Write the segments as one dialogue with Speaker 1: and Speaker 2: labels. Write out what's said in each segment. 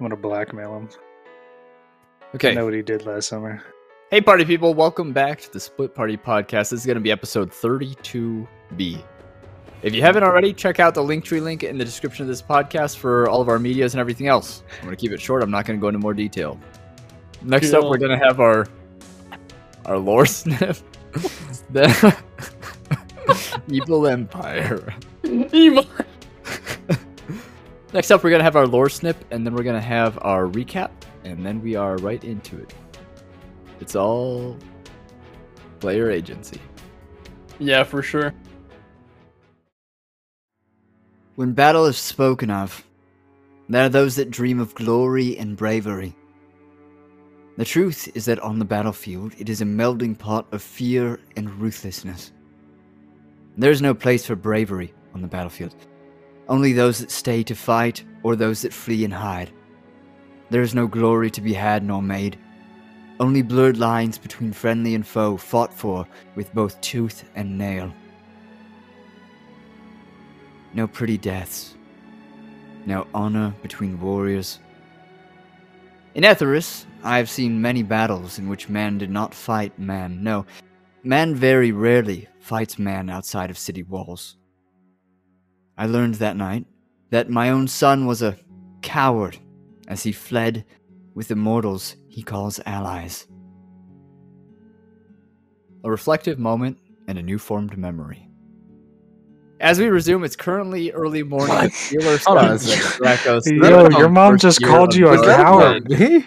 Speaker 1: I'm gonna blackmail him. I
Speaker 2: Okay.
Speaker 1: know what he did last summer.
Speaker 2: Hey, party people, welcome back to the Split Party Podcast. This is going to be episode 32B. If you haven't already, check out the Linktree link in the description of this podcast for all of our medias and everything else. I'm going to keep it short. I'm not going to go into more detail. Next up,
Speaker 1: Cool.
Speaker 2: we're going to have our our lore sniff. the Evil Empire. Next up, we're going to have our lore snip, and then we're going to have our recap, and then we are right into it. It's all player agency.
Speaker 3: Yeah, for sure.
Speaker 4: When battle is spoken of, there are those that dream of glory and bravery. The truth is that on the battlefield, it is a melding pot of fear and ruthlessness. There is no place for bravery on the battlefield, only those that stay to fight or those that flee and hide. There is no glory to be had nor made, only blurred lines between friendly and foe fought for with both tooth and nail. No pretty deaths. No honor between warriors. In Etheris, I have seen many battles in which man did not fight man. No, man very rarely fights man outside of city walls. I learned that night that my own son was a coward as he fled with the mortals he calls allies.
Speaker 2: A reflective moment and a new formed memory. As we resume, it's currently early morning.
Speaker 3: What?
Speaker 2: at Steeler
Speaker 3: Hold on a
Speaker 2: Stars at Dracos.
Speaker 1: Yo, your mom
Speaker 2: First
Speaker 1: just
Speaker 2: year
Speaker 1: called
Speaker 2: of
Speaker 1: you a
Speaker 2: Dark
Speaker 1: coward.
Speaker 2: Tide.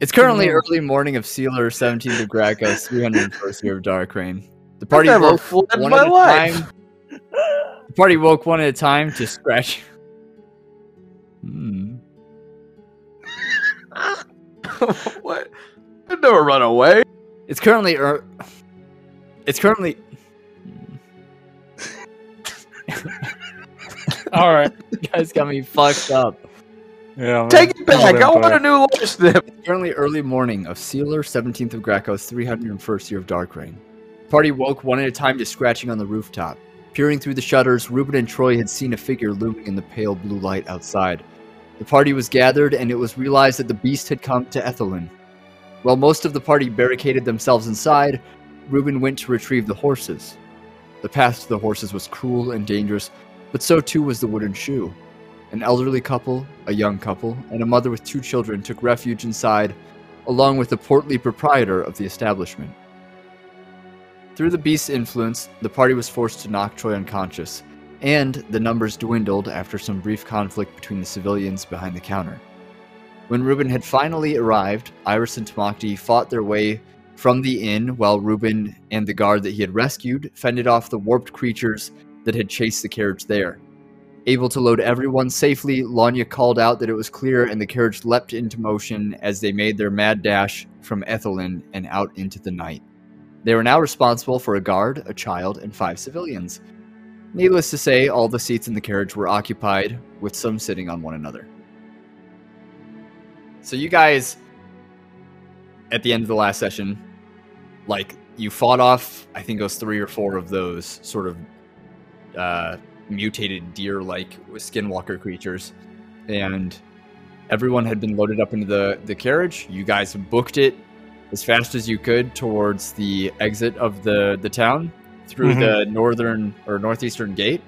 Speaker 2: It's currently
Speaker 3: Yeah.
Speaker 2: early morning of Sealer 17th of Gracchus, 301st year of Dark Reign. The
Speaker 3: I've
Speaker 2: party
Speaker 3: never
Speaker 2: woke
Speaker 3: fled
Speaker 2: one
Speaker 3: my
Speaker 2: at a
Speaker 3: life.
Speaker 2: time. The party woke one at a time to scratch. Hmm.
Speaker 3: what? I'd never run away.
Speaker 2: It's currently. Er- it's currently.
Speaker 3: All right.
Speaker 2: You guys got me fucked up.
Speaker 1: Yeah, man.
Speaker 3: Take it back.
Speaker 1: Evil
Speaker 3: I want
Speaker 1: Empire.
Speaker 3: a new lore snip.
Speaker 2: Currently early morning of Sealer 17th of Gracchus, 301st year of Dark Reign. The party woke one at a time to scratching on the rooftop. Peering through the shutters, Reuben and Troy had seen a figure looming in the pale blue light outside. The party was gathered, and it was realized that the beast had come to Ethelyn. While most of the party barricaded themselves inside, Reuben went to retrieve the horses. The path to the horses was cruel and dangerous, but so too was the wooden shoe. An elderly couple, a young couple, and a mother with two children took refuge inside, along with the portly proprietor of the establishment. Through the beast's influence, the party was forced to knock Troy unconscious, and the numbers dwindled after some brief conflict between the civilians behind the counter. When Reuben had finally arrived, Iris and Tamaki fought their way from the inn while Reuben and the guard that he had rescued fended off the warped creatures that had chased the carriage there. Able to load everyone safely, Lanya called out that it was clear, and the carriage leapt into motion as they made their mad dash from Ethelyn and out into the night. They were now responsible for a guard, a child, and five civilians. Needless to say, all the seats in the carriage were occupied, with some sitting on one another. So, you guys, at the end of the last session, like, you fought off, I think it was three or four of those sort of uh, mutated deer like skinwalker creatures. And everyone had been loaded up into the, the carriage. You guys booked it as fast as you could towards the exit of the, the town through the northern or northeastern gate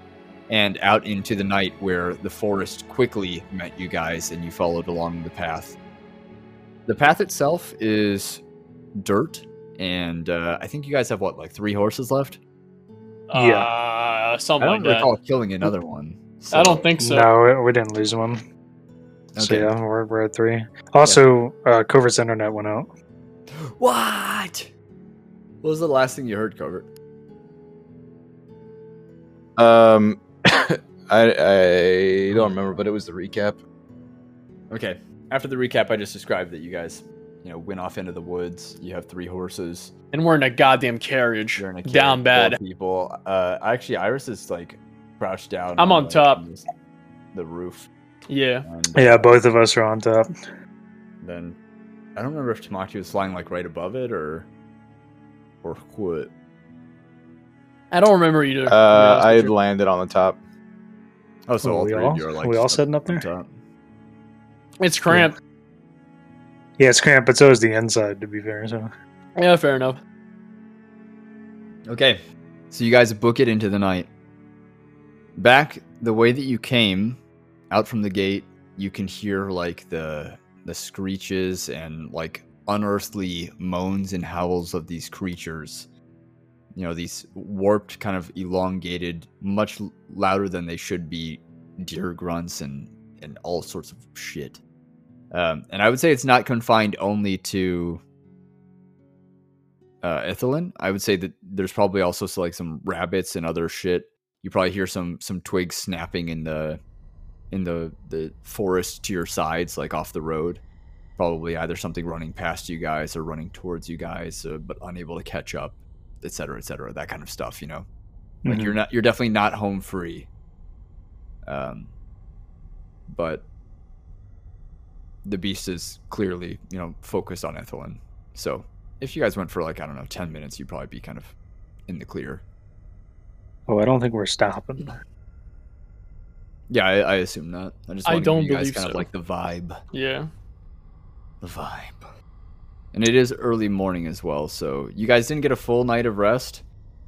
Speaker 2: and out into the night where the forest quickly met you guys and you followed along the path. The path itself is dirt. And uh, I think you guys have what, like three horses left?
Speaker 1: Yeah.
Speaker 5: Uh,
Speaker 2: I
Speaker 5: something
Speaker 2: don't
Speaker 5: like that.
Speaker 2: recall killing another one.
Speaker 5: I don't think so.
Speaker 1: No, we didn't lose one. So
Speaker 2: Okay.
Speaker 1: yeah, we're, we're at three. Also, uh, Covert's internet went out.
Speaker 2: What? What was the last thing you heard, Covert?
Speaker 6: Um, I I don't remember, but it was the recap.
Speaker 2: Okay. After the recap, I just described that you guys, you know, went off into the woods. You have three horses.
Speaker 5: And we're in a goddamn carriage.
Speaker 2: You're in a carriage full
Speaker 5: Down
Speaker 2: of
Speaker 5: bad.
Speaker 2: People. Uh, actually, Iris is like crouched down.
Speaker 5: I'm on
Speaker 2: like,
Speaker 5: top.
Speaker 2: this- The roof.
Speaker 5: Yeah.
Speaker 2: And
Speaker 1: Yeah, both of us are on top.
Speaker 2: Then I don't remember if Tamaki was flying like right above it or or what.
Speaker 5: I don't remember either. to be
Speaker 6: Uh,
Speaker 5: honest
Speaker 6: I
Speaker 5: with
Speaker 6: had
Speaker 5: you.
Speaker 6: landed on the top.
Speaker 2: Oh, so all
Speaker 1: we
Speaker 2: three
Speaker 1: all,
Speaker 2: of you are like
Speaker 1: we all
Speaker 2: set
Speaker 1: sitting up there.
Speaker 2: on top.
Speaker 5: It's cramped.
Speaker 1: Yeah, it's cramped, but so is the inside. To be fair, so
Speaker 5: Yeah, fair enough.
Speaker 2: Okay. So you guys book it into the night. Back the way that you came, out from the gate, you can hear like the the screeches and like unearthly moans and howls of these creatures. You know, these warped, kind of elongated, much l- louder than they should be, deer grunts and and all sorts of shit. Um, and I would say it's not confined only to uh, Ithilin. I would say that there's probably also so, like some rabbits and other shit. You probably hear some some twigs snapping in the in the the forest to your sides, like off the road. Probably either something running past you guys or running towards you guys, uh, but unable to catch up, et cetera, et cetera. That kind of stuff, you know. Like
Speaker 1: Mhm.
Speaker 2: you're not you're definitely not home free. Um, but the beast is clearly you know focused on Ethylene, so if you guys went for like I don't know ten minutes, you'd probably be kind of in the clear.
Speaker 1: oh, I don't think we're stopping.
Speaker 2: Yeah, I, I assume not. I just
Speaker 5: I
Speaker 2: want to
Speaker 5: don't
Speaker 2: give you guys
Speaker 5: believe
Speaker 2: kind of
Speaker 5: so.
Speaker 2: like the vibe,
Speaker 5: Yeah.
Speaker 2: the vibe. And it is early morning as well, so you guys didn't get a full night of rest,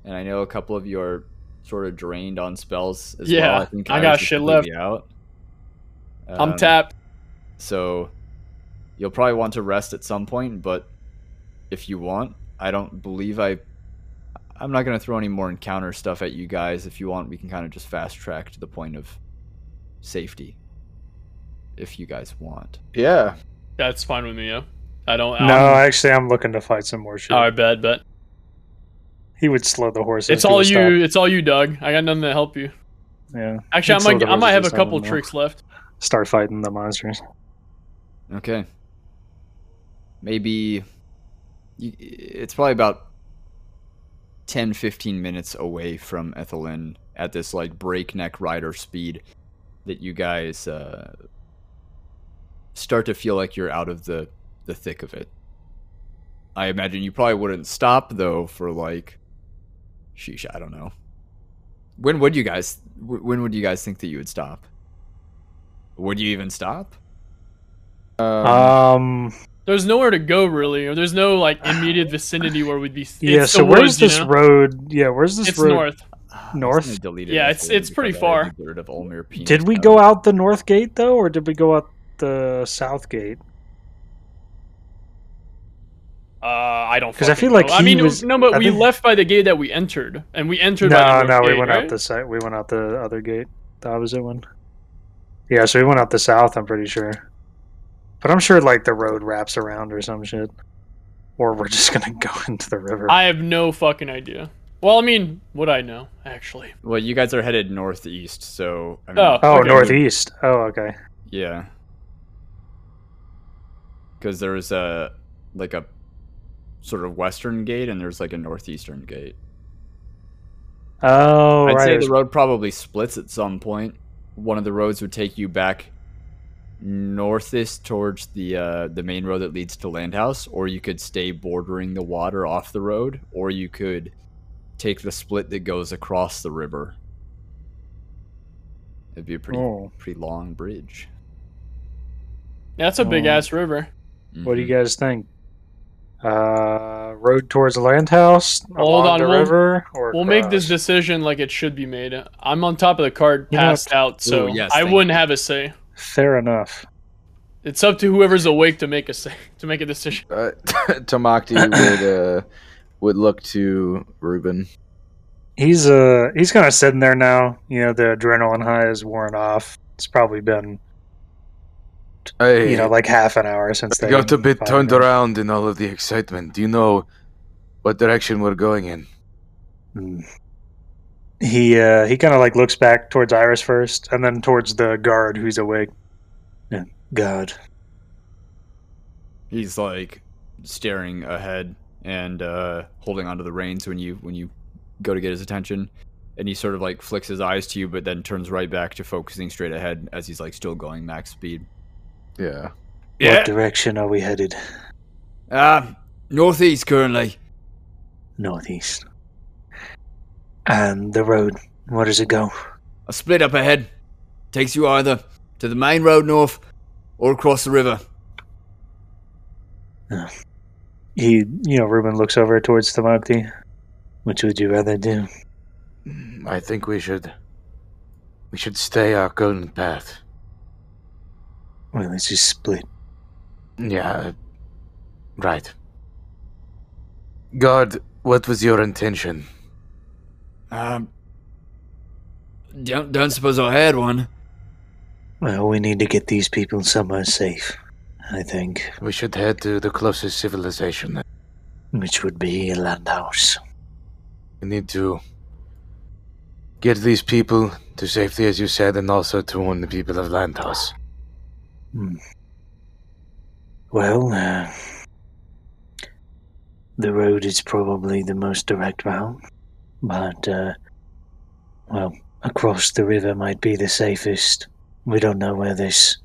Speaker 2: and I know a couple of you are sort of drained on spells as
Speaker 5: Yeah,
Speaker 2: well. think
Speaker 5: I
Speaker 2: Iris
Speaker 5: got
Speaker 2: is
Speaker 5: shit left.
Speaker 2: completely Out.
Speaker 5: I'm
Speaker 2: Um,
Speaker 5: tapped.
Speaker 2: So you'll probably want to rest at some point, but if you want, I don't believe I I'm not going to throw any more encounter stuff at you guys. If you want, we can kind of just fast track to the point of safety if you guys want.
Speaker 3: Yeah.
Speaker 5: That's fine with me, yeah. I don't
Speaker 1: No, actually, I'm looking to fight some more shit.
Speaker 5: I bet, but
Speaker 1: He would slow the horses.
Speaker 5: Uh, it's
Speaker 1: to a
Speaker 5: all you
Speaker 1: stop.
Speaker 5: it's all you, Doug. I got nothing to help you.
Speaker 1: Yeah,
Speaker 5: Actually
Speaker 1: It's
Speaker 5: I
Speaker 1: all
Speaker 5: might
Speaker 1: the
Speaker 5: I might have a
Speaker 1: roses, I
Speaker 5: couple
Speaker 1: don't know.
Speaker 5: tricks left.
Speaker 1: start fighting the monsters.
Speaker 2: Okay. Maybe y- it's probably about 10 15 minutes away from Ethelyn at this like breakneck rider speed that you guys uh, start to feel like you're out of the the thick of it. I imagine you probably wouldn't stop though for like sheesh, I don't know. When would you guys wh- when would you guys think that you would stop? Would you even stop?
Speaker 3: Um,
Speaker 1: Um,
Speaker 5: There's nowhere to go really, or there's no like immediate vicinity where we'd be it's
Speaker 1: yeah.
Speaker 5: the
Speaker 1: So
Speaker 5: woods,
Speaker 1: where's
Speaker 5: you
Speaker 1: this
Speaker 5: know?
Speaker 1: road? Yeah, where's this
Speaker 5: It's
Speaker 1: road?
Speaker 5: north.
Speaker 2: Ah, I'm
Speaker 1: North?
Speaker 2: just gonna delete
Speaker 5: Yeah,
Speaker 2: and
Speaker 5: it's-
Speaker 2: fold
Speaker 5: it's pretty
Speaker 2: because I already
Speaker 5: far.
Speaker 2: got rid of Oh. all mere penis
Speaker 1: Did we
Speaker 2: now.
Speaker 1: go out the north gate though, or did we go out the south gate?
Speaker 5: Uh, I don't.
Speaker 1: 'Cause I
Speaker 5: fucking
Speaker 1: feel like
Speaker 5: know. I
Speaker 1: he
Speaker 5: mean,
Speaker 1: was-
Speaker 5: no, but
Speaker 1: I
Speaker 5: we
Speaker 1: think-
Speaker 5: left by the gate that we entered, and we entered. by
Speaker 1: No,
Speaker 5: the
Speaker 1: no,
Speaker 5: north
Speaker 1: we
Speaker 5: gate,
Speaker 1: went
Speaker 5: right?
Speaker 1: out the site. We went out the other gate, the opposite one. Yeah, so we went out the south. I'm pretty sure, but I'm sure like the road wraps around or some shit, or we're just gonna go into the river.
Speaker 5: I have no fucking idea. Well, I mean, what I know actually.
Speaker 2: Well, you guys are headed northeast, so I mean,
Speaker 5: Oh.
Speaker 1: oh,
Speaker 5: okay.
Speaker 1: northeast. Oh, okay.
Speaker 2: yeah, because there's a like a sort of western gate, and there's like a northeastern gate.
Speaker 1: Oh,
Speaker 2: I'd
Speaker 1: right.
Speaker 2: say
Speaker 1: it was-
Speaker 2: the road probably splits at some point. One of the roads would take you back northest towards the uh, the main road that leads to Landhouse, or you could stay bordering the water off the road, or you could take the split that goes across the river. It'd be a pretty
Speaker 1: Oh.
Speaker 2: pretty long bridge.
Speaker 5: That's a big
Speaker 1: Oh.
Speaker 5: ass river.
Speaker 1: What do you
Speaker 2: Mhm.
Speaker 1: guys think? Uh, road towards the land house
Speaker 5: Hold
Speaker 1: along
Speaker 5: on,
Speaker 1: the
Speaker 5: we'll-
Speaker 1: river, or
Speaker 5: We'll make this
Speaker 1: across?
Speaker 5: decision like it should be made. I'm on top of the card,
Speaker 1: You know-
Speaker 5: passed out, so
Speaker 2: Ooh, yes,
Speaker 5: I
Speaker 2: thank
Speaker 5: wouldn't have a say.
Speaker 1: Fair enough.
Speaker 5: It's up to whoever's awake to make a say, to make a decision.
Speaker 3: uh, Tamakti would uh, would look to Ruben.
Speaker 1: He's uh he's kind of sitting there now. You know, the adrenaline high is worn off. It's probably been
Speaker 7: I
Speaker 1: you know like half an hour since they
Speaker 7: got a bit
Speaker 1: fought
Speaker 7: turned
Speaker 1: again.
Speaker 7: around in all of the excitement. Do you know what direction we're going in?
Speaker 1: Mm. He uh he kind of like looks back towards Iris first, and then towards the guard who's awake. Yeah, God.
Speaker 2: He's like staring ahead and uh, holding onto the reins when you when you go to get his attention, and he sort of like flicks his eyes to you, but then turns right back to focusing straight ahead as he's like still going max speed.
Speaker 3: Yeah.
Speaker 1: What direction are we headed?
Speaker 2: Ah, northeast currently.
Speaker 1: Northeast. And the road. Where does it go?
Speaker 2: A split up ahead.
Speaker 8: Takes you either to the main road north or across the river.
Speaker 1: He, you know, Reuben looks over towards Timokti. Which would you rather do?
Speaker 3: Mm, I think we should. We should stay our golden path.
Speaker 1: Well, let's just split.
Speaker 3: Yeah. Right. God, what was your intention?
Speaker 8: Um, don't, don't suppose I had one.
Speaker 1: Well, we need to get these people somewhere safe, I think,
Speaker 3: We should head to the closest civilization.
Speaker 1: which would be Landhaus.
Speaker 3: We need to get these people to safety, as you said, and also to warn the people of Landhaus.
Speaker 1: Well, uh, the road is probably the most direct route, but, uh, well, across the river might be the safest. We don't know where this,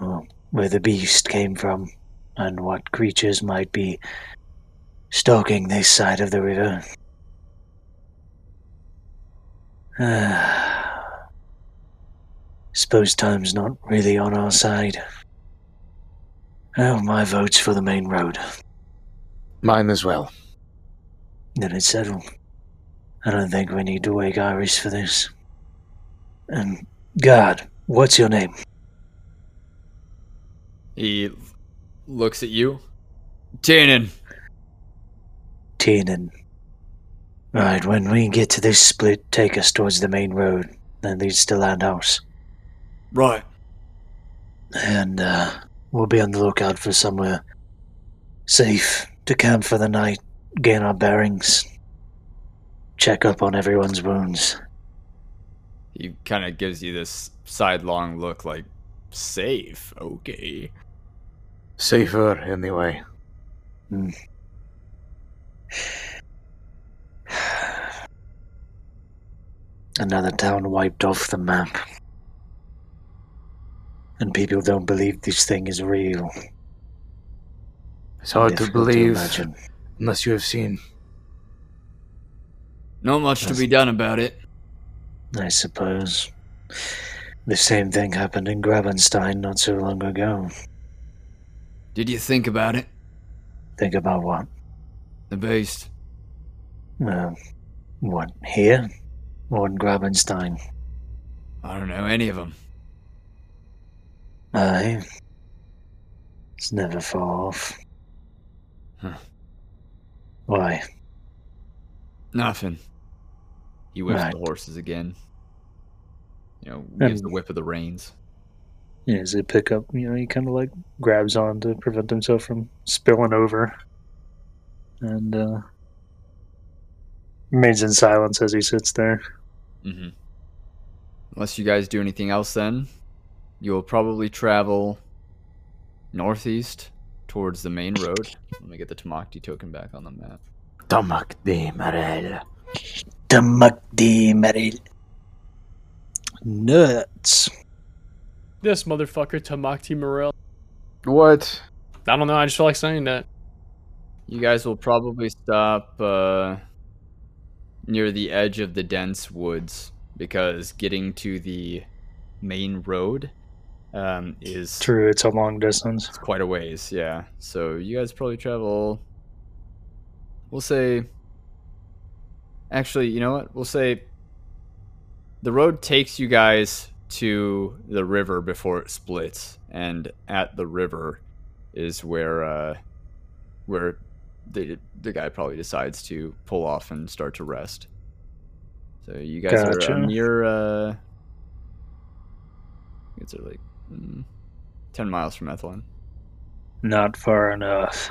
Speaker 1: well, where the beast came from, and what creatures might be stalking this side of the river. Suppose time's not really on our side. Oh, my vote's for the main road.
Speaker 3: Mine as well.
Speaker 1: Then it's settled. I don't think we need to wake Iris for this. And God, what's your name?
Speaker 2: He looks at you.
Speaker 8: Tiernan.
Speaker 1: Tiernan. Right, when we get to this split, take us towards the main road that leads to Landhouse.
Speaker 8: Right.
Speaker 1: And uh, we'll be on the lookout for somewhere safe to camp for the night, gain our bearings, check up on everyone's wounds.
Speaker 2: He kind of gives you this sidelong look, like safe. Okay.
Speaker 3: Safer, anyway.
Speaker 1: Another town wiped off the map. And people don't believe this thing is real.
Speaker 3: It's hard to
Speaker 1: Difficult
Speaker 3: believe
Speaker 1: imagine.
Speaker 3: unless you have seen.
Speaker 8: Not much to be done about it.
Speaker 1: I suppose. The same thing happened in Grabenstein not so long ago.
Speaker 8: Did you think about it?
Speaker 1: Think about what?
Speaker 8: The beast.
Speaker 1: Well, what, here? Or in Grabenstein?
Speaker 8: I don't know any of them.
Speaker 1: Aye. It's never far off.
Speaker 3: Hmm.
Speaker 8: Huh.
Speaker 1: Why?
Speaker 8: Nothing.
Speaker 2: He whips
Speaker 1: Right.
Speaker 2: the horses again. You know,
Speaker 1: Um,
Speaker 2: gives the whip of the reins.
Speaker 1: Yeah, as they pick up, you know, he kind of like grabs on to prevent himself from spilling over. And, uh, remains in silence as he sits there.
Speaker 2: Mm-hmm. Unless you guys do anything else, then you'll probably travel northeast towards the main road. Let me get the Tamaki token back on the map.
Speaker 3: Tomac de Marel.
Speaker 1: Damak de Meril. Nuts.
Speaker 5: This motherfucker Tamakti Morel.
Speaker 9: What?
Speaker 5: I don't know. I just feel like saying that.
Speaker 2: You guys will probably stop uh, near the edge of the dense woods because getting to the main road um, is
Speaker 1: True, it's a long distance.
Speaker 2: It's quite a ways, yeah. So you guys probably travel. We'll say. Actually, you know what? We'll say. The road takes you guys to the river before it splits, and at the river is where uh, where the the guy probably decides to pull off and start to rest. So you guys are
Speaker 1: Gotcha.
Speaker 2: uh, near. Uh, it's like mm, ten miles from Ethelon.
Speaker 1: Not far enough.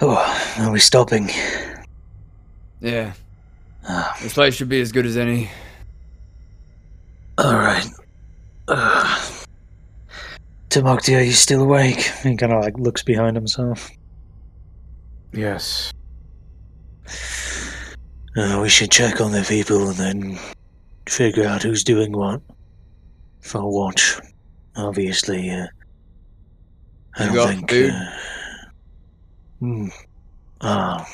Speaker 1: Oh, are we stopping?
Speaker 8: Yeah.
Speaker 1: Ah,
Speaker 8: This place should be as good as any.
Speaker 1: all right. Uh, Timokti, are you still awake? He kind of like looks behind himself.
Speaker 3: Yes.
Speaker 1: Uh, we should check on the people and then figure out who's doing what. For a watch, obviously. Uh, I
Speaker 8: You
Speaker 1: don't
Speaker 8: got
Speaker 1: think.
Speaker 8: food?
Speaker 1: uh, hmm. Ah.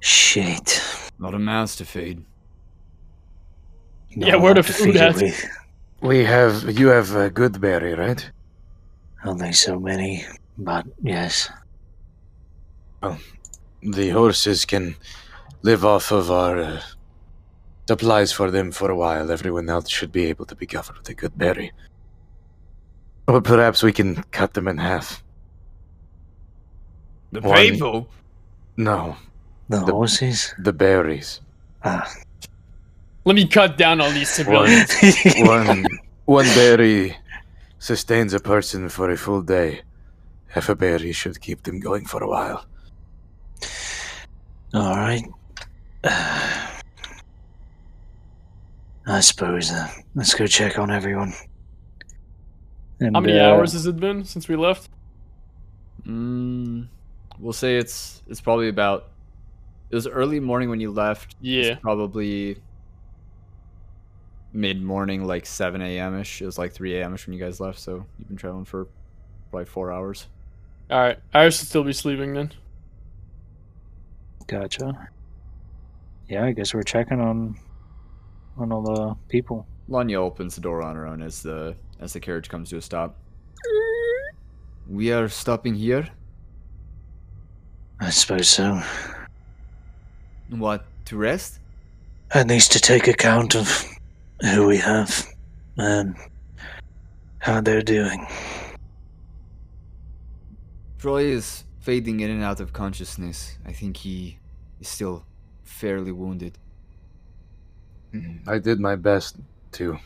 Speaker 1: shit.
Speaker 8: Not a mouse to feed.
Speaker 5: Yeah, where
Speaker 1: not
Speaker 5: the food
Speaker 1: defeated.
Speaker 5: at?
Speaker 1: We,
Speaker 3: We have you have uh, Goodberry, right?
Speaker 1: I don't think so many, but yes.
Speaker 3: The horses can live off of our uh, supplies for them for a while. Everyone else should be able to be covered with a good berry. Or perhaps we can cut them in half.
Speaker 10: The
Speaker 3: One-
Speaker 10: people.
Speaker 3: No,
Speaker 1: The,
Speaker 3: The-
Speaker 1: horses?
Speaker 3: the berries.
Speaker 1: Ah.
Speaker 5: Let me cut down on these
Speaker 3: One,
Speaker 5: civilians.
Speaker 3: one, one berry sustains a person for a full day. Half a berry should keep them going for a while.
Speaker 1: All right. I suppose. Uh, let's go check on everyone. And,
Speaker 5: How many
Speaker 1: uh,
Speaker 5: hours has it been since we left?
Speaker 11: Mm, we'll say it's it's probably about. It was early morning when you left.
Speaker 5: Yeah.
Speaker 11: It's probably mid morning, like seven a.m. ish. It was like three a.m. ish when you guys left. So you've been traveling for probably four hours.
Speaker 5: All right. I should still be sleeping then.
Speaker 1: Gotcha. Yeah, I guess we're checking on on all the people.
Speaker 11: Lanya opens the door on her own as the as the carriage comes to a stop.
Speaker 2: We are stopping here.
Speaker 1: I suppose so.
Speaker 2: What? To rest?
Speaker 1: At least to take account of who we have and how they're doing.
Speaker 2: Troy is fading in and out of consciousness. I think he is still fairly wounded.
Speaker 3: I did my best to.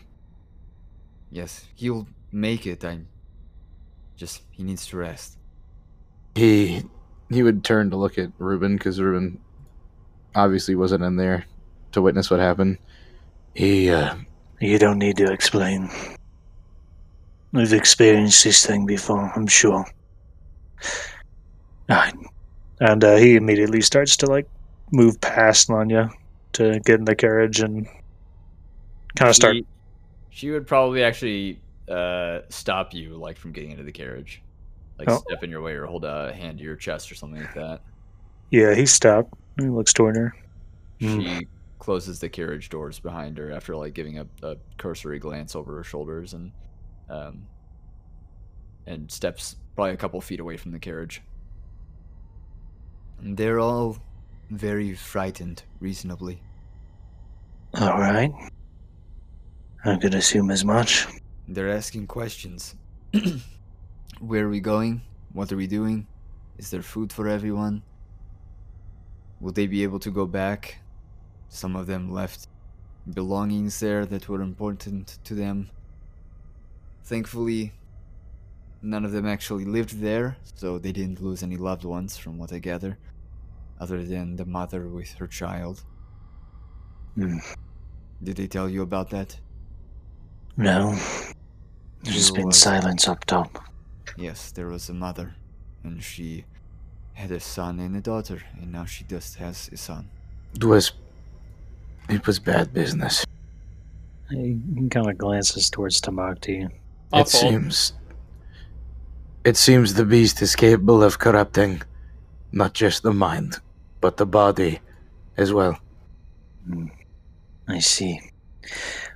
Speaker 2: Yes, he'll make it. I'm just he needs to rest.
Speaker 12: He he would turn to look at Ruben because Ruben obviously wasn't in there to witness what happened.
Speaker 3: He uh,
Speaker 1: You don't need to explain. We've experienced this thing before, I'm sure. Alright. And uh, he immediately starts to like move past Lanya to get in the carriage and kind of start.
Speaker 11: She, she would probably actually uh, stop you, like from getting into the carriage, like
Speaker 1: Oh.
Speaker 11: step in your way or hold a hand to your chest or something like that.
Speaker 1: Yeah, he stopped. He looks toward her.
Speaker 11: She closes the carriage doors behind her after like giving a, a cursory glance over her shoulders and um, and steps probably a couple feet away from the carriage.
Speaker 2: They're all very frightened, reasonably.
Speaker 1: Alright. I could assume as much.
Speaker 2: They're asking questions. Where are we going? What are we doing? Is there food for everyone? Will they be able to go back? Some of them left belongings there that were important to them. Thankfully, none of them actually lived there, so they didn't lose any loved ones, from what I gather, other than the mother with her child.
Speaker 1: Hmm.
Speaker 2: Did they tell you about that?
Speaker 1: No. There's
Speaker 2: You,
Speaker 1: been
Speaker 2: uh,
Speaker 1: silence up top.
Speaker 2: Yes, there was a mother, and she had a son and a daughter, and now she just has a son.
Speaker 3: it was it was bad business.
Speaker 1: He kind of glances towards Tamakti.
Speaker 5: My
Speaker 3: it
Speaker 5: fault.
Speaker 3: seems. It seems the beast is capable of corrupting not just the mind, but the body as well.
Speaker 1: I see.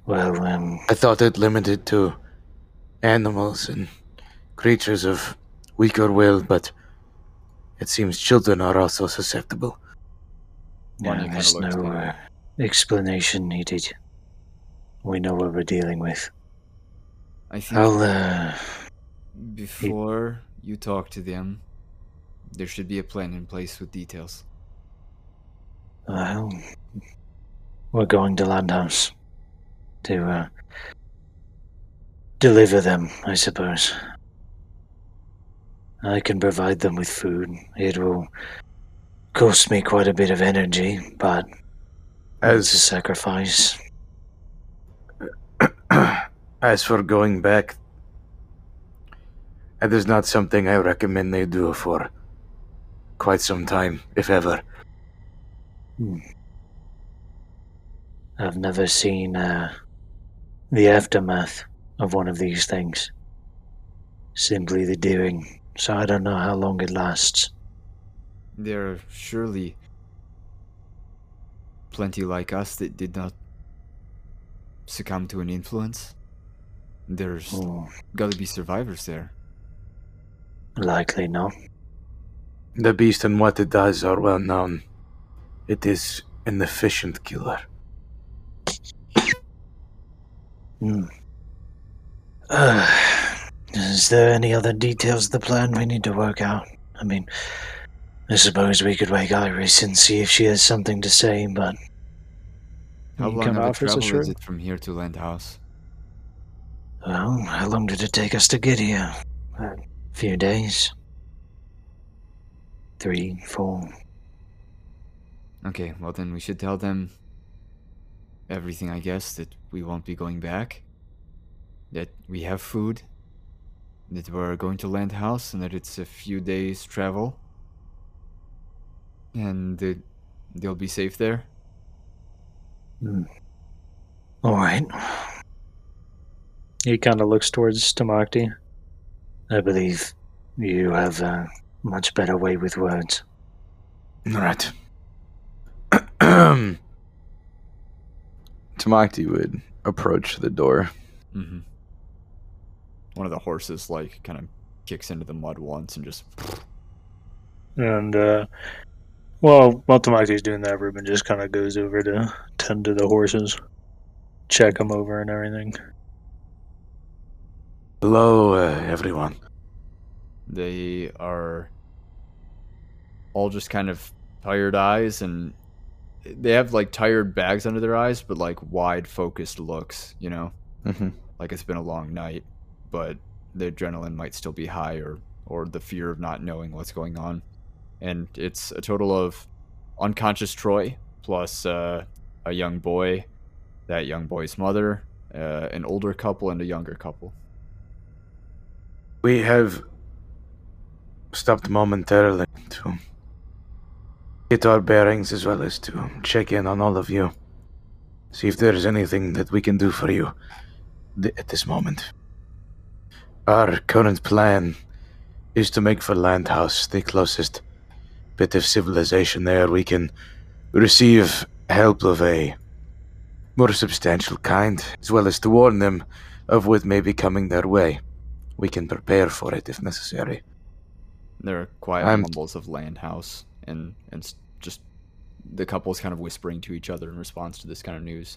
Speaker 1: Well, um,
Speaker 3: I thought it limited to animals and creatures of weaker will, but it seems children are also susceptible.
Speaker 1: Yeah,
Speaker 11: Lanya kinda
Speaker 1: there's
Speaker 11: looks
Speaker 1: no
Speaker 11: down.
Speaker 1: uh, explanation needed. We know what we're dealing with.
Speaker 2: I think
Speaker 1: I'll, uh,
Speaker 2: before you talk to them, there should be a plan in place with details.
Speaker 1: well, we're going to Landhouse to, uh, deliver them, I suppose. I can provide them with food. It will cost me quite a bit of energy, but it's a
Speaker 3: As
Speaker 1: sacrifice.
Speaker 3: as for going back, that is not something I recommend they do for quite some time, if ever.
Speaker 1: I've never seen uh, the aftermath of one of these things. Simply the doing, so I don't know how long it lasts.
Speaker 2: There are surely plenty like us that did not succumb to an influence. There's
Speaker 1: Hmm,
Speaker 2: gotta be survivors there.
Speaker 1: likely no.
Speaker 3: The beast and what it does are well known. It is an efficient killer.
Speaker 1: Uh, is there any other details of the plan we need to work out? I mean, I suppose we could wake Iris and see if she has something to say, but
Speaker 2: How
Speaker 1: You
Speaker 2: long
Speaker 1: can
Speaker 2: of a
Speaker 1: offer us a
Speaker 2: travel
Speaker 1: shirt?
Speaker 2: is it from here to Landhouse?
Speaker 1: well, how long did it take us to get here? A few days. Three, four.
Speaker 2: Okay, well then we should tell them everything, I guess, that we won't be going back, that we have food, that we're going to land house, and that it's a few days' travel, and that they'll be safe there.
Speaker 1: All right. He kind of looks towards Tamakti. I believe you have a much better way with words.
Speaker 3: Right.
Speaker 13: Tamakti would approach the door.
Speaker 2: Mm-hmm. One of the horses, like, kind of kicks into the mud once and just.
Speaker 1: And, uh, well, while Tamakti's doing that, Ruben just kind of goes over to tend to the horses, check them over and everything.
Speaker 3: Hello, uh, everyone.
Speaker 2: They are all just kind of tired eyes and they have like tired bags under their eyes, but like wide focused looks, you know?
Speaker 13: Mhm.
Speaker 2: Like it's been a long night, but the adrenaline might still be high or, or the fear of not knowing what's going on. And it's a total of unconscious Troy plus uh, a young boy, that young boy's mother, uh, an older couple, and a younger couple.
Speaker 3: We have stopped momentarily to get our bearings as well as to check in on all of you. See if there is anything that we can do for you th- at this moment. Our current plan is to make for Landhouse, the closest bit of civilization there. We can receive help of a more substantial kind, as well as to warn them of what may be coming their way. We can prepare for it if necessary.
Speaker 2: There are quiet
Speaker 13: I'm-
Speaker 2: mumbles of land house and and s- just the couples kind of whispering to each other in response to this kind of news.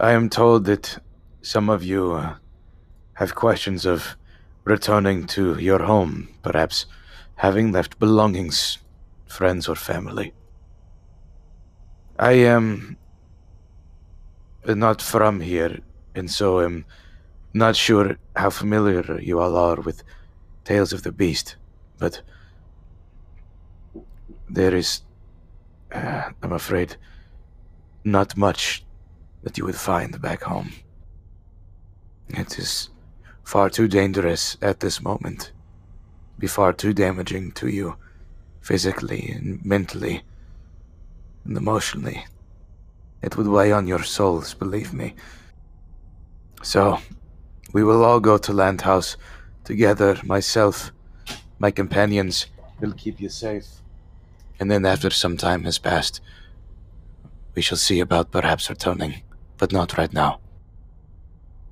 Speaker 3: I am told that some of you uh, have questions of returning to your home, perhaps having left belongings, friends, or family. I am not from here, and so am not sure how familiar you all are with Tales of the Beast, but there is, uh, I'm afraid, not much that you would find back home. It is far too dangerous at this moment. Be far too damaging to you physically and mentally and emotionally. It would weigh on your souls, believe me. So, we will all go to Landhouse together, myself, my companions. will keep you safe. And then, after some time has passed, we shall see about perhaps returning, but not right now.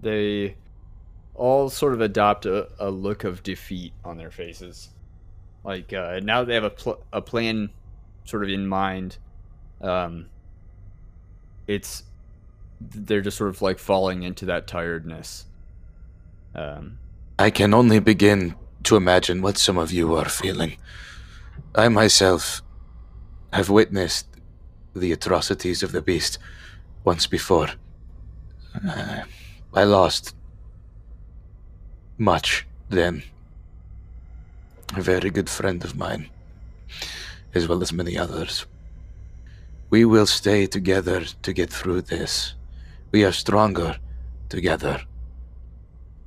Speaker 2: They all sort of adopt a, a look of defeat on their faces. Like uh, now they have a pl- a plan sort of in mind. Um, it's they're just sort of like falling into that tiredness. Um,
Speaker 3: I can only begin to imagine what some of you are feeling. I myself have witnessed the atrocities of the beast once before. Uh, I lost much then. A very good friend of mine, as well as many others. We will stay together to get through this. We are stronger together.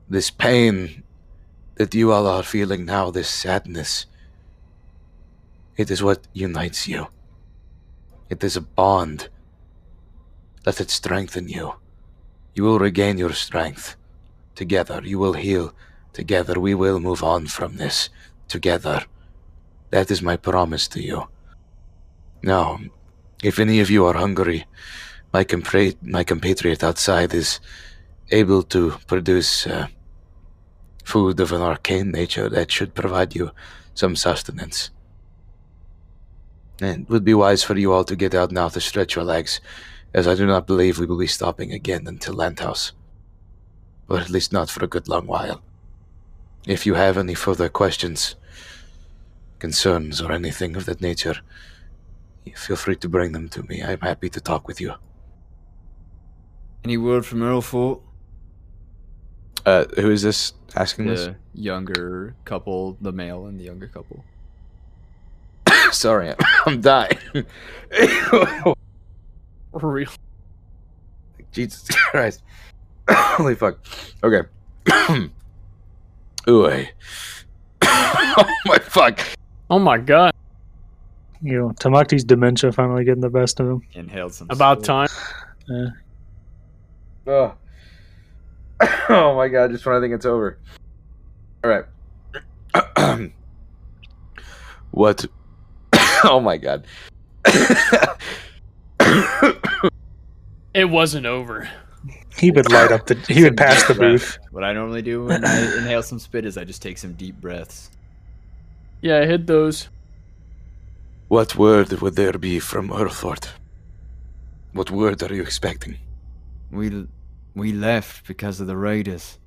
Speaker 3: This pain that you all are feeling now, this sadness. It is what unites you. It is a bond. Let it strengthen you. You will regain your strength. Together, you will heal. Together, we will move on from this. Together. That is my promise to you. Now, if any of you are hungry my, compra- my compatriot outside is able to produce uh, food of an arcane nature that should provide you some sustenance. And it would be wise for you all to get out now to stretch your legs, as I do not believe we will be stopping again until Landhouse. Or at least not for a good long while. If you have any further questions, concerns, or anything of that nature, feel free to bring them to me. I'm happy to talk with you.
Speaker 14: Any word from Earlfort?
Speaker 15: Uh, who is this asking this?
Speaker 2: The younger couple, the male and the younger couple.
Speaker 15: Sorry, I'm dying.
Speaker 5: Real.
Speaker 15: Jesus Christ. Holy fuck. Okay. Ooh. I- oh my fuck.
Speaker 5: Oh my god.
Speaker 1: You know, Tamakti's dementia finally getting the best of him.
Speaker 2: Inhaled some.
Speaker 5: About
Speaker 2: smoke.
Speaker 5: time.
Speaker 15: Ugh. oh my god, just when I think it's over. Alright. what? oh my god.
Speaker 5: It wasn't over.
Speaker 1: He would light up the. He would pass the booth.
Speaker 2: What I normally do when I inhale some spit is I just take some deep breaths.
Speaker 5: Yeah, I hid those.
Speaker 3: What word would there be from Earthward? What word are you expecting?
Speaker 14: We we left because of the raiders.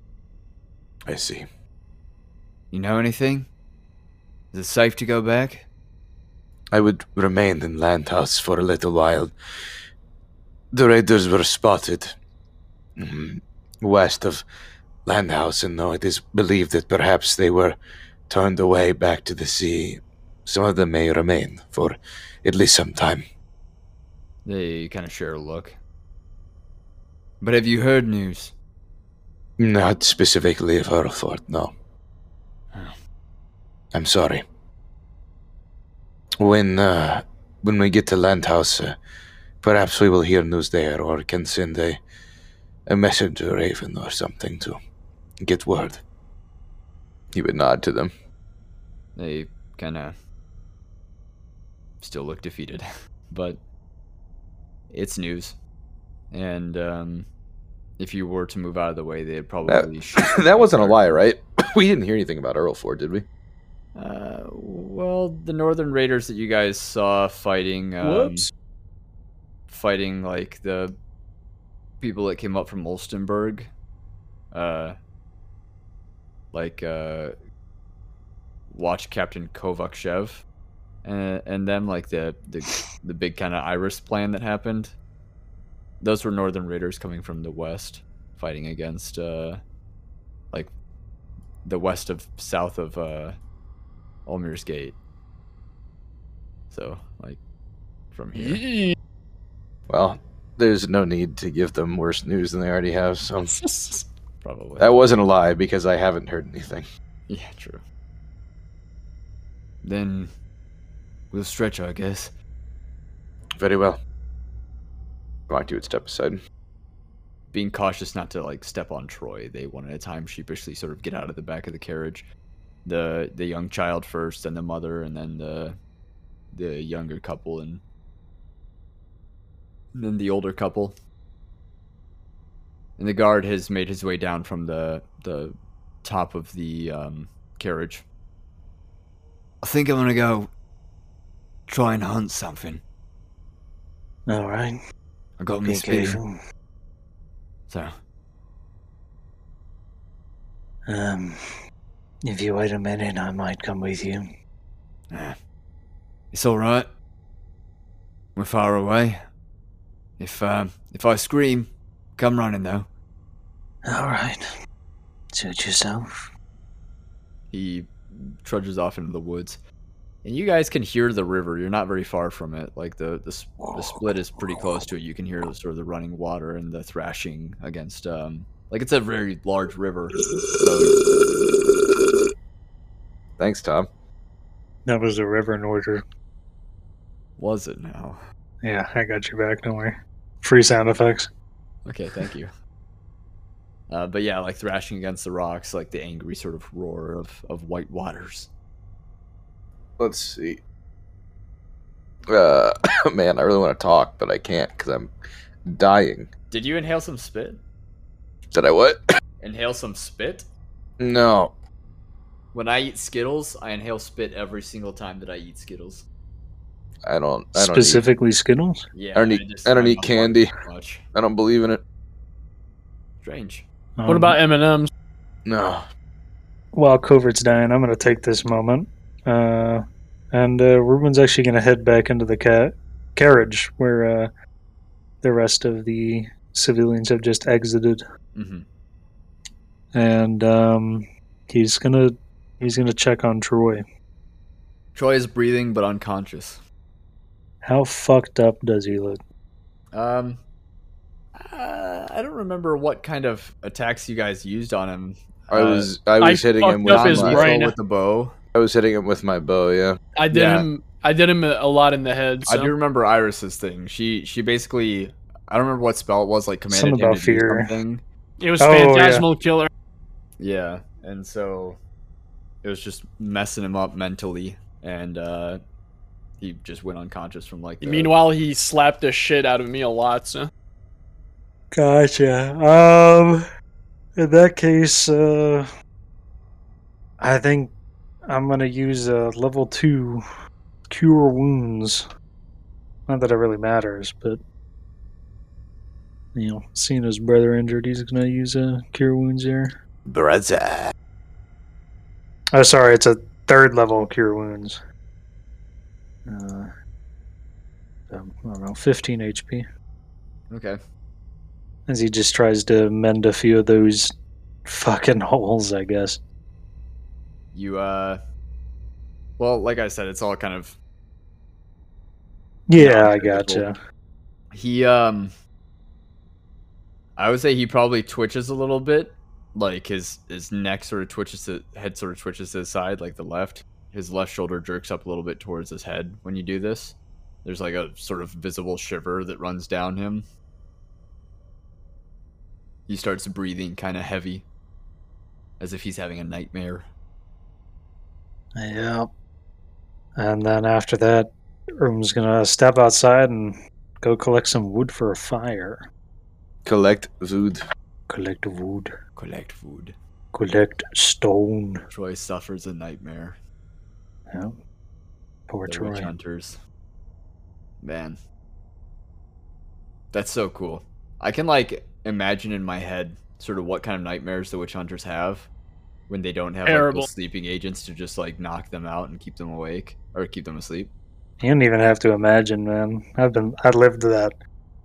Speaker 3: I see.
Speaker 14: You know anything? Is it safe to go back?
Speaker 3: I would remain in Landhouse for a little while. The raiders were spotted mm, west of Landhouse, and though it is believed that perhaps they were turned away back to the sea, some of them may remain for at least some time.
Speaker 2: They kind of share a look.
Speaker 14: But have you heard news?
Speaker 3: Not specifically of Earlfort, no.
Speaker 15: Oh.
Speaker 3: I'm sorry. When uh, when we get to Landhouse, uh, perhaps we will hear news there, or can send a a messenger raven or something to get word.
Speaker 15: He would nod to them.
Speaker 2: They kind of still look defeated, but it's news. And um, if you were to move out of the way, they'd probably shoot you
Speaker 15: that wasn't a
Speaker 2: back.
Speaker 15: lie, right? we didn't hear anything about Earl Ford, did we?
Speaker 2: Uh, well, the Northern Raiders that you guys saw fighting, um,
Speaker 5: Whoops.
Speaker 2: fighting like the people that came up from Ulstenburg, uh, like uh, watch Captain Kovakshev, and and them like the the the big kind of Iris plan that happened. Those were Northern Raiders coming from the west, fighting against uh, like the west of south of uh. Ulmir's Gate. So, like, from here.
Speaker 5: Yee.
Speaker 15: Well, there's no need to give them worse news than they already have, so
Speaker 2: Probably.
Speaker 15: that wasn't a lie because I haven't heard anything.
Speaker 2: yeah, true.
Speaker 14: Then we'll stretch, I guess.
Speaker 15: Very well. Monty would step aside.
Speaker 2: Being cautious not to, like, step on Troy, they one at a time sheepishly sort of get out of the back of the carriage. The the young child first, then the mother, and then the the younger couple, and then the older couple. And the guard has made his way down from the the top of the um, carriage.
Speaker 14: I think I'm gonna go try and hunt something.
Speaker 1: All right.
Speaker 14: I got my spear, so
Speaker 1: Um, if you wait a minute, I might come with you.
Speaker 14: it's all right. We're far away. If um, if I scream, come running though.
Speaker 1: All right. Suit yourself.
Speaker 2: He trudges off into the woods, and you guys can hear the river. You're not very far from it. Like the the, s- the split is pretty close to it. You can hear the sort of the running water and the thrashing against. um Like it's a very large river. So
Speaker 15: Thanks, Tom.
Speaker 1: That was the river in order.
Speaker 2: was it now?
Speaker 1: Yeah, I got your back. Don't worry. Free sound effects.
Speaker 2: Okay, thank you. Uh, but yeah, like thrashing against the rocks, like the angry sort of roar of of white waters.
Speaker 15: Let's see. Uh, man, I really want to talk, but I can't because I'm
Speaker 3: dying.
Speaker 16: Did you inhale some spit?
Speaker 3: Did I what?
Speaker 16: Inhale some spit?
Speaker 3: No.
Speaker 16: When I eat Skittles, I inhale spit every single time that I eat Skittles.
Speaker 3: I don't. I don't. Eat,
Speaker 1: Specifically Skittles?
Speaker 16: Yeah.
Speaker 3: I don't eat-
Speaker 16: just-
Speaker 3: I don't eat
Speaker 16: love
Speaker 3: candy.
Speaker 16: it so Much.
Speaker 3: I don't believe in it.
Speaker 16: Strange.
Speaker 1: Um,
Speaker 5: What about M and M's?
Speaker 3: No.
Speaker 1: While Covert's dying, I'm going to take this moment. Uh, and uh, Ruben's actually going to head back into the ca- carriage where uh, the rest of the civilians have just exited.
Speaker 16: Mm-hmm.
Speaker 1: And um, he's going to he's going to check on Troy.
Speaker 2: Troy is breathing but unconscious.
Speaker 1: How fucked up does he look?
Speaker 2: Um,
Speaker 16: Uh, I don't remember what kind of attacks you guys used on him.
Speaker 3: I
Speaker 16: Uh,
Speaker 3: was. I
Speaker 5: I
Speaker 3: was hitting him
Speaker 5: fucked
Speaker 3: with
Speaker 5: up his
Speaker 3: my.
Speaker 5: brain.
Speaker 2: with the bow.
Speaker 3: I was hitting him with my bow. Yeah.
Speaker 5: I did
Speaker 2: Yeah.
Speaker 5: him. I did him a a lot in the head.
Speaker 2: I do
Speaker 5: So.
Speaker 2: remember Iris's thing. She she basically I don't remember what spell it was like commanded
Speaker 1: Something
Speaker 2: him
Speaker 1: about
Speaker 2: to
Speaker 1: fear.
Speaker 2: do something.
Speaker 5: It was
Speaker 1: Oh, yeah.
Speaker 5: phantasmal killer.
Speaker 2: Yeah, and so it was just messing him up mentally, and uh he just went unconscious from like. the-
Speaker 5: Meanwhile, he slapped the shit out of me a lot. So
Speaker 1: Gotcha. Um, in that case, uh, I think I'm gonna use a level two cure wounds. Not that it really matters, but you know, seeing his brother injured, he's gonna use a cure wounds here.
Speaker 17: Brother.
Speaker 1: Oh, sorry, it's a third level cure wounds. Uh, um, I don't know, 15 HP.
Speaker 2: okay,
Speaker 1: As he just tries to mend a few of those fucking holes, I guess.
Speaker 2: you uh, well, like I said, it's all kind of
Speaker 1: Yeah, I
Speaker 2: Non-critical.
Speaker 1: gotcha.
Speaker 2: he um. I would say he probably twitches a little bit, like his his neck sort of twitches, to, head sort of twitches to the side, like the left. His left shoulder jerks up a little bit towards his head when you do this. There's like a sort of visible shiver that runs down him. He starts breathing kind of heavy, as if he's having a nightmare.
Speaker 1: Yep. And then after that, Urban's gonna step outside and go collect some wood for a fire.
Speaker 3: Collect food.
Speaker 1: Collect wood.
Speaker 2: Collect food.
Speaker 1: Collect stone.
Speaker 2: Troy suffers a nightmare.
Speaker 1: Yep. Poor
Speaker 2: the witch
Speaker 1: Troy.
Speaker 2: hunters. Man, that's so cool. I can like imagine in my head sort of what kind of nightmares the witch hunters have when they don't have like,
Speaker 5: Terrible.
Speaker 2: those sleeping agents to just like knock them out and keep them awake or keep them asleep.
Speaker 1: You don't even have to imagine, man. I've been I lived that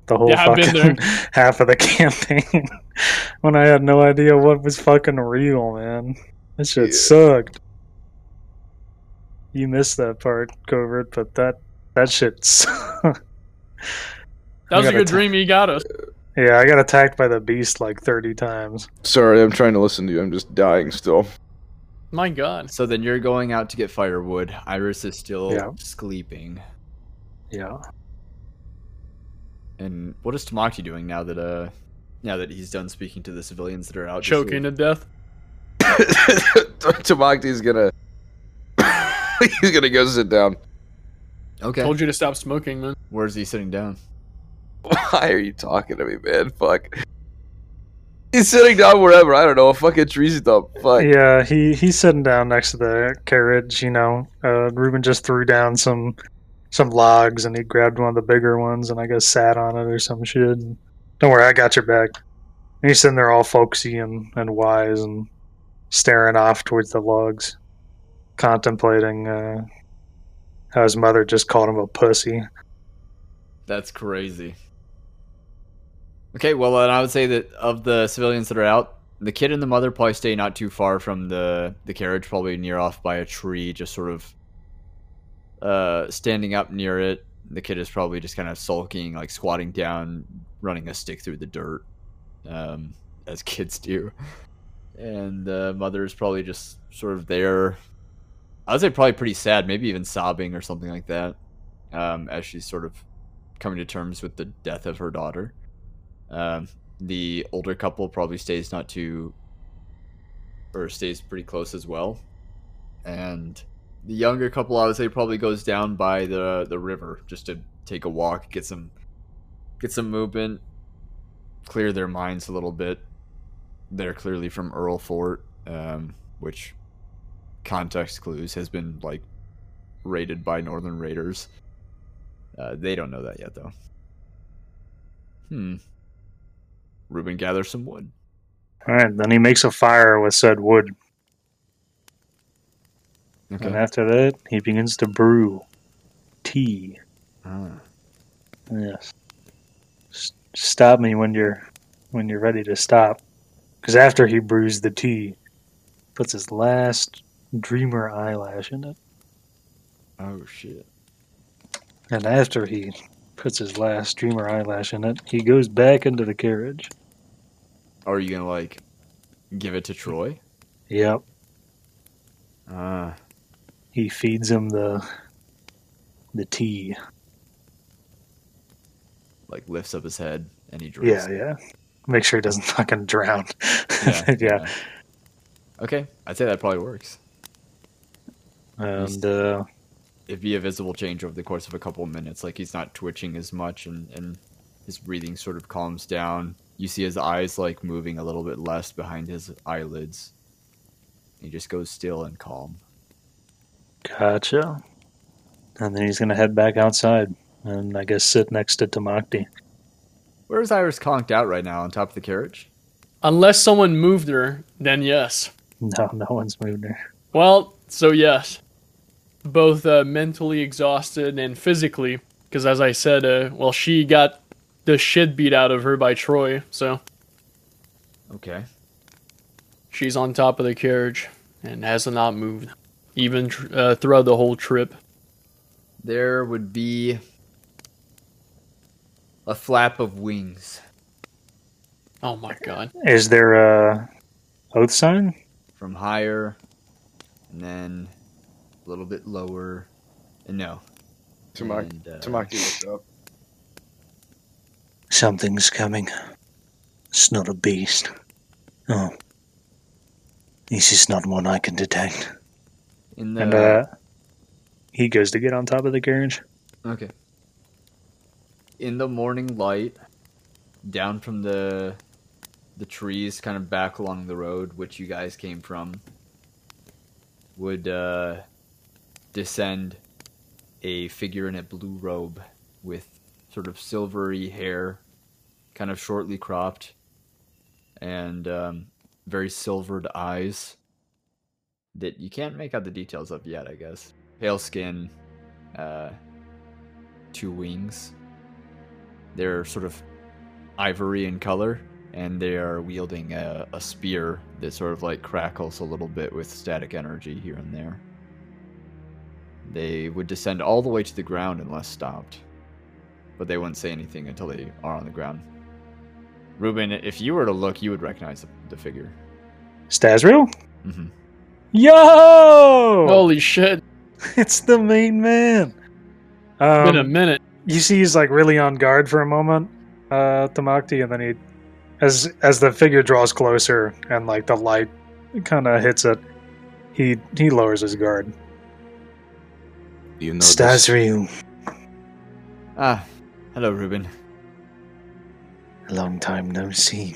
Speaker 1: the whole
Speaker 5: Yeah, I've been
Speaker 1: fucking half of the campaign when I had no idea what was fucking real, man. That shit sucked. You missed that part, Covert, but that that shit sucked.
Speaker 5: that was
Speaker 1: I
Speaker 5: a
Speaker 1: gotta
Speaker 5: good
Speaker 1: t-
Speaker 5: dream. He got us.
Speaker 1: Yeah, I got attacked by the beast like thirty times.
Speaker 3: Sorry, I'm trying to listen to you. I'm just dying still.
Speaker 5: My God.
Speaker 2: So then you're going out to get firewood. Iris is still
Speaker 1: Yeah.
Speaker 2: sleeping.
Speaker 1: Yeah.
Speaker 2: And what is Tamaki doing now that uh now that he's done speaking to the civilians that are out just
Speaker 5: Choking to death.
Speaker 3: Tamakti's gonna. he's gonna go sit down.
Speaker 2: leaving? Okay.
Speaker 5: Told you to stop smoking, man.
Speaker 2: Where's he sitting down?
Speaker 3: Why are you talking to me, man? Fuck. He's sitting down wherever. I don't know. A fucking tree stump. Fuck.
Speaker 1: Yeah, he he's sitting down next to the carriage. You know, uh, Ruben just threw down some some logs, and he grabbed one of the bigger ones, and I guess sat on it or some shit. And, Don't worry, I got your back. And he's sitting there all folksy and and wise, and staring off towards the logs, contemplating uh, how his mother just called him a pussy.
Speaker 2: That's crazy. Okay, well, then I would say that of the civilians that are out, the kid and the mother probably stay not too far from the the carriage, probably near off by a tree, just sort of uh, standing up near it. The kid is probably just kind of sulking, like squatting down, running a stick through the dirt, um, as kids do. And the mother is probably just sort of there. I would say probably pretty sad, maybe even sobbing or something like that, um, as she's sort of coming to terms with the death of her daughter. Um, the older couple probably stays not too, or stays pretty close as well, and the younger couple I would say probably goes down by the the river just to take a walk, get some, get some movement, clear their minds a little bit. They're clearly from Earl Fort, um, which context clues has been like raided by Northern Raiders. Uh, they don't know that yet, though. Hmm. Reuben gathers some wood.
Speaker 1: All right, then he makes a fire with said wood, and
Speaker 2: Okay.
Speaker 1: after that, he begins to brew tea.
Speaker 2: Ah.
Speaker 1: Yes. S- Stop me when you're when you're ready to stop. Because after he brews the tea, puts his last dreamer eyelash in it,
Speaker 2: Oh shit.
Speaker 1: and after he puts his last dreamer eyelash in it, he goes back into the carriage.
Speaker 2: Are you gonna like give it to Troy?
Speaker 1: Yep.
Speaker 2: Ah.
Speaker 1: He feeds him the the tea.
Speaker 2: Like lifts up his head and he drinks.
Speaker 1: Yeah, yeah. Make sure he doesn't fucking drown.
Speaker 2: Yeah,
Speaker 1: yeah.
Speaker 2: Okay, I'd say that probably works.
Speaker 1: And uh,
Speaker 2: It'd be a visible change over the course of a couple of minutes. Like he's not twitching as much, and and his breathing sort of calms down. You see his eyes like moving a little bit less behind his eyelids. He just goes still and calm.
Speaker 1: gotcha. And then he's gonna head back outside, and I guess sit next to Tamakti.
Speaker 2: Where is Iris conked out right now? On top of the carriage?
Speaker 5: Unless someone moved her, then yes.
Speaker 1: No, no one's moved her.
Speaker 5: Well, so yes. Both uh, mentally exhausted and physically, because as I said, uh, well, she got the shit beat out of her by Troy, so
Speaker 2: Okay.
Speaker 5: she's on top of the carriage and has not moved, even tr- uh, throughout the whole trip.
Speaker 2: There would be a flap of wings
Speaker 5: Oh my god.
Speaker 1: Is there a oath sign?
Speaker 2: from higher, and then a little bit lower, and no.
Speaker 3: Tamaki,
Speaker 2: and, uh,
Speaker 3: Tamaki looked up.
Speaker 1: Something's coming. It's not a beast. Oh. This is not one I can detect.
Speaker 2: in the
Speaker 1: And uh he goes to get on top of the carriage.
Speaker 2: Okay. In the morning light, down from the the trees kind of back along the road which you guys came from would uh descend a figure in a blue robe with sort of silvery hair, kind of shortly cropped and um very silvered eyes that you can't make out the details of yet, I guess. Pale skin, uh two wings. They're sort of ivory in color, and they are wielding a, a spear that sort of like crackles a little bit with static energy here and there. They would descend all the way to the ground unless stopped, but they wouldn't say anything until they are on the ground. Ruben, if you were to look, you would recognize the, the figure.
Speaker 1: Stasriel?
Speaker 2: Mm-hmm.
Speaker 1: Yo! Oh.
Speaker 5: Holy shit.
Speaker 1: It's the main man.
Speaker 5: Been a
Speaker 1: Um,
Speaker 5: minute.
Speaker 1: you see he's like really on guard for a moment, uh Tamakti, and then he as as the figure draws closer and like the light kinda hits it, he he lowers his guard.
Speaker 18: Do you know this-
Speaker 1: Stasriel,
Speaker 2: Ah, hello, Ruben.
Speaker 1: a long time no see.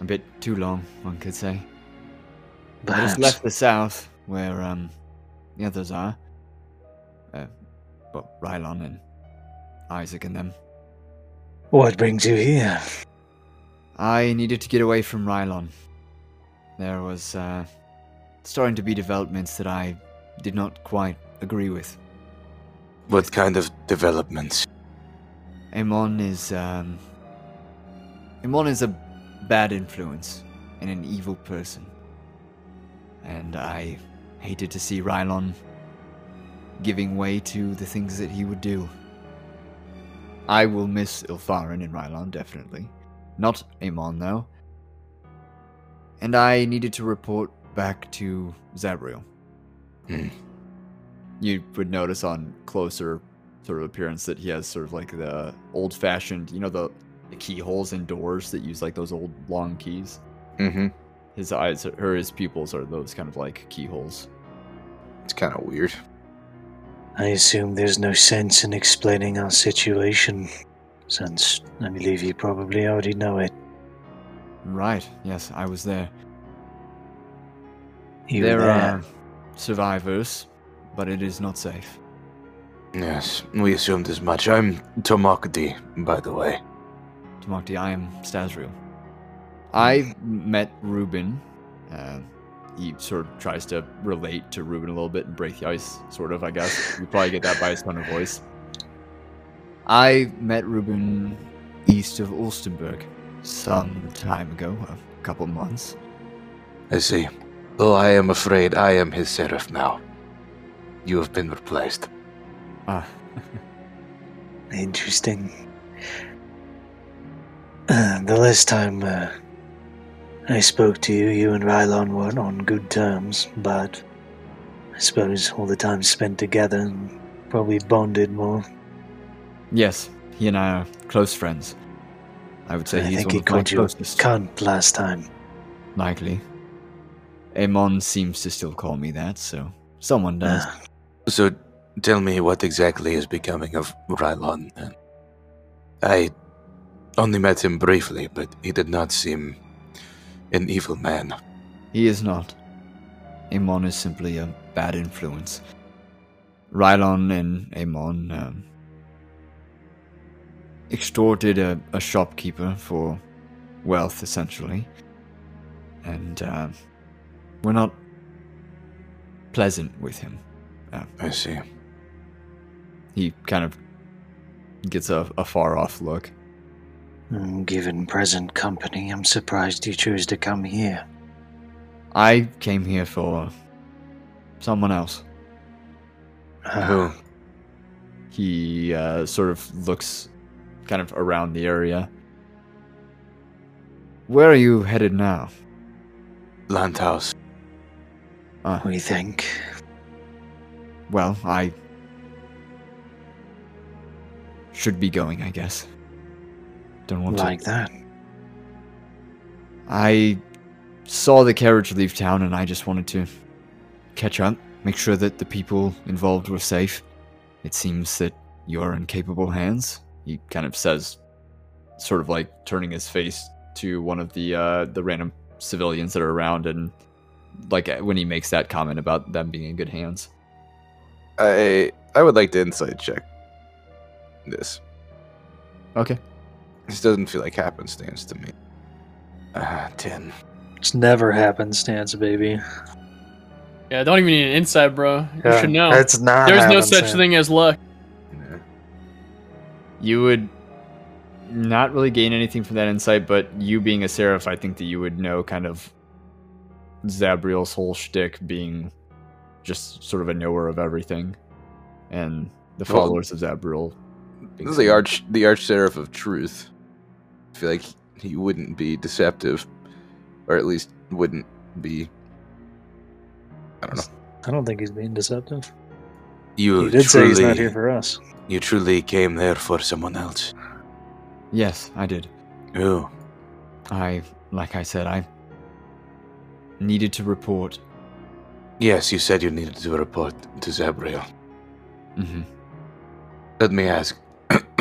Speaker 2: A bit too long, one could say. I
Speaker 1: Perhaps
Speaker 2: just left the south, where um, the others are. Uh, but Rylon and Isaac and them.
Speaker 1: what brings you here?
Speaker 2: I needed to get away from Rylon. There was uh, starting to be developments that I did not quite agree with.
Speaker 18: What kind of developments?
Speaker 2: Amon is um, Amon is a bad influence and an evil person, and I hated to see Rylon giving way to the things that he would do. I will miss Ilfarin and Rylon definitely, not Amon though. And I needed to report back to Zabriel.
Speaker 18: Hmm.
Speaker 2: You would notice on closer sort of appearance that he has sort of like the old fashioned, you know, the, the keyholes and doors that use like those old long keys.
Speaker 3: Mm-hmm.
Speaker 2: His eyes or his pupils are those kind of like keyholes.
Speaker 3: It's kind of weird.
Speaker 1: I assume there's no sense in explaining our situation, since I believe you probably already know it.
Speaker 2: Right, yes, I was there.
Speaker 1: You
Speaker 2: there
Speaker 1: there.
Speaker 2: are survivors, but it is not safe.
Speaker 3: Yes, we assumed as much. I'm Tomokdi, by the way.
Speaker 2: Tomokti, I am Stasriel. I
Speaker 19: met Ruben. Uh, he sort of tries to relate to Ruben a little bit and break the ice, sort of, I guess. You probably get that by his tone of voice.
Speaker 2: I met Ruben east of Ulsterburg some time ago, a couple months.
Speaker 3: I see. Though I am afraid I am his seraph now. You have been replaced.
Speaker 2: Ah,
Speaker 1: Interesting. Uh, the last time uh, I spoke to you, you and Rylon weren't on good terms, but I suppose all the time spent together probably bonded more.
Speaker 2: yes, he and I are close friends. I would say
Speaker 1: I
Speaker 2: he's
Speaker 1: think
Speaker 2: one
Speaker 1: he
Speaker 2: of my
Speaker 1: called you
Speaker 2: closest.
Speaker 1: cunt last time.
Speaker 2: Likely. Amon seems to still call me that, so someone does.
Speaker 1: Ah.
Speaker 3: So tell me what exactly is becoming of Rylon then. I only met him briefly, but he did not seem an evil man.
Speaker 2: He is not. Amon is simply a bad influence. Rylon and Amon um, extorted a, a shopkeeper for wealth, essentially. And uh, we're not pleasant with him.
Speaker 3: I see.
Speaker 19: He kind of gets a, a far off look.
Speaker 1: Mm, Given present company, I'm surprised you chose to come here.
Speaker 2: I came here for someone else.
Speaker 20: Ah.
Speaker 1: Uh,
Speaker 3: Who?
Speaker 19: He uh, sort of looks kind of around the area.
Speaker 2: Where are you headed now?
Speaker 3: Landhouse.
Speaker 1: we think.
Speaker 2: Well, I should be going, I guess. Don't want
Speaker 1: Like
Speaker 2: to.
Speaker 1: that.
Speaker 2: I saw the carriage leave town and I just wanted to catch up, make sure that the people involved were safe. It seems that you're in capable hands.
Speaker 19: He kind of says, sort of like turning his face to one of the uh, the random civilians that are around, and like when he makes that comment about them being in good hands.
Speaker 20: I I would like to insight check this.
Speaker 19: Okay.
Speaker 20: This doesn't feel like happenstance to me.
Speaker 3: Uh, 10.
Speaker 1: It's never happenstance, baby.
Speaker 5: Yeah, don't even need an insight, bro. You should know.
Speaker 1: It's not.
Speaker 5: There's no such
Speaker 1: happenstance.
Speaker 5: thing as luck.
Speaker 20: Yeah.
Speaker 19: You would not really gain anything from that insight, but you being a seraph, I think that you would know kind of Zabriel's whole shtick being just sort of a knower of everything, and the
Speaker 20: Well-
Speaker 19: followers of Zabriel. being
Speaker 20: This is the
Speaker 19: so-
Speaker 20: arch the arch seraph of truth. I feel like he wouldn't be deceptive, or at least wouldn't be. I don't know.
Speaker 1: I don't think he's being deceptive.
Speaker 3: You
Speaker 1: You did say he's not
Speaker 3: truly-
Speaker 1: here for us.
Speaker 3: You truly came there for someone else. Oh,
Speaker 2: Yes, I did.
Speaker 3: Who?
Speaker 2: I, like I said, I needed to report.
Speaker 3: Yes, you said you needed to report to Zabriel.
Speaker 19: Mm-hmm.
Speaker 2: hmm
Speaker 3: Let me ask.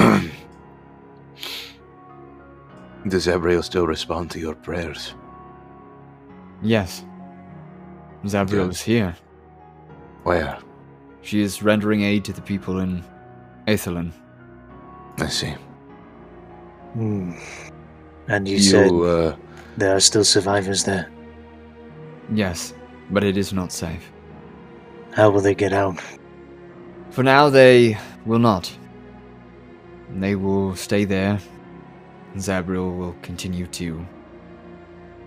Speaker 3: Does Zabriel still respond to your prayers?
Speaker 2: Yes. Zabriel
Speaker 3: Good.
Speaker 2: is here.
Speaker 3: Where?
Speaker 2: She is rendering aid to the people in Aethelin.
Speaker 3: I see.
Speaker 1: Hmm. And you, said
Speaker 3: uh,
Speaker 1: there are still survivors there.
Speaker 2: Yes, but it is not safe.
Speaker 1: How will they get out?
Speaker 2: For now, they will not. They will stay there. Zabriel will continue to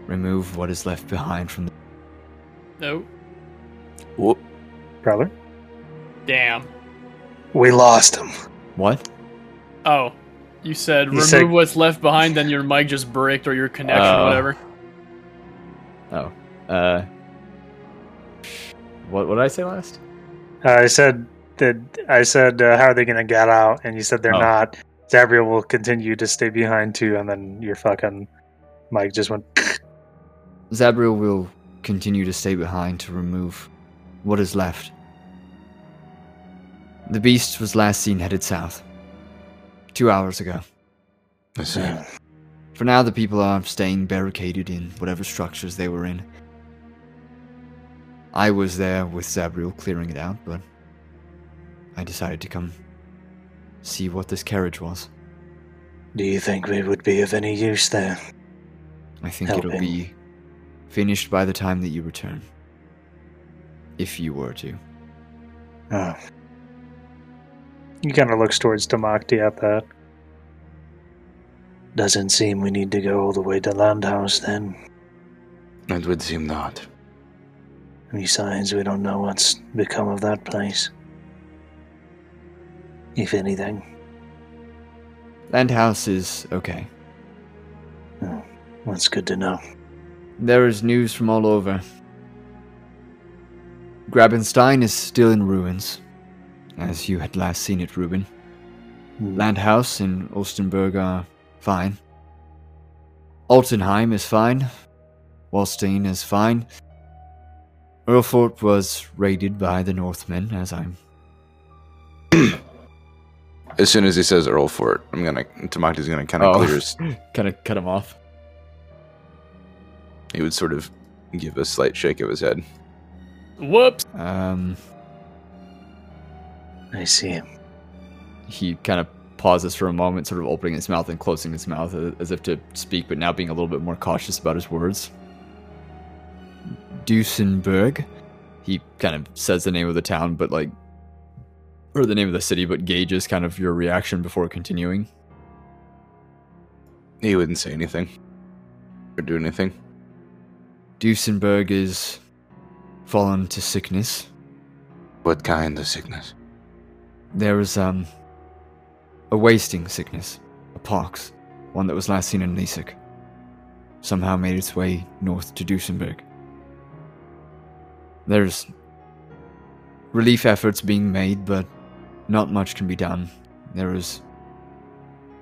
Speaker 2: remove what is left behind from the.
Speaker 5: No.
Speaker 3: wh-
Speaker 1: Brother?
Speaker 5: Damn.
Speaker 1: We lost him.
Speaker 2: What?
Speaker 5: Oh. You said
Speaker 1: He
Speaker 5: remove
Speaker 1: said-
Speaker 5: what's left behind, then your mic just bricked or your connection,
Speaker 19: Oh.
Speaker 5: whatever.
Speaker 19: Uh, what what did I say last?
Speaker 1: I said that. I said, uh, how are they going to get out? And you said they're
Speaker 19: Oh.
Speaker 1: not. Zabriel will continue to stay behind too, and then your fucking mic just went.
Speaker 2: Zabriel will continue to stay behind to remove what is left. The beast was last seen headed south. Two hours ago.
Speaker 3: I see.
Speaker 2: For now, the people are staying barricaded in whatever structures they were in. I was there with Zabriel clearing it out, but I decided to come see what this carriage was.
Speaker 1: Do you think we would be of any use there?
Speaker 2: I think it'll
Speaker 1: Helping.
Speaker 2: be finished by the time that you return. If you were to.
Speaker 1: Oh,
Speaker 21: He kind of looks towards Demokti at that.
Speaker 1: doesn't seem we need to go all the way to Landhaus then.
Speaker 3: It would seem not.
Speaker 1: Besides, we don't know what's become of that place. If anything,
Speaker 2: Landhouse is okay.
Speaker 1: that's good to know.
Speaker 2: There is news from all over. Grabenstein is still in ruins, as you had last seen it, Reuben. Landhaus in Ulstenburg are fine. Altenheim is fine. Walstein is fine. Erfurt was raided by the Northmen, as I'm.
Speaker 22: As soon as he says Earl Fort, I'm gonna Tamakti's gonna kind of
Speaker 23: Oh.
Speaker 22: clear his.
Speaker 23: Kind of cut him off.
Speaker 22: He would sort of give a slight shake of his head.
Speaker 5: Whoops.
Speaker 2: Um,
Speaker 1: I see him.
Speaker 23: He kind of pauses for a moment, sort of opening his mouth and closing his mouth uh, as if to speak, but now being a little bit more cautious about his words.
Speaker 2: Dusenberg?
Speaker 23: He kind of says the name of the town, but like, or the name of the city, but gauges kind of your reaction before continuing.
Speaker 22: He wouldn't say anything or do anything.
Speaker 2: Dusenberg is fallen to sickness.
Speaker 3: What kind of sickness?
Speaker 2: There is um a wasting sickness, a pox, one that was last seen in Lisek. Somehow made its way north to Dusenberg. There's relief efforts being made, but not much can be done. There is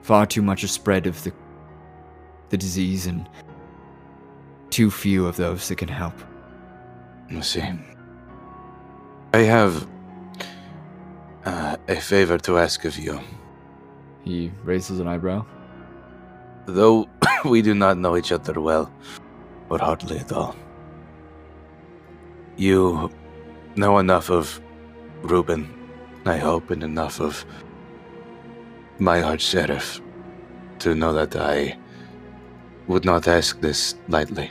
Speaker 2: far too much a spread of the the disease and too few of those that can help.
Speaker 3: Let's see. I have uh, a favor to ask of you.
Speaker 23: He raises an eyebrow.
Speaker 3: Though we do not know each other well, or hardly at all, you know enough of Reuben, I hope, and enough of my archsheriff to know that I would not ask this lightly.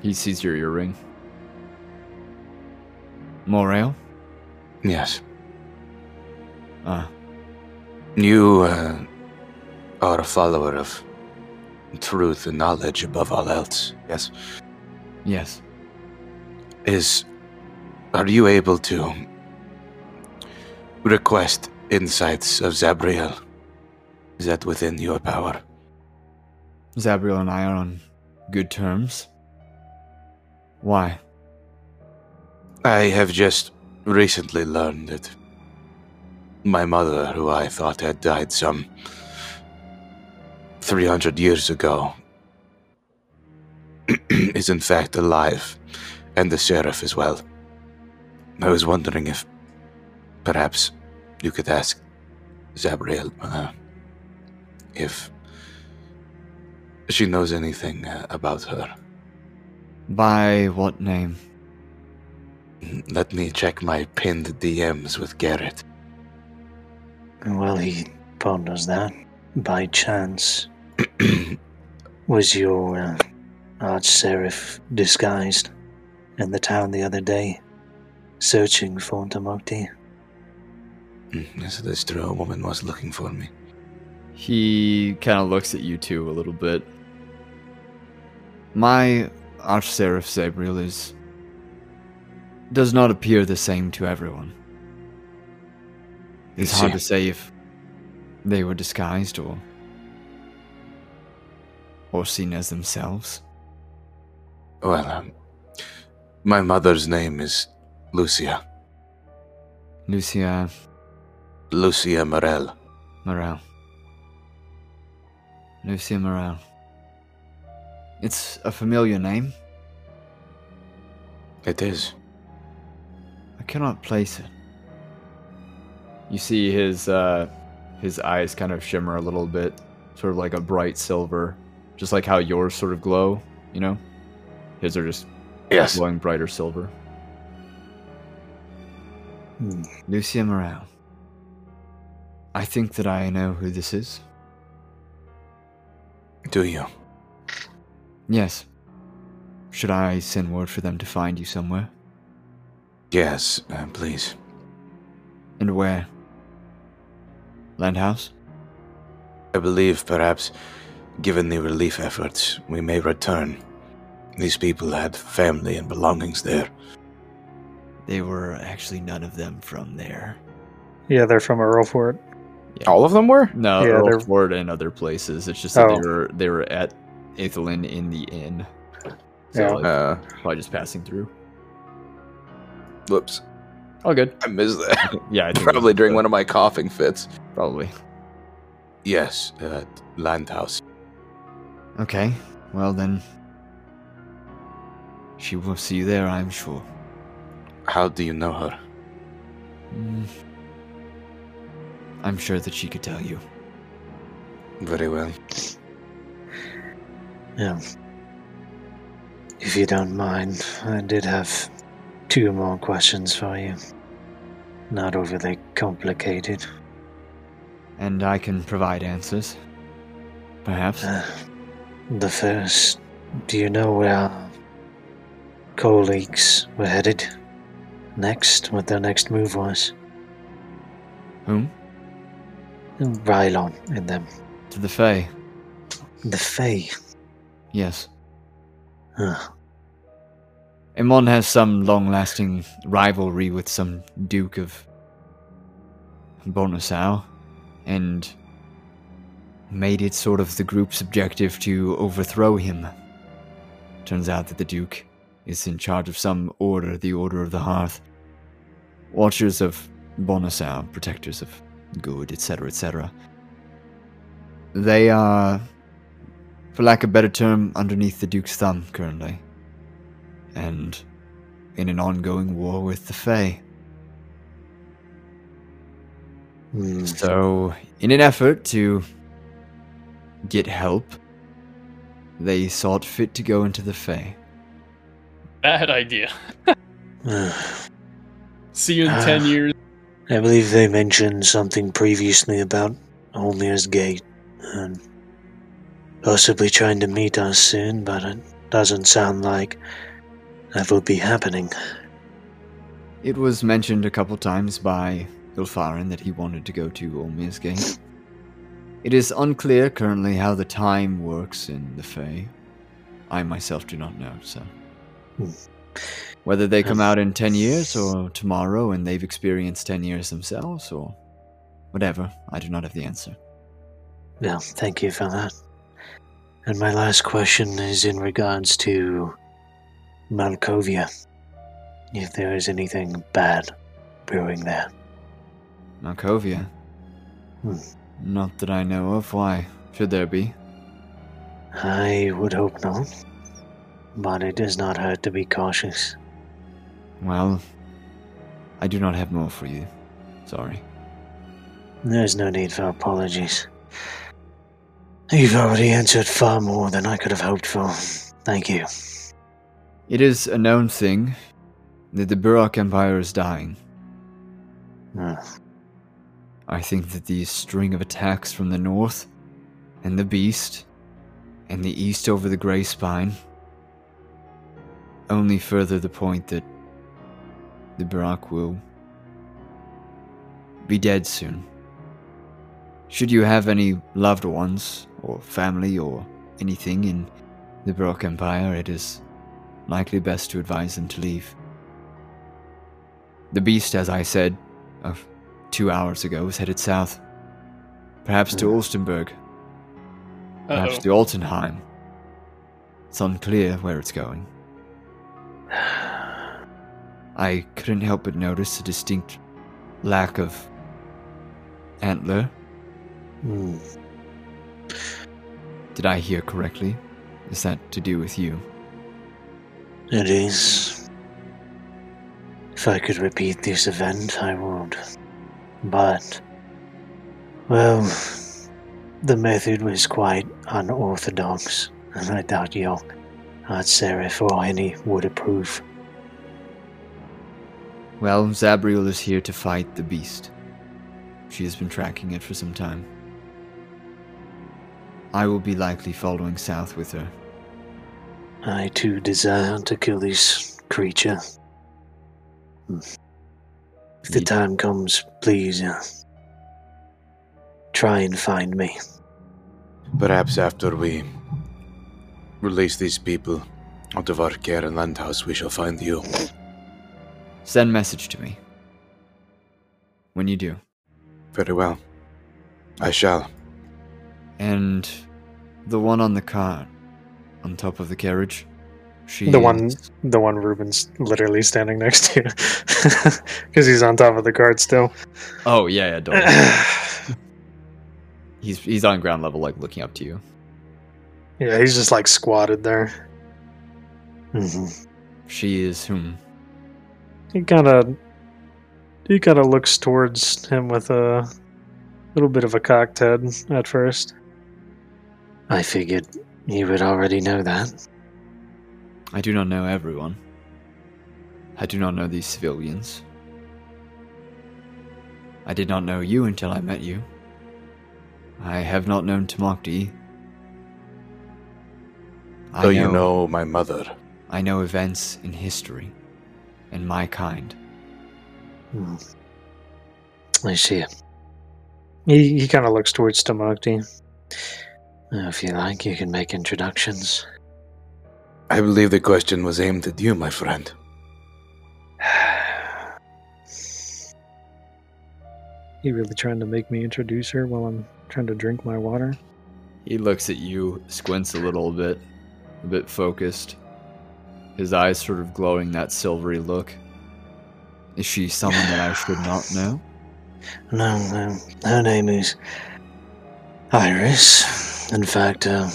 Speaker 23: He sees your ear ring.
Speaker 2: Morale?
Speaker 3: Yes,
Speaker 2: Ah,
Speaker 3: you uh, are a follower of truth and knowledge above all else. Yes.
Speaker 2: yes.
Speaker 3: is are you able to request insights of Zabriel? Is that within your power?
Speaker 2: Zabriel and I are on good terms. Why?
Speaker 3: I have just recently learned that my mother, who I thought had died some 300 years ago, is in fact alive, and the sheriff as well. I was wondering if perhaps you could ask Zabriel uh, if she knows anything uh, about her.
Speaker 2: By what name?
Speaker 3: Let me check my pinned DMs with Garrett.
Speaker 1: Well, he ponders that. By chance, was your uh, archserif disguised in the town the other day, searching for Demokti?
Speaker 3: Mm, Yes, it is true. A woman was looking for me.
Speaker 23: He kind of looks at you two a little bit.
Speaker 2: My archserif Zabriel is. does not appear the same to everyone. It's
Speaker 3: I
Speaker 2: hard
Speaker 3: see.
Speaker 2: to say if they were disguised or. or seen as themselves.
Speaker 3: Well, um, my mother's name is Lucia.
Speaker 2: Lucia
Speaker 3: Lucia Morel.
Speaker 2: Morel. Lucia Morel. It's a familiar name.
Speaker 3: It is.
Speaker 2: I cannot place it.
Speaker 23: You see his uh, his eyes kind of shimmer a little bit,
Speaker 24: sort of like a bright silver, just like how yours sort of glow. You know, his are just
Speaker 3: Yes.
Speaker 24: glowing brighter silver.
Speaker 1: Hmm.
Speaker 2: Lucia Morel. I think that I know who this is.
Speaker 3: Do you?
Speaker 2: Yes. Should I send word for them to find you somewhere?
Speaker 3: Yes, uh, please.
Speaker 2: And where? Landhouse?
Speaker 3: I believe perhaps, given the relief efforts, we may return. These people had family and belongings there.
Speaker 2: They were actually none of them from there.
Speaker 25: Yeah, they're from Earlfort.
Speaker 26: All of them were?
Speaker 24: No,
Speaker 25: Yeah,
Speaker 24: Earl
Speaker 25: they're-
Speaker 24: Ford and other places. It's just that
Speaker 25: Oh.
Speaker 24: they were they were at Aethelin in the inn. So
Speaker 25: Yeah.
Speaker 24: like,
Speaker 26: Uh,
Speaker 24: probably just passing through.
Speaker 26: whoops.
Speaker 24: All good.
Speaker 26: I missed that.
Speaker 24: Yeah, I think
Speaker 26: Probably during one of my coughing fits.
Speaker 24: Probably.
Speaker 3: Yes, uh, Landhouse.
Speaker 2: Okay, well then. She will see you there, I'm sure.
Speaker 3: How do you know her?
Speaker 2: Mm. I'm sure that she could tell you.
Speaker 3: Very well.
Speaker 1: Yeah. If you don't mind, I did have two more questions for you. Not overly complicated.
Speaker 2: And I can provide answers. Perhaps.
Speaker 1: Uh, the first, do you know where our colleagues were headed? Next, what their next move was?
Speaker 2: Whom?
Speaker 1: Rylon and them.
Speaker 2: To the Fae.
Speaker 1: The Fae. Ah,
Speaker 2: Yes.
Speaker 1: Huh.
Speaker 2: Emon has some long lasting rivalry with some Duke of Bonasau, and made it sort of the group's objective to overthrow him. Turns out that the Duke is in charge of some order, the Order of the Hearth. Watchers of Bonasau, protectors of good, etc., etc. They are, for lack of a better term, underneath the Duke's thumb currently and in an ongoing war with the Fae.
Speaker 1: Hmm.
Speaker 2: So, in an effort to get help, they thought fit to go into the Fae.
Speaker 5: Bad idea.
Speaker 1: Uh,
Speaker 5: See you in ten years.
Speaker 1: I believe they mentioned something previously about Olmir's Gate and possibly trying to meet us soon, but it doesn't sound like that will be happening.
Speaker 2: It was mentioned a couple times by Ilfarin that he wanted to go to Olmir's Gate. It is unclear currently how the time works in the Fae. I myself do not know, so.
Speaker 1: Hmm.
Speaker 2: Whether they come out in 10 years or tomorrow and they've experienced 10 years themselves or whatever, I do not have the answer.
Speaker 1: Well, thank you for that. And my last question is in regards to Malkovia. If there is anything bad brewing there.
Speaker 2: Malkovia?
Speaker 1: Hmm.
Speaker 2: Not that I know of. Why? Should there be?
Speaker 1: I would hope not. But it does not hurt to be cautious.
Speaker 2: Well, I do not have more for you. Sorry.
Speaker 1: There is no need for apologies. You've already answered far more than I could have hoped for. Thank you.
Speaker 2: It is a known thing that the Burak Empire is dying.
Speaker 1: Hmm.
Speaker 2: I think that these string of attacks from the north, and the beast, and the east over the Grey Spine only further the point that the Burak will be dead soon. Should you have any loved ones, or family, or anything in the Burak Empire, it is likely best to advise them to leave. The beast, as I said uh, two hours ago, was headed south. Perhaps to Ulstenberg, perhaps
Speaker 5: Uh-oh.
Speaker 2: to Altenheim. It's unclear where it's going. I couldn't help but notice a distinct lack of antler.
Speaker 1: Hmm.
Speaker 2: Did I hear correctly? Is that to do with you?
Speaker 1: It is. If I could repeat this event, I would. But. Well. the method was quite unorthodox, and I doubt young Aunt Seraph or any would approve.
Speaker 2: Well, Zabriel is here to fight the beast. She has been tracking it for some time. I will be likely following south with her.
Speaker 1: I too desire to kill this creature. Hmm. If the
Speaker 2: Ye-
Speaker 1: time comes, please uh, try and find me.
Speaker 3: Perhaps after we release these people out of our care in Landhaus, we shall find you.
Speaker 2: Send message to me. When you do.
Speaker 3: Very well. I shall.
Speaker 2: And the one on the car, on top of the carriage, she
Speaker 27: The one-
Speaker 2: is-
Speaker 27: The one Ruben's literally standing next to, because he's on top of the cart still.
Speaker 28: Oh yeah, yeah. Don't. worry.
Speaker 27: yeah,
Speaker 28: he's he's on ground level, like looking up to you.
Speaker 27: he's just like squatted there.
Speaker 1: hmm
Speaker 2: she is whom?
Speaker 27: He kind of, he kind of looks towards him with a little bit of a cocked head at first.
Speaker 1: I figured you would already know that.
Speaker 2: I do not know everyone. I do not know these civilians. I did not know you until I met you. I have not known Tamokti. I
Speaker 3: Though you know my mother.
Speaker 2: I know events in history and my kind.
Speaker 1: Hmm. I see.
Speaker 27: He he kind of looks towards Tamokti.
Speaker 1: Uh, If you like, you can make introductions.
Speaker 3: I believe the question was aimed at you, my friend.
Speaker 27: He really trying to make me introduce her while I'm trying to drink my water.
Speaker 28: He looks at you, squints a little bit, a bit focused. His eyes sort of glowing that silvery look.
Speaker 2: Is she someone that I should not know?
Speaker 1: No, no. Her name is Iris. In fact, uh,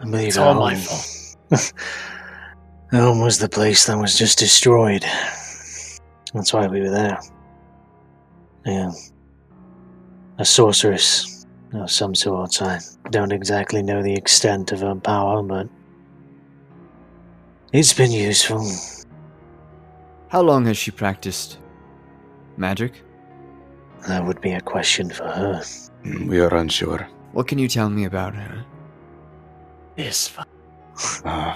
Speaker 1: I believe
Speaker 5: It's
Speaker 1: her
Speaker 5: all my
Speaker 1: home- her home was the place that was just destroyed. That's why we were there. Yeah. A sorceress of some sort. I don't exactly know the extent of her power, but it's been useful.
Speaker 2: How long has she practiced magic?
Speaker 1: That would be a question for her.
Speaker 3: We are unsure.
Speaker 2: What can you tell me about her?
Speaker 5: This fu-
Speaker 3: Uh,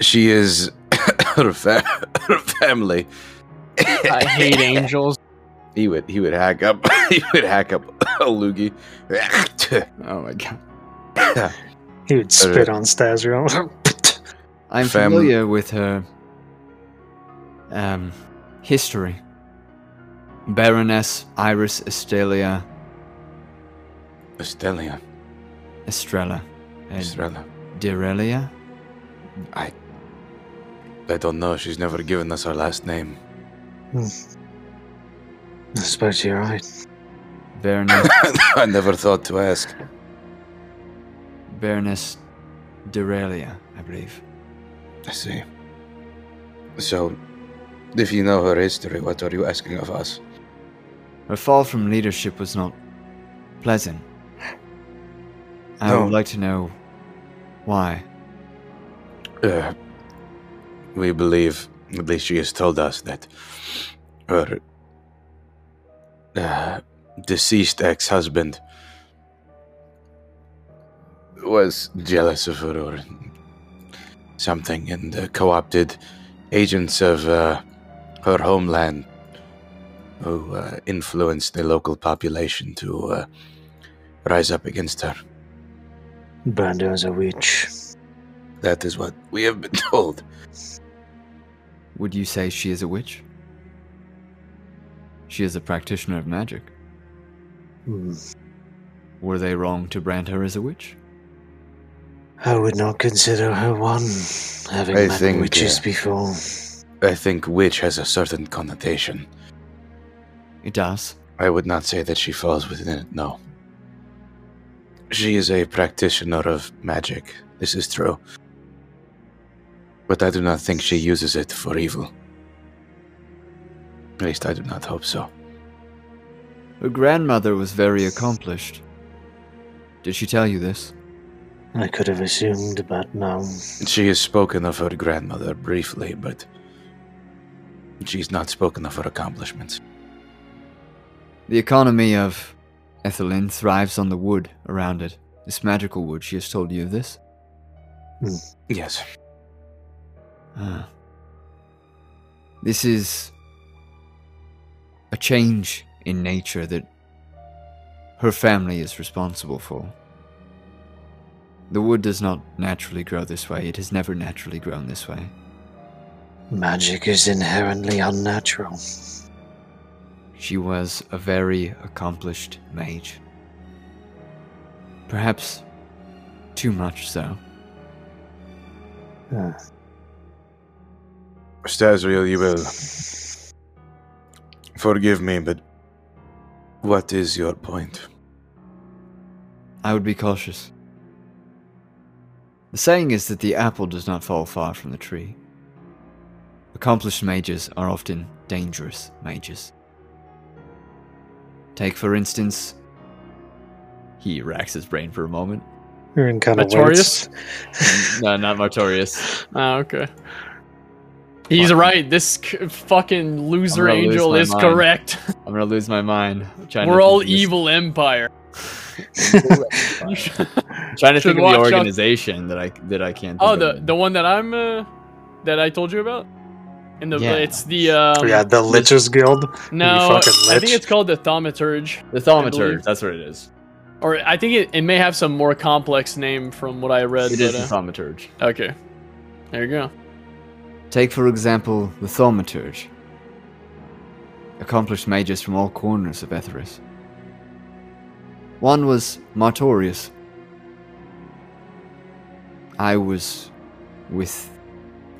Speaker 3: she is her, fa- her family.
Speaker 5: I hate angels.
Speaker 29: He would he would hack up he would hack up a loogie.
Speaker 2: Oh my god.
Speaker 27: He would spit on Stasriel.
Speaker 2: I'm
Speaker 3: Fam-
Speaker 2: familiar with her um, history. Baroness Iris Estelia
Speaker 3: Estelia.
Speaker 2: Estrella. and
Speaker 3: Estrella.
Speaker 2: Direlia?
Speaker 3: I don't know. She's never given us her last name.
Speaker 1: I suppose you're right.
Speaker 2: Baroness,
Speaker 3: I never thought to ask.
Speaker 2: Baroness Direlia, I believe.
Speaker 3: I see. So, if you know her history, what are you asking of us?
Speaker 2: Her fall from leadership was not pleasant. I
Speaker 3: No.
Speaker 2: would like to know why.
Speaker 3: Uh, we believe, at least she has told us, that her uh, deceased ex husband was jealous of her or something and uh, co opted agents of uh, her homeland who uh, influenced the local population to uh, rise up against her.
Speaker 1: Brando's a witch.
Speaker 3: That is what we have been told.
Speaker 2: Would you say she is a witch? She is a practitioner of magic.
Speaker 1: Hmm.
Speaker 2: Were they wrong to brand her as a witch?
Speaker 1: I would not consider her one, having
Speaker 3: I
Speaker 1: met
Speaker 3: think,
Speaker 1: witches
Speaker 3: uh,
Speaker 1: before.
Speaker 3: I think witch has a certain connotation.
Speaker 2: It does.
Speaker 3: I would not say that she falls within it, no. She is a practitioner of magic, this is true. But I do not think she uses it for evil. At least I do not hope so.
Speaker 2: Her grandmother was very accomplished. Did she tell you this?
Speaker 1: I could have assumed, but no.
Speaker 3: She has spoken of her grandmother briefly, but she's not spoken of her accomplishments.
Speaker 2: The economy of Ethelyn thrives on the wood around it. This magical wood, she has told you of this?
Speaker 3: Yes,
Speaker 2: Ah. This is a change in nature that her family is responsible for. The wood does not naturally grow this way, it has never naturally grown this way.
Speaker 1: Magic is inherently unnatural.
Speaker 2: She was a very accomplished mage. Perhaps too much so.
Speaker 1: Huh.
Speaker 3: Stasriel, you will forgive me, but what is your point?
Speaker 2: I would be cautious. The saying is that the apple does not fall far from the tree. Accomplished mages are often dangerous mages. Take, for instance,
Speaker 30: He racks his brain for a moment.
Speaker 31: You're in kind of
Speaker 5: Notorious?
Speaker 30: no, not Martorius.
Speaker 5: Ah, okay. He's right. This c- fucking loser
Speaker 30: I'm gonna lose
Speaker 5: angel
Speaker 30: my
Speaker 5: is
Speaker 30: mind.
Speaker 5: correct.
Speaker 30: I'm gonna lose my mind. I'm trying to
Speaker 5: We're all
Speaker 30: think of this-
Speaker 5: evil empire.
Speaker 30: I'm trying to
Speaker 5: Should
Speaker 30: think of the
Speaker 5: watch out-
Speaker 30: organization that I that I can't.
Speaker 5: oh,
Speaker 30: think of
Speaker 5: the the one that I'm uh, that I told you about. In the
Speaker 30: Yeah.
Speaker 5: it's the um,
Speaker 31: yeah, the Lich's Guild.
Speaker 5: no,
Speaker 31: fucking
Speaker 5: I think
Speaker 31: lich.
Speaker 5: it's called the thaumaturge,
Speaker 30: the
Speaker 5: I
Speaker 30: thaumaturge.
Speaker 5: believe.
Speaker 30: That's what it is.
Speaker 5: or I think it, it may have some more complex name from what I read.
Speaker 30: It
Speaker 5: but,
Speaker 30: is the
Speaker 5: uh,
Speaker 30: thaumaturge.
Speaker 5: Okay. There you go.
Speaker 2: Take, for example, the Thaumaturge. Accomplished mages from all corners of Etheris. One was Martorius. I was with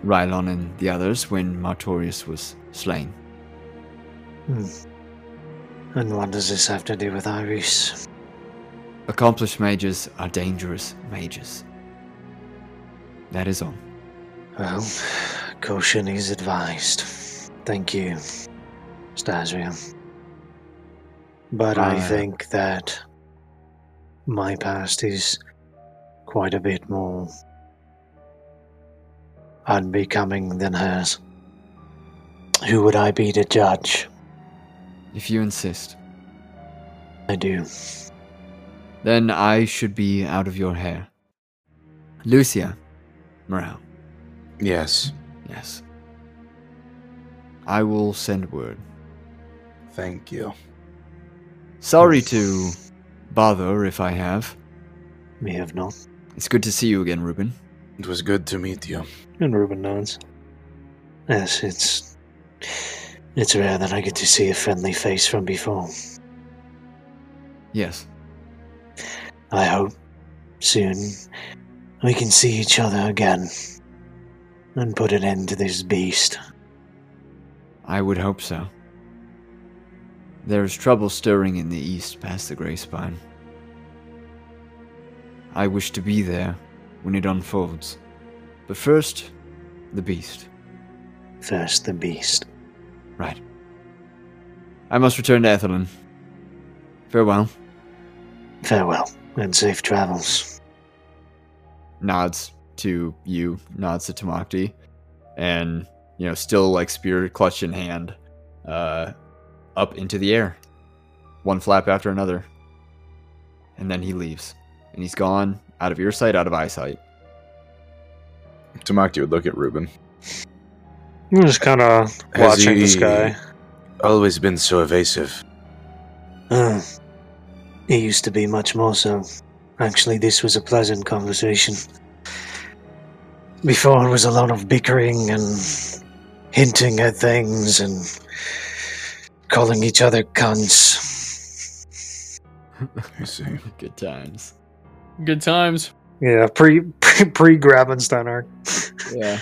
Speaker 2: Rylon and the others when Martorius was slain.
Speaker 1: And what does this have to do with Iris?
Speaker 2: Accomplished mages are dangerous mages. That is all.
Speaker 1: Well, caution is advised. Thank you, Stasriel. But I
Speaker 2: Uh,
Speaker 1: think that my past is quite a bit more unbecoming than hers. Who would I be to judge?
Speaker 2: If you insist,
Speaker 1: I do.
Speaker 2: then I should be out of your hair. Lucia Morale.
Speaker 3: Yes,
Speaker 2: Yes. I will send word.
Speaker 3: thank you.
Speaker 2: Sorry to bother if I have.
Speaker 1: We have not.
Speaker 2: It's good to see you again, Ruben.
Speaker 3: It was good to meet you.
Speaker 1: And Ruben knows. Yes, it's it's rare that I get to see a friendly face from before.
Speaker 2: Yes.
Speaker 1: I hope soon we can see each other again and put an end to this beast.
Speaker 2: I would hope so. There is trouble stirring in the east past the Grey Spine. I wish to be there when it unfolds. But first, the beast.
Speaker 1: First the beast.
Speaker 2: Right. I must return to Ethelyn. Farewell.
Speaker 1: Farewell and safe travels.
Speaker 30: nods to you, nods to Tamakti, and you know, still like spear clutch in hand, uh, up into the air, one flap after another, and then he leaves, and he's gone out of earsight, out of eyesight.
Speaker 32: Tamakti would look at Ruben.
Speaker 31: I'm just kind of
Speaker 3: Has
Speaker 31: watching
Speaker 3: he-
Speaker 31: this guy.
Speaker 3: Always been so evasive.
Speaker 1: Uh, it used to be much more so. Actually, this was a pleasant conversation. Before, it was a lot of bickering and hinting at things and calling each other cunts.
Speaker 32: I see.
Speaker 30: Good times.
Speaker 5: Good times.
Speaker 31: Yeah, pre pre pre Grabensteiner.
Speaker 30: Yeah.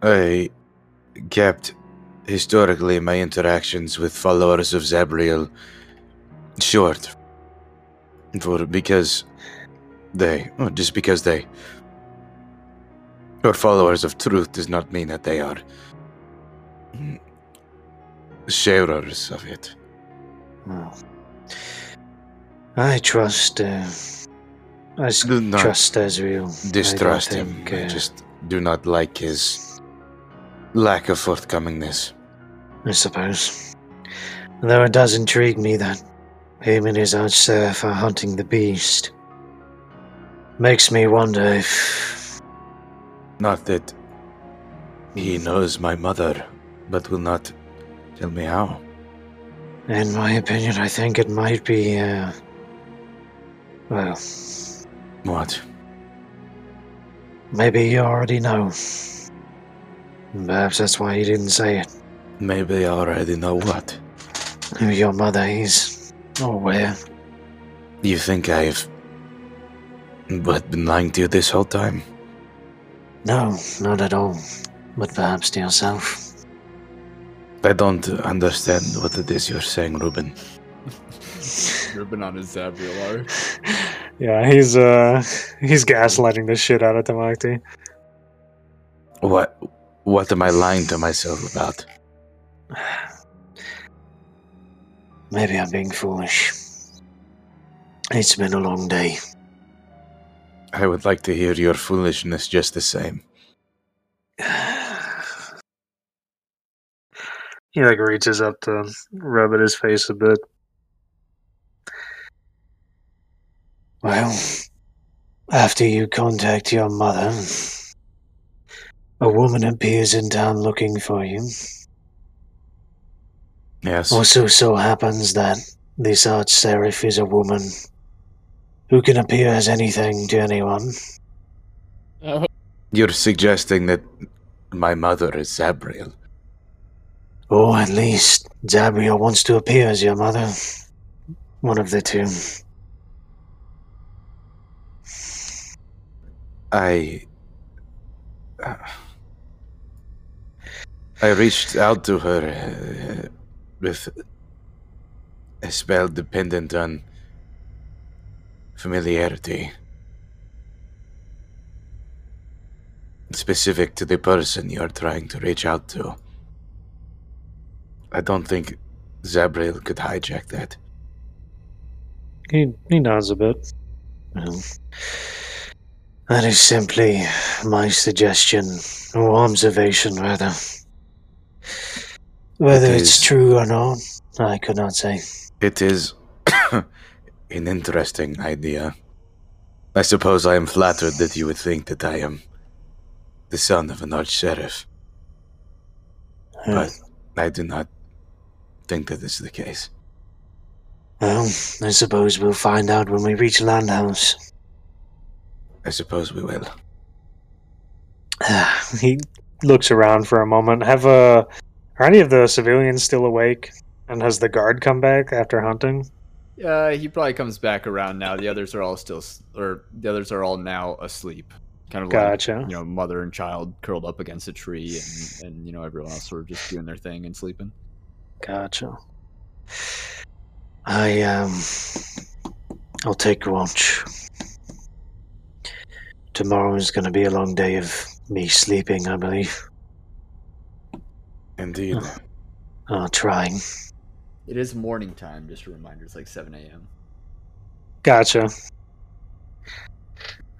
Speaker 3: I kept historically my interactions with followers of Zabriel short. For because they well, just because they are followers of truth does not mean that they are sharers of it.
Speaker 1: Well, I trust. Uh, I s-
Speaker 3: Do not
Speaker 1: trust Ezreal. I
Speaker 3: distrust
Speaker 1: don't
Speaker 3: him.
Speaker 1: think,
Speaker 3: I
Speaker 1: uh,
Speaker 3: just do not like his lack of forthcomingness.
Speaker 1: I suppose. Though it does intrigue me that him and his arch serf are hunting the beast. Makes me wonder if.
Speaker 3: Not that he knows my mother, but will not tell me how.
Speaker 1: In my opinion, I think it might be. Uh, well,
Speaker 3: What?
Speaker 1: maybe you already know. Perhaps that's why he didn't say it.
Speaker 3: Maybe I already know what.
Speaker 1: Who your mother is, or where.
Speaker 3: You think I've but been lying to you this whole time?
Speaker 1: No, not at all. But perhaps to yourself.
Speaker 3: I don't understand what it is you're saying, Ruben.
Speaker 2: Ribbon on his Zabriel
Speaker 33: Yeah, he's uh he's gaslighting the shit out of Tamakti.
Speaker 3: What what am I lying to myself about?
Speaker 1: Maybe I'm being foolish. It's been a long day.
Speaker 3: I would like to hear your foolishness just the same.
Speaker 33: He like reaches up to rub at his face a bit.
Speaker 1: Well, after you contact your mother, a woman appears in town looking for you.
Speaker 3: Yes.
Speaker 1: Also, so happens that this arch serif is a woman who can appear as anything to anyone.
Speaker 5: Oh,
Speaker 3: You're suggesting that my mother is Zabriel.
Speaker 1: Or at least Zabriel wants to appear as your mother. One of the two.
Speaker 3: I. I reached out to her uh, with a spell dependent on familiarity. Specific to the person you're trying to reach out to. I don't think Zabriel could hijack that.
Speaker 33: He he nods a bit.
Speaker 1: Well, that is simply my suggestion, or observation rather. Whether
Speaker 3: It
Speaker 1: it's
Speaker 3: is-
Speaker 1: true or not, I could not say.
Speaker 3: It is an interesting idea. I suppose I am flattered that you would think that I am the son of an archsheriff,
Speaker 1: Uh,
Speaker 3: but I do not think that is the case.
Speaker 1: Well, I suppose we'll find out when we reach Landhouse.
Speaker 3: I suppose we will.
Speaker 33: Ah, He looks around for a moment. Have uh are any of the civilians still awake? And has the guard come back after hunting?
Speaker 2: Uh, he probably comes back around now. The others are all still, s- or the others are all now asleep. Kind of
Speaker 33: Gotcha.
Speaker 2: like you know, mother and child curled up against a tree, and, and you know everyone else sort of just doing their thing and sleeping.
Speaker 1: Gotcha. I um I'll take watch. Tomorrow is gonna be a long day of me sleeping, I believe.
Speaker 3: Indeed.
Speaker 1: Or Uh, trying.
Speaker 2: It is morning time. Just a reminder, it's like seven a.m.
Speaker 33: Gotcha.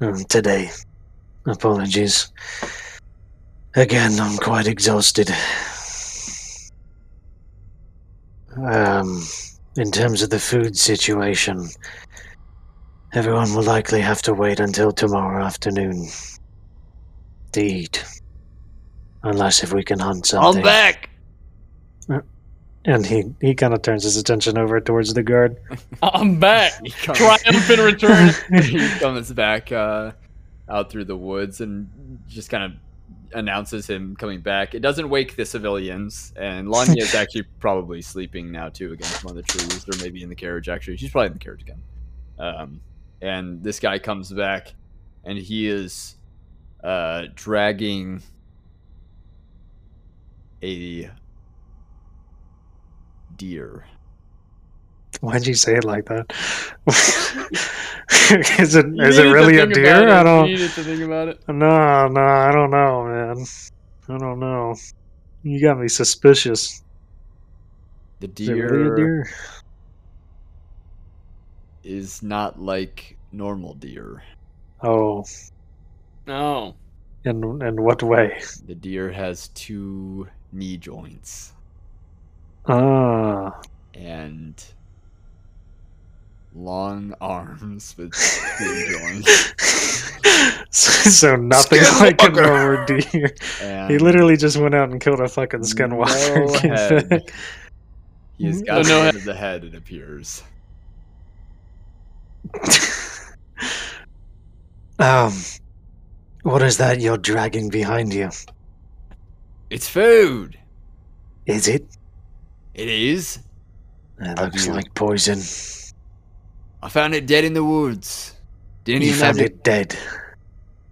Speaker 1: Um, today. Apologies. Again, I'm quite exhausted. Um, in terms of the food situation, everyone will likely have to wait until tomorrow afternoon to eat. Unless if we can hunt something.
Speaker 34: I'm back.
Speaker 33: And he, he kind of turns his attention over towards the guard.
Speaker 5: I'm back.
Speaker 2: He comes,
Speaker 5: Triumphant return.
Speaker 2: he comes back uh, out through the woods and just kind of announces him coming back. It doesn't wake the civilians, and Lanya is actually probably sleeping now too against one of the trees, or maybe in the carriage. Actually, she's probably in the carriage again. Um, and this guy comes back, and he is uh, dragging a deer.
Speaker 33: Why'd you say it like that? is it
Speaker 5: You
Speaker 33: is it
Speaker 5: needed to
Speaker 33: really a
Speaker 5: think about
Speaker 33: deer?
Speaker 5: it.
Speaker 33: I
Speaker 5: You
Speaker 33: don't.
Speaker 5: needed to think about it.
Speaker 33: No, no, I don't know, man. I don't know. You got me suspicious.
Speaker 2: The
Speaker 33: Is it really a
Speaker 2: deer
Speaker 33: deer?
Speaker 2: is not like normal deer.
Speaker 1: Oh,
Speaker 5: No.
Speaker 1: in in what way?
Speaker 2: The deer has two knee joints
Speaker 1: Ah,
Speaker 2: and long arms with two joints.
Speaker 1: so nothing like a normal deer.
Speaker 2: And
Speaker 1: He literally just went out and killed a fucking skinwalker.
Speaker 2: No
Speaker 1: and came
Speaker 2: head.
Speaker 1: back.
Speaker 2: He has got
Speaker 5: So no
Speaker 2: rid of the head, it appears.
Speaker 35: Um, what is that you're dragging behind you?
Speaker 2: It's food!
Speaker 35: Is it?
Speaker 2: It is.
Speaker 35: It
Speaker 2: How
Speaker 35: looks
Speaker 2: do you-
Speaker 35: like poison.
Speaker 2: I found it dead in the woods. Didn't
Speaker 35: You
Speaker 2: even have
Speaker 35: found
Speaker 2: to-
Speaker 35: it dead.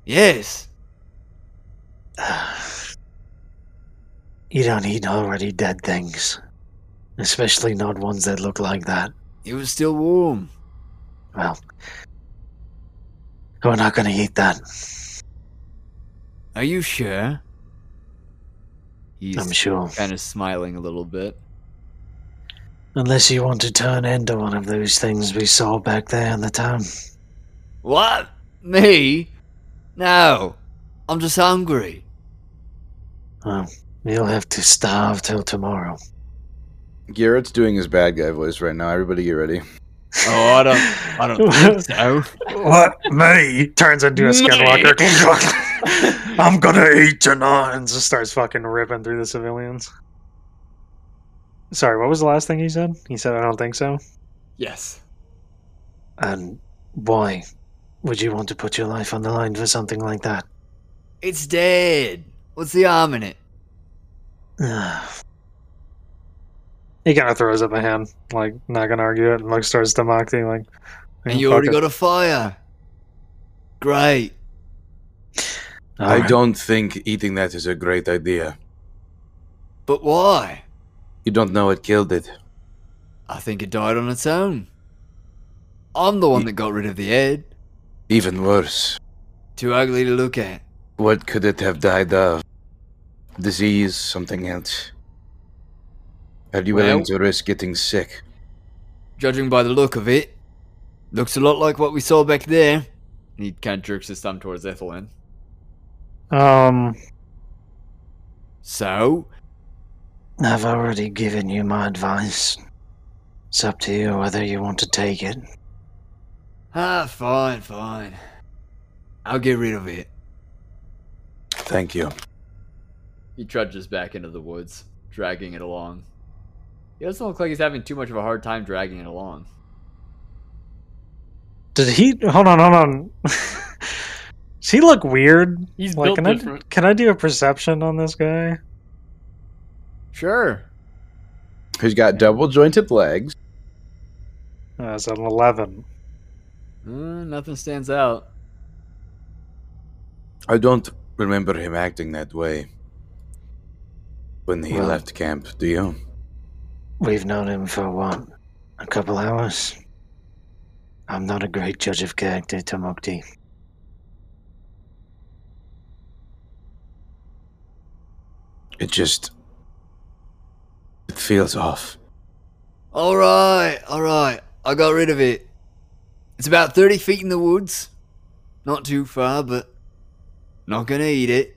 Speaker 2: Yes.
Speaker 35: You don't eat already dead things, especially not ones that look like that.
Speaker 2: It was still warm.
Speaker 35: Well, we're not going to eat that.
Speaker 2: Are you sure?
Speaker 35: I'm
Speaker 2: He's
Speaker 35: sure.
Speaker 2: kind of smiling a little bit.
Speaker 35: Unless you want to turn into one of those things we saw back there in the town.
Speaker 2: What? Me? No. I'm just hungry.
Speaker 35: Well, you'll have to starve till tomorrow.
Speaker 3: Garrett's doing his bad guy voice right now. Everybody get ready.
Speaker 2: Oh, I don't. I don't think so.
Speaker 1: What me turns into a skinwalker? I'm gonna eat tonight, and just starts fucking ripping through the civilians. Sorry, what was the last thing he said? He said, "I don't think so."
Speaker 2: Yes.
Speaker 35: And why would you want to put your life on the line for something like that?
Speaker 2: It's dead. What's the harm in it?
Speaker 1: he kind of throws up a hand, like not gonna argue it, and like starts to mock the like.
Speaker 2: And you
Speaker 1: "Fuck
Speaker 2: already
Speaker 1: it."
Speaker 2: got a fire. Great.
Speaker 35: All
Speaker 18: I
Speaker 35: right.
Speaker 18: don't think eating that is a great idea.
Speaker 2: But why?
Speaker 18: You don't know what killed it.
Speaker 2: I think it died on its own. I'm the one that got rid of the head.
Speaker 18: Even worse,
Speaker 2: Too ugly to look at.
Speaker 18: what could it have died of? Disease, something else. Are you willing
Speaker 2: Well-
Speaker 18: to risk getting sick?
Speaker 2: Judging by the look of it, looks a lot like what we saw back there. And he kind of jerks his thumb towards Ethelwyn.
Speaker 1: Um,
Speaker 2: So,
Speaker 35: I've already given you my advice. It's up to you whether you want to take it.
Speaker 2: ah, fine, fine. I'll get rid of it.
Speaker 18: Thank you.
Speaker 2: He trudges back into the woods, dragging it along. He doesn't look like he's having too much of a hard time dragging it along.
Speaker 1: did he? Hold on, hold on. Does he look weird?
Speaker 5: He's
Speaker 1: Like,
Speaker 5: built
Speaker 1: can I,
Speaker 5: different.
Speaker 1: can I do a perception on this guy?
Speaker 2: Sure.
Speaker 3: Who's got double jointed legs?
Speaker 1: Uh, it's an eleven.
Speaker 2: Uh, nothing stands out.
Speaker 18: I don't remember him acting that way when he
Speaker 35: Well-
Speaker 18: left camp, do you?
Speaker 35: We've known him for what? A couple hours? I'm not a great judge of character, Tamokti.
Speaker 18: It just. It feels off.
Speaker 2: All right, all right. I got rid of it. It's about 30 feet in the woods. Not too far, but not gonna eat it.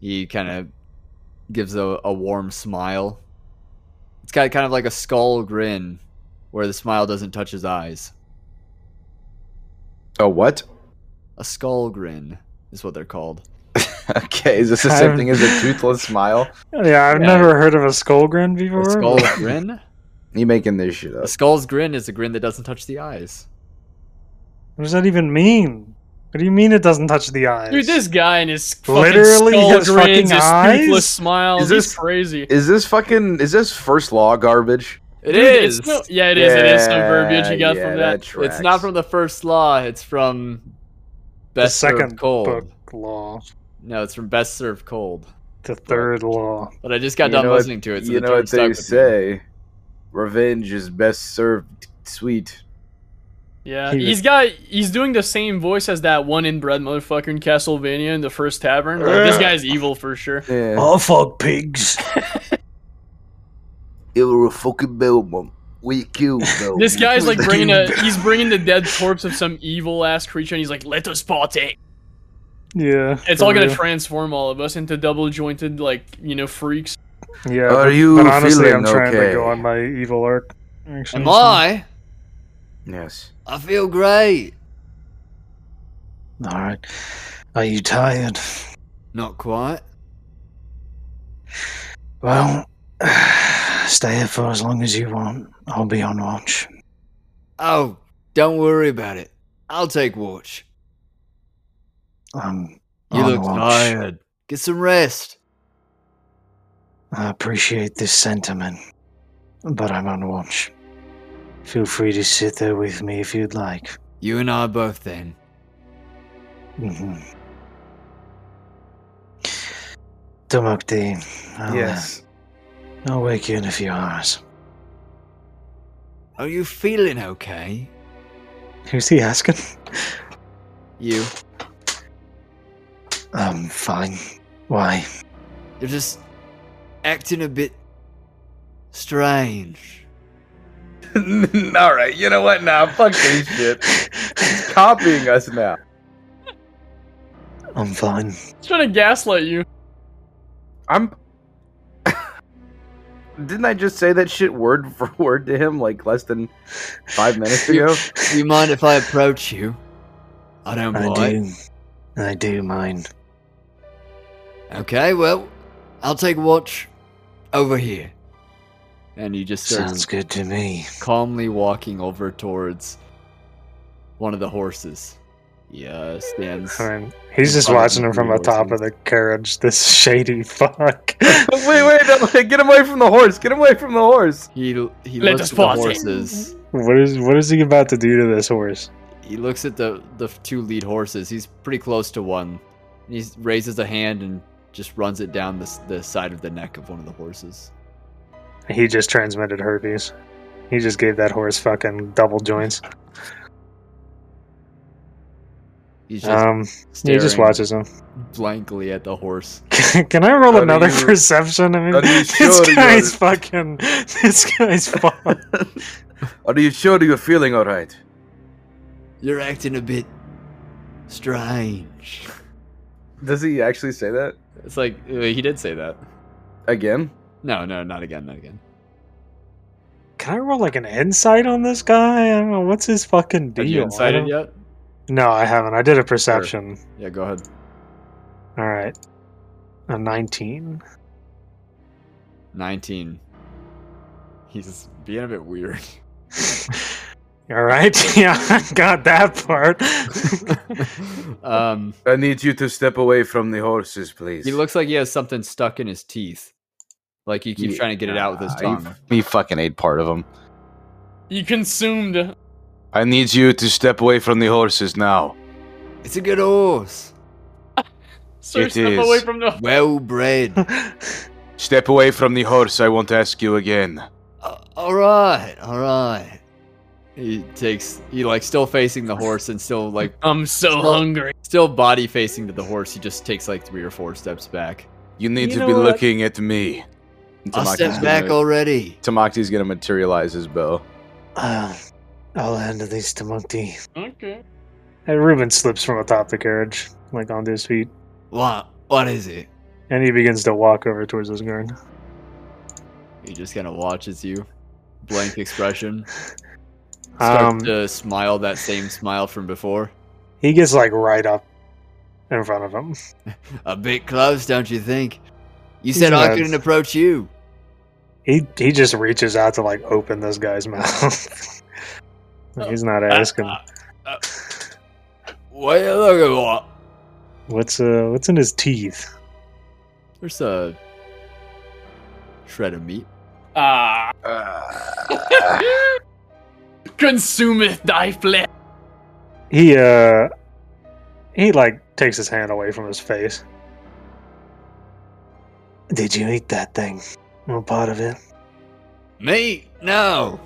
Speaker 2: He kind of gives a, a warm smile. It's got kind of like a skull grin where the smile doesn't touch his eyes.
Speaker 3: Oh, what?
Speaker 2: A skull grin is what they're called.
Speaker 3: Okay, is this the same
Speaker 1: I'm-
Speaker 3: thing as a toothless smile?
Speaker 1: Yeah, I've
Speaker 3: Yeah.
Speaker 1: never heard of a skull grin before.
Speaker 2: A skull grin?
Speaker 3: You making this shit
Speaker 2: A
Speaker 3: up?
Speaker 2: skull's grin is a grin that doesn't touch the eyes.
Speaker 1: What does that even mean? What do you mean it doesn't touch the eyes?
Speaker 5: Dude, this guy and his
Speaker 1: Literally
Speaker 5: fucking skull
Speaker 1: his fucking
Speaker 5: grins, his
Speaker 1: eyes?
Speaker 5: toothless smile.
Speaker 3: Is
Speaker 5: Is
Speaker 3: this-
Speaker 5: this crazy?
Speaker 3: Is this fucking? Is this first law garbage?
Speaker 2: It
Speaker 5: Dude,
Speaker 2: is.
Speaker 5: it's no- yeah, it is. it is some
Speaker 3: Yeah,
Speaker 5: verbiage you got
Speaker 3: yeah,
Speaker 5: from that.
Speaker 3: tracks.
Speaker 2: It's not from the first law. It's from
Speaker 1: the
Speaker 2: best
Speaker 1: second
Speaker 2: served cold.
Speaker 1: book law,
Speaker 2: No, it's from best served cold.
Speaker 1: the third law.
Speaker 2: But I just got
Speaker 3: You
Speaker 2: done
Speaker 3: know what-
Speaker 2: listening to it. So
Speaker 3: you
Speaker 2: the
Speaker 3: know
Speaker 2: term
Speaker 3: what
Speaker 2: stuck
Speaker 3: they
Speaker 2: with me.
Speaker 3: say: revenge is best served sweet.
Speaker 5: Yeah,
Speaker 1: He was-
Speaker 5: he's got he's doing the same voice as that one inbred motherfucker in Castlevania in the first tavern. Like, this guy's evil for sure.
Speaker 3: Yeah.
Speaker 35: Oh, fuck pigs!
Speaker 3: It were a fucking Belmont. We killed them.
Speaker 5: This guy's like bringing a he's bringing the dead corpse of some evil ass creature, and he's like, "Let us partake."
Speaker 1: Yeah.
Speaker 5: It's all
Speaker 1: for
Speaker 5: gonna
Speaker 1: real.
Speaker 5: transform all of us into double jointed like you know freaks.
Speaker 1: Yeah.
Speaker 3: Are
Speaker 1: but,
Speaker 3: you
Speaker 1: but honestly,
Speaker 3: feeling
Speaker 1: I'm trying to
Speaker 3: okay?
Speaker 1: go on my evil arc. Actually,
Speaker 4: Am I?
Speaker 3: Yes.
Speaker 4: I feel great.
Speaker 35: All right. Are you tired?
Speaker 4: Not quite.
Speaker 35: Well, stay here for as long as you want. I'll be on watch.
Speaker 4: Oh, don't worry about it. I'll take watch.
Speaker 35: Um,
Speaker 4: You
Speaker 35: on
Speaker 4: look
Speaker 35: watch.
Speaker 4: tired. Get some rest.
Speaker 35: I appreciate this sentiment, but I'm on watch. Feel free to sit there with me if you'd like.
Speaker 4: You and I both then.
Speaker 35: hmm Dumukti, I'll, uh,
Speaker 1: Yes.
Speaker 35: I'll wake you in a few hours.
Speaker 4: Are you feeling okay?
Speaker 1: Who's he asking?
Speaker 4: You.
Speaker 35: Um, fine. Why?
Speaker 4: You're just acting a bit strange.
Speaker 36: All right, you know what? Now nah, fuck this shit. He's copying us now.
Speaker 35: I'm fine.
Speaker 5: He's trying to gaslight you.
Speaker 3: I'm. Didn't I just say that shit word for word to him like less than five minutes ago?
Speaker 4: Do you mind if I approach you? I don't
Speaker 35: I
Speaker 4: mind.
Speaker 35: do. I do mind.
Speaker 4: Okay, well, I'll take watch over here.
Speaker 2: And he just starts
Speaker 35: Sounds good to me.
Speaker 2: calmly walking over towards one of the horses. Yeah, stands.
Speaker 1: I mean, he's just
Speaker 2: Fucking
Speaker 1: watching him from the top of the
Speaker 2: horses.
Speaker 1: carriage. This shady fuck.
Speaker 36: wait, wait, no, wait, get away from the horse. Get away from the horse.
Speaker 2: He he
Speaker 5: Let
Speaker 2: looks
Speaker 5: us
Speaker 2: at the
Speaker 5: pause it.
Speaker 2: horses.
Speaker 1: what is what is he about to do to this horse?
Speaker 2: He looks at the the two lead horses. He's pretty close to one. And he raises a hand and just runs it down the s- the side of the neck of one of the horses.
Speaker 1: He just transmitted herpes. He just gave that horse fucking double joints.
Speaker 2: He's just
Speaker 1: Um, he just
Speaker 2: staring
Speaker 1: watches him.
Speaker 2: blankly at the horse.
Speaker 1: Can I roll
Speaker 3: Are
Speaker 1: another
Speaker 3: you-
Speaker 1: perception? I mean,
Speaker 3: are you
Speaker 1: this
Speaker 3: sure you
Speaker 1: guy's
Speaker 3: are-
Speaker 1: fucking. This guy's fucked.
Speaker 3: Are you sure you're feeling all right?
Speaker 4: You're acting a bit strange.
Speaker 3: Does he actually say that
Speaker 2: It's like uh, he did say that.
Speaker 3: again?
Speaker 2: No, no, not again, not again.
Speaker 1: Can I roll like an insight on this guy? I don't know. What's his fucking deal?
Speaker 2: Have you
Speaker 1: I
Speaker 2: incited
Speaker 1: don't-
Speaker 2: yet?
Speaker 1: No, I haven't. I did a perception.
Speaker 2: Yeah, go ahead.
Speaker 1: All right. A 19.
Speaker 2: 19. He's being a bit weird.
Speaker 1: All right. Yeah, I got that part.
Speaker 2: um,
Speaker 3: I need you to step away from the horses, please.
Speaker 2: he looks like he has something stuck in his teeth. Like he keeps
Speaker 3: Yeah,
Speaker 2: trying to get it out with his
Speaker 3: he-
Speaker 2: tongue.
Speaker 3: He fucking ate part of them.
Speaker 5: You consumed.
Speaker 3: I need you to step away from the horses now.
Speaker 4: It's a good horse.
Speaker 5: Sir,
Speaker 3: It
Speaker 5: step
Speaker 3: is.
Speaker 5: away from the.
Speaker 4: Well bred.
Speaker 3: Step away from the horse. I won't ask you again.
Speaker 4: Uh, all right, all right.
Speaker 2: He takes he like still facing the horse and still like
Speaker 5: I'm so
Speaker 2: Well-
Speaker 5: hungry.
Speaker 2: still body facing to the horse. He just takes like three or four steps back.
Speaker 3: You need to
Speaker 5: You know
Speaker 3: be
Speaker 5: what?
Speaker 3: looking at me.
Speaker 4: I
Speaker 3: Tamaki's
Speaker 4: stepped back
Speaker 3: gonna-
Speaker 4: already.
Speaker 3: Tamaki's gonna materialize his bow.
Speaker 35: Uh, I'll handle this to Monkey.
Speaker 5: Okay.
Speaker 1: and Ruben slips from atop the carriage, like onto his feet,
Speaker 4: What? What is it?
Speaker 1: and he begins to walk over towards his garden.
Speaker 2: He just kind of watches you, blank expression. Starts
Speaker 1: Um,
Speaker 2: to smile that same smile from before.
Speaker 1: he gets like right up in front of him.
Speaker 4: A bit close, don't you think? You
Speaker 1: He's
Speaker 4: said I
Speaker 1: nuts.
Speaker 4: couldn't approach you.
Speaker 1: He he just reaches out to like open this guy's mouth. Like, He's not asking.
Speaker 4: What you looking for?
Speaker 1: What's uh what's in his teeth?
Speaker 2: There's a shred of meat.
Speaker 5: Ah.
Speaker 3: Ah.
Speaker 5: Consumeth thy flesh.
Speaker 1: He uh he like takes his hand away from his face.
Speaker 35: Did you eat that thing? Or part of it?
Speaker 4: Me? No.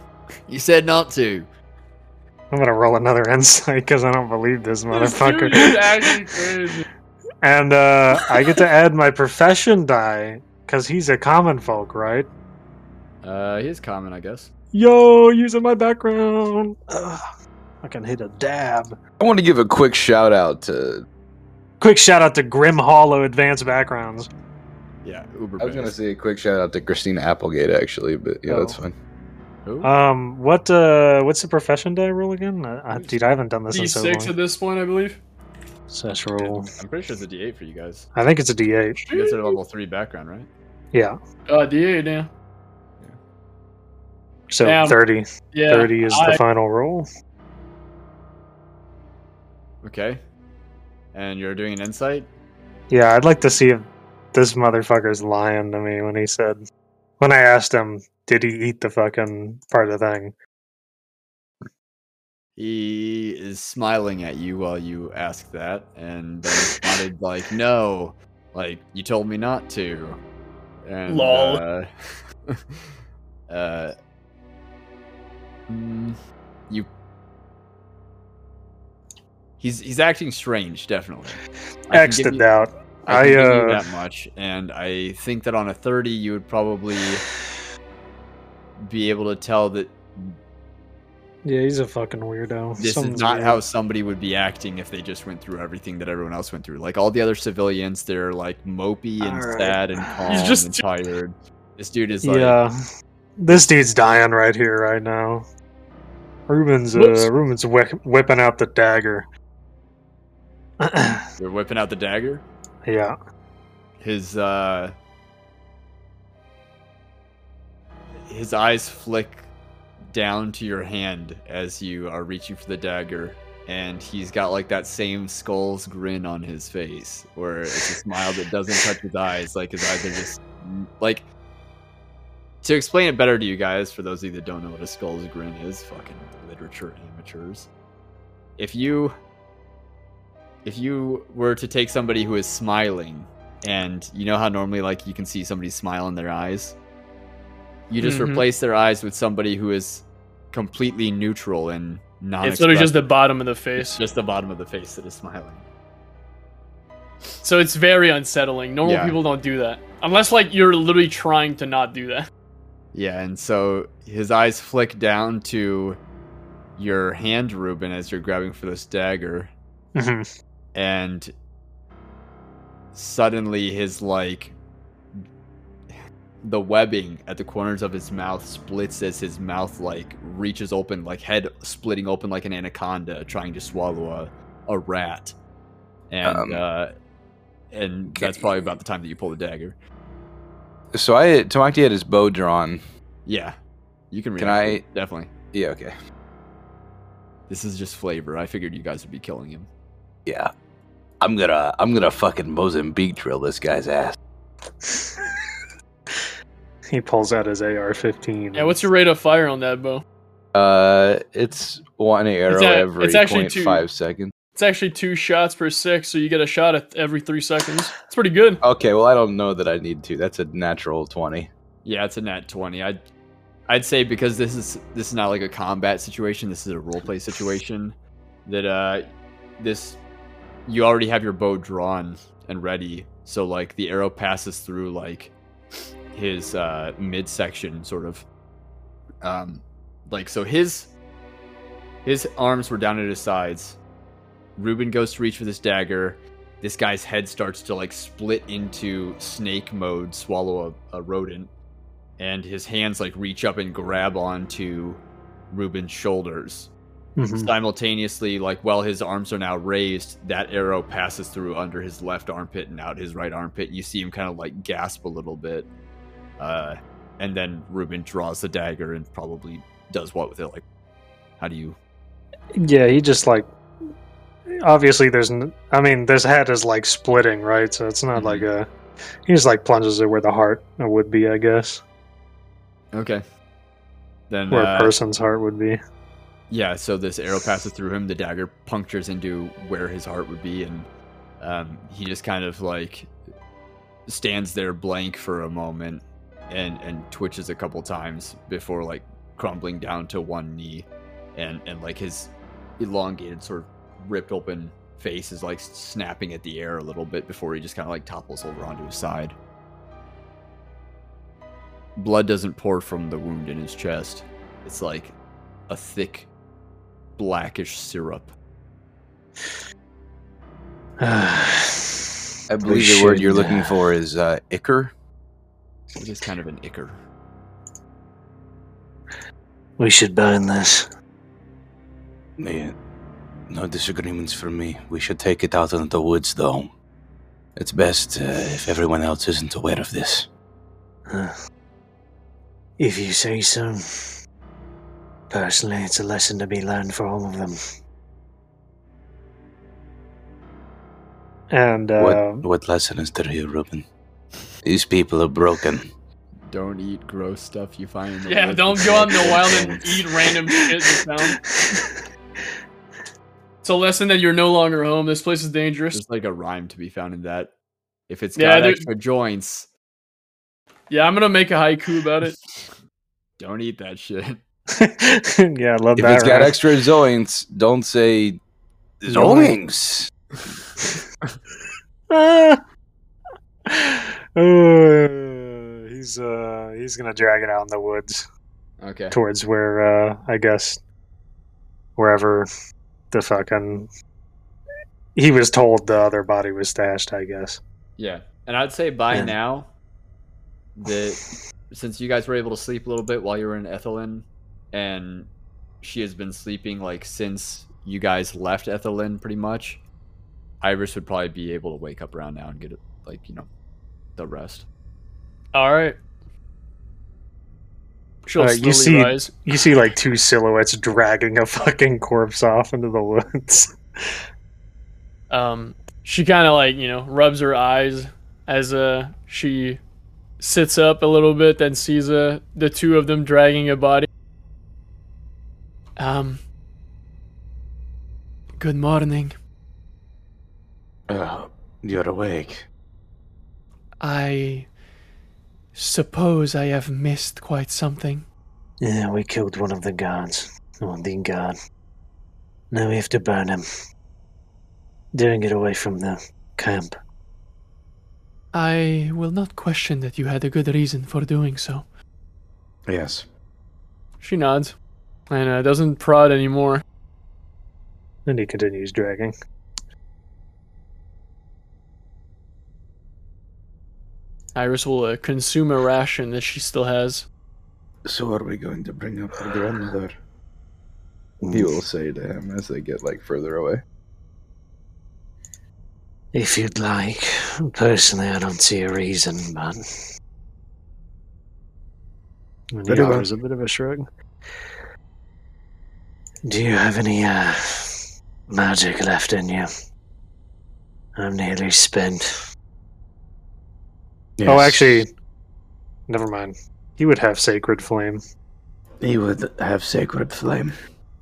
Speaker 4: You said not to.
Speaker 1: I'm gonna roll another insight because I don't believe this
Speaker 5: This dude is actually
Speaker 1: motherfucker.
Speaker 5: crazy.
Speaker 1: and uh I get to add my profession die because he's a common folk, right?
Speaker 2: Uh, he's common, I guess.
Speaker 1: Yo, using my background. Ugh, I can hit a dab.
Speaker 3: I want to give a quick shout out to.
Speaker 1: Quick shout out to Grim Hollow Advanced Backgrounds.
Speaker 37: Yeah, Uber.
Speaker 3: I was going to
Speaker 37: based.
Speaker 3: say a quick shout out to Christina Applegate, actually, but yeah,
Speaker 1: Oh.
Speaker 3: that's fine.
Speaker 1: Um, what uh, what's the profession day rule again? I, I, dude, I haven't done this in so
Speaker 5: D6 at
Speaker 1: long.
Speaker 5: this point, I believe.
Speaker 1: Such roll.
Speaker 2: I'm pretty sure it's a D8 for you guys.
Speaker 1: I think it's a D8.
Speaker 2: You guys are level three background, right?
Speaker 1: Yeah,
Speaker 5: Uh, D8 now.
Speaker 1: so
Speaker 5: Damn.
Speaker 1: 30.
Speaker 5: Yeah.
Speaker 1: 30 is
Speaker 5: I-
Speaker 1: the final roll.
Speaker 2: Okay. And you're doing an insight.
Speaker 1: Yeah, I'd like to see if this motherfucker's lying to me when he said, when I asked him, did he eat the fucking part of the thing?
Speaker 2: He is smiling at you while you ask that, and then responded like, "No, like you told me not to." And,
Speaker 5: Lol.
Speaker 2: Uh, uh, mm, you. He's he's acting strange, definitely. I can
Speaker 1: X'd
Speaker 2: give
Speaker 1: it
Speaker 2: you-
Speaker 1: out.
Speaker 2: I,
Speaker 1: I,
Speaker 2: can give you
Speaker 1: uh,
Speaker 2: that much, and I think that on a thirty, you would probably be able to tell that
Speaker 1: Yeah, he's a fucking weirdo.
Speaker 2: this is
Speaker 1: Something's
Speaker 2: not
Speaker 1: weird.
Speaker 2: how somebody would be acting if they just went through everything that everyone else went through. Like all the other civilians, they're like mopey and
Speaker 1: Alright.
Speaker 2: sad and calm
Speaker 5: He's just
Speaker 2: and
Speaker 5: too-
Speaker 2: tired. This dude is like,
Speaker 1: Yeah. This dude's dying right here, right now. Ruben's,
Speaker 5: Whoops.
Speaker 1: uh, Ruben's whi- whipping out the dagger.
Speaker 2: they're whipping out the dagger.
Speaker 1: yeah.
Speaker 2: His uh, his eyes flick down to your hand as you are reaching for the dagger, and he's got like that same skull's grin on his face, where it's a smile that doesn't touch his eyes. Like his eyes are just like to explain it better to you guys, for those of you that don't know what a skull's grin is, fucking literature amateurs. If you if you were to take somebody who is smiling and you know how normally like you can see somebody smile in their eyes you just
Speaker 5: Mhm.
Speaker 2: replace their eyes with somebody who is completely neutral and non
Speaker 5: It's literally just the bottom of the face.
Speaker 2: just the bottom of the face that is smiling
Speaker 5: So it's very unsettling. Normal
Speaker 2: Yeah.
Speaker 5: people don't do that. Unless, like, you're literally trying to not do that.
Speaker 2: Yeah, and so his eyes flick down to your hand, Ruben, as you're grabbing for this dagger,
Speaker 1: Mhm.
Speaker 2: and suddenly his like the webbing at the corners of his mouth splits as his mouth like reaches open, like head splitting open like an anaconda trying to swallow a, a rat. And
Speaker 3: Um,
Speaker 2: uh and that's
Speaker 3: okay.
Speaker 2: probably about the time that you pull the dagger.
Speaker 3: So I Tamaki had his bow drawn.
Speaker 2: Yeah. You can read
Speaker 3: Can I-
Speaker 2: definitely.
Speaker 3: Yeah, okay.
Speaker 2: This is just flavor. I figured you guys would be killing him.
Speaker 3: Yeah. I'm gonna I'm gonna fucking Mozambique drill this guy's ass.
Speaker 1: He pulls out his AR 15.
Speaker 5: Yeah, what's your rate of fire on that, Bo?
Speaker 3: Uh it's one arrow
Speaker 5: a-
Speaker 3: every
Speaker 5: it's actually
Speaker 3: point
Speaker 5: two.
Speaker 3: five seconds.
Speaker 5: It's actually two shots per six, so you get a shot at every three seconds. It's pretty good.
Speaker 3: Okay, well I don't know that I need to. That's a natural twenty.
Speaker 2: Yeah, it's a nat twenty. I'd I'd say because this is this is not like a combat situation. This is a roleplay situation. That uh, this you already have your bow drawn and ready. So like the arrow passes through like his uh, midsection, sort of. Um, like so his his arms were down at his sides. Ruben goes to reach for this dagger. This guy's head starts to like split into snake mode, swallow a, a rodent and his hands like reach up and grab onto Ruben's shoulders.
Speaker 1: Mhm.
Speaker 2: Simultaneously, like while his arms are now raised, that arrow passes through under his left armpit and out his right armpit. You see him kind of like gasp a little bit, uh, and then Ruben draws the dagger and probably does what with it? Like, how do you?
Speaker 1: Yeah, he just like. Obviously, there's. N- I mean, this head is like splitting, right? So it's not
Speaker 2: Mhm.
Speaker 1: like a. He just like plunges it where the heart would be, I guess.
Speaker 2: Okay. Then
Speaker 1: Where
Speaker 2: uh,
Speaker 1: a person's heart would be.
Speaker 2: Yeah, so this arrow passes through him. The dagger punctures into where his heart would be, and um, he just kind of like stands there blank for a moment and and twitches a couple times before like crumbling down to one knee, and and like his elongated sort of ripped open face is like snapping at the air a little bit before he just kind of like topples over onto his side. Blood doesn't pour from the wound in his chest. It's like a thick blackish syrup.
Speaker 3: I believe the word you're looking for is uh, ichor.
Speaker 2: It is kind of an ichor.
Speaker 35: we should burn this.
Speaker 18: Yeah. No disagreements from me. We should take it out into the woods, though. It's best uh, if everyone else isn't aware of this.
Speaker 35: Huh. If you say so. Personally, it's a lesson to be learned for all of them.
Speaker 1: And uh,
Speaker 18: what, what lesson is there here, Ruben? These people are broken.
Speaker 2: Don't eat gross stuff you find in the
Speaker 5: Yeah,
Speaker 2: woods.
Speaker 5: don't go out in the wild and eat random shit you found. It's a lesson that you're no longer home. This place is dangerous.
Speaker 2: There's like a rhyme to be found in that. If it's
Speaker 5: Yeah,
Speaker 2: got
Speaker 5: there-
Speaker 2: extra joints,
Speaker 5: Yeah, I'm gonna make a haiku about it.
Speaker 2: don't eat that shit.
Speaker 1: yeah, I love
Speaker 3: If
Speaker 1: that.
Speaker 3: it's got
Speaker 1: right?
Speaker 3: extra zoinks, don't say zoinks.
Speaker 1: Uh, he's uh he's gonna drag it out in the woods
Speaker 2: Okay.
Speaker 1: towards where uh I guess wherever the fucking he was told the other body was stashed. I guess.
Speaker 2: Yeah. And I'd say by
Speaker 35: Yeah.
Speaker 2: now that since you guys were able to sleep a little bit while you were in Ethelyn and she has been sleeping like since you guys left Ethelyn pretty much, Iris would probably be able to wake up around now and get like, you know, the rest.
Speaker 5: All right. She'll
Speaker 1: Uh,
Speaker 5: slowly
Speaker 1: you see-
Speaker 5: rise.
Speaker 1: You see like two silhouettes dragging a fucking corpse off into the woods.
Speaker 5: Um, she kind of like you know rubs her eyes as uh she sits up a little bit, then sees uh the two of them dragging a body. Um. Good morning.
Speaker 3: Uh,
Speaker 18: Oh, you're awake.
Speaker 5: I suppose I have missed quite something.
Speaker 35: Yeah, we killed one of the guards. One the guard. Now we have to burn him. Doing it away from the camp.
Speaker 5: I will not question that you had a good reason for doing so.
Speaker 18: Yes.
Speaker 5: She nods, and uh, doesn't prod anymore.
Speaker 1: And he continues dragging.
Speaker 5: Iris will uh, consume a ration that she still has.
Speaker 3: So are we going to bring up our grandmother? He will say to him as they get like further away.
Speaker 35: If you'd like. Personally, I don't see a reason, but.
Speaker 1: And he
Speaker 3: Very well.
Speaker 1: offers a bit of a shrug.
Speaker 35: Do you have any, uh. magic left in you? I'm nearly spent.
Speaker 1: Oh, actually, never mind. He would have sacred flame.
Speaker 18: He would have sacred flame.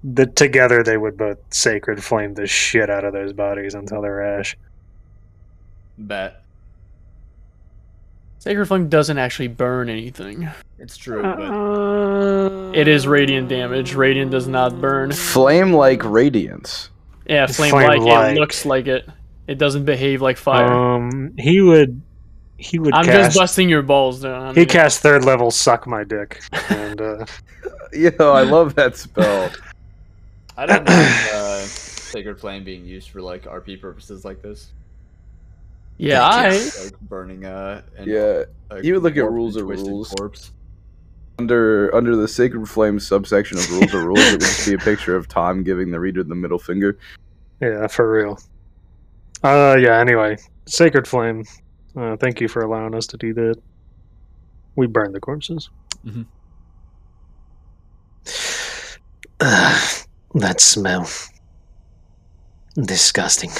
Speaker 1: The, together they would both sacred flame the shit out of those bodies until they're ash.
Speaker 2: Bet.
Speaker 5: Sacred Flame doesn't actually burn anything.
Speaker 2: It's true,
Speaker 35: Uh-huh.
Speaker 5: It is radiant damage. Radiant does not burn.
Speaker 3: Flame like radiance.
Speaker 5: Yeah, flame, like
Speaker 1: Flame-like.
Speaker 5: it looks like it. It doesn't behave like fire.
Speaker 1: Um, he would. He would.
Speaker 5: I'm
Speaker 1: cast,
Speaker 5: just busting your balls, though. I
Speaker 1: He
Speaker 5: mean,
Speaker 1: cast third level suck my dick, and uh,
Speaker 3: Yo, I love that spell.
Speaker 2: I don't know uh, Sacred Flame being used for like RP purposes like this.
Speaker 5: yeah, I.
Speaker 2: Like burning uh and
Speaker 3: yeah. You would look at rules of rules. Under under the Sacred Flame subsection of Rules of Rules, it would just be a picture of Tom giving the reader the middle finger.
Speaker 1: yeah, for real. Uh, yeah. Anyway, sacred flame. Uh, thank you for allowing us to do that. We burned the corpses.
Speaker 35: Ugh, that smell. Disgusting.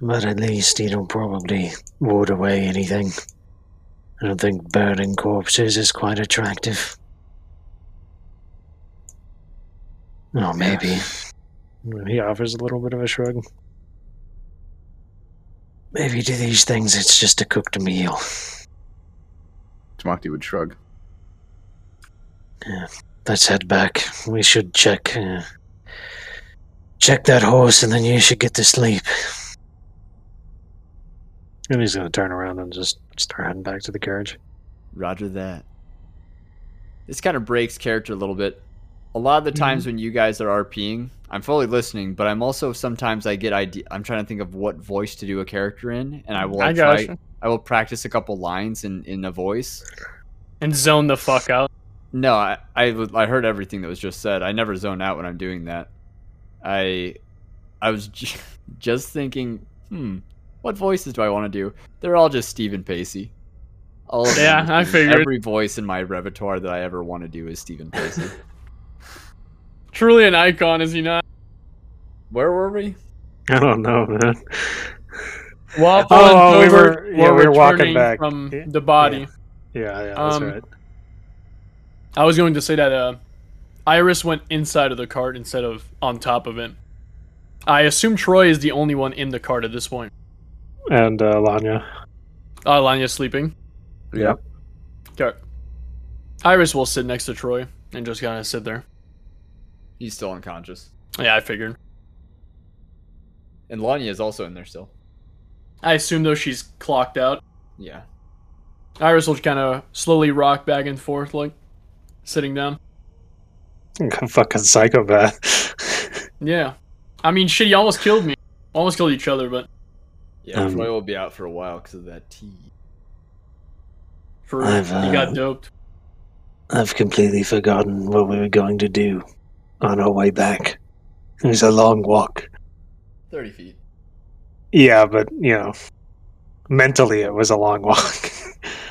Speaker 35: But at least it'll probably ward away anything. I don't think burning corpses is quite attractive. Or Oh, maybe.
Speaker 1: He offers a little bit of a shrug.
Speaker 35: Maybe to these things it's just a cooked meal.
Speaker 3: Tamaki would shrug.
Speaker 35: Let's head back. We should check. Uh, check that horse and then you should get to sleep.
Speaker 1: And he's gonna turn around and just start heading back to the carriage.
Speaker 2: Roger that. this kind of breaks character a little bit. A lot of
Speaker 5: Mm-hmm.
Speaker 2: the times when you guys are RPing, I'm fully listening, but I'm also sometimes I get idea. I'm trying to think of what voice to do a character in, and I will
Speaker 5: Mm-hmm. I
Speaker 2: like, try.
Speaker 5: gotcha.
Speaker 2: I will practice a couple lines in in a voice.
Speaker 5: and zone the fuck out.
Speaker 2: No, I, I w- I heard everything that was just said. I never zone out when I'm doing that. I I was j- just thinking, hmm, what voices do I want to do? They're all just Stephen Pacey. All of them.
Speaker 5: Yeah, I figured.
Speaker 2: Every voice in my repertoire that I ever want to do is Stephen Pacey.
Speaker 5: Truly an icon, is he not?
Speaker 2: Where were we?
Speaker 35: I don't know, man.
Speaker 5: Waffle
Speaker 1: Oh,
Speaker 5: and
Speaker 1: we
Speaker 5: Dilbert
Speaker 1: were- yeah, we were walking
Speaker 5: returning
Speaker 1: back.
Speaker 5: from
Speaker 1: Yeah,
Speaker 5: the body.
Speaker 1: yeah. Yeah, yeah, that's
Speaker 5: Um,
Speaker 1: right.
Speaker 5: I was going to say that uh, Iris went inside of the cart instead of on top of it. I assume Troy is the only one in the cart at this point.
Speaker 1: And uh, Lanya.
Speaker 5: Uh, Lanya's sleeping.
Speaker 3: Yeah.
Speaker 5: Okay. Iris will sit next to Troy and just kind of sit there.
Speaker 2: He's still unconscious,
Speaker 5: Yeah, I figured.
Speaker 2: and Lanya is also in there still.
Speaker 5: I assume though she's clocked out.
Speaker 2: Yeah,
Speaker 5: Iris will kind of slowly rock back and forth, like sitting down.
Speaker 1: fucking psychopath.
Speaker 5: Yeah. I mean, shit, you almost killed me. Almost killed each other, but
Speaker 2: yeah.
Speaker 35: Um,
Speaker 2: Troy will be out for a while because of that tea.
Speaker 5: for
Speaker 35: I've,
Speaker 5: you got
Speaker 35: uh,
Speaker 5: doped.
Speaker 35: I've completely forgotten what we were going to do on our way back. It was a long walk.
Speaker 2: Thirty feet.
Speaker 1: yeah, but, you know, mentally it was a long walk.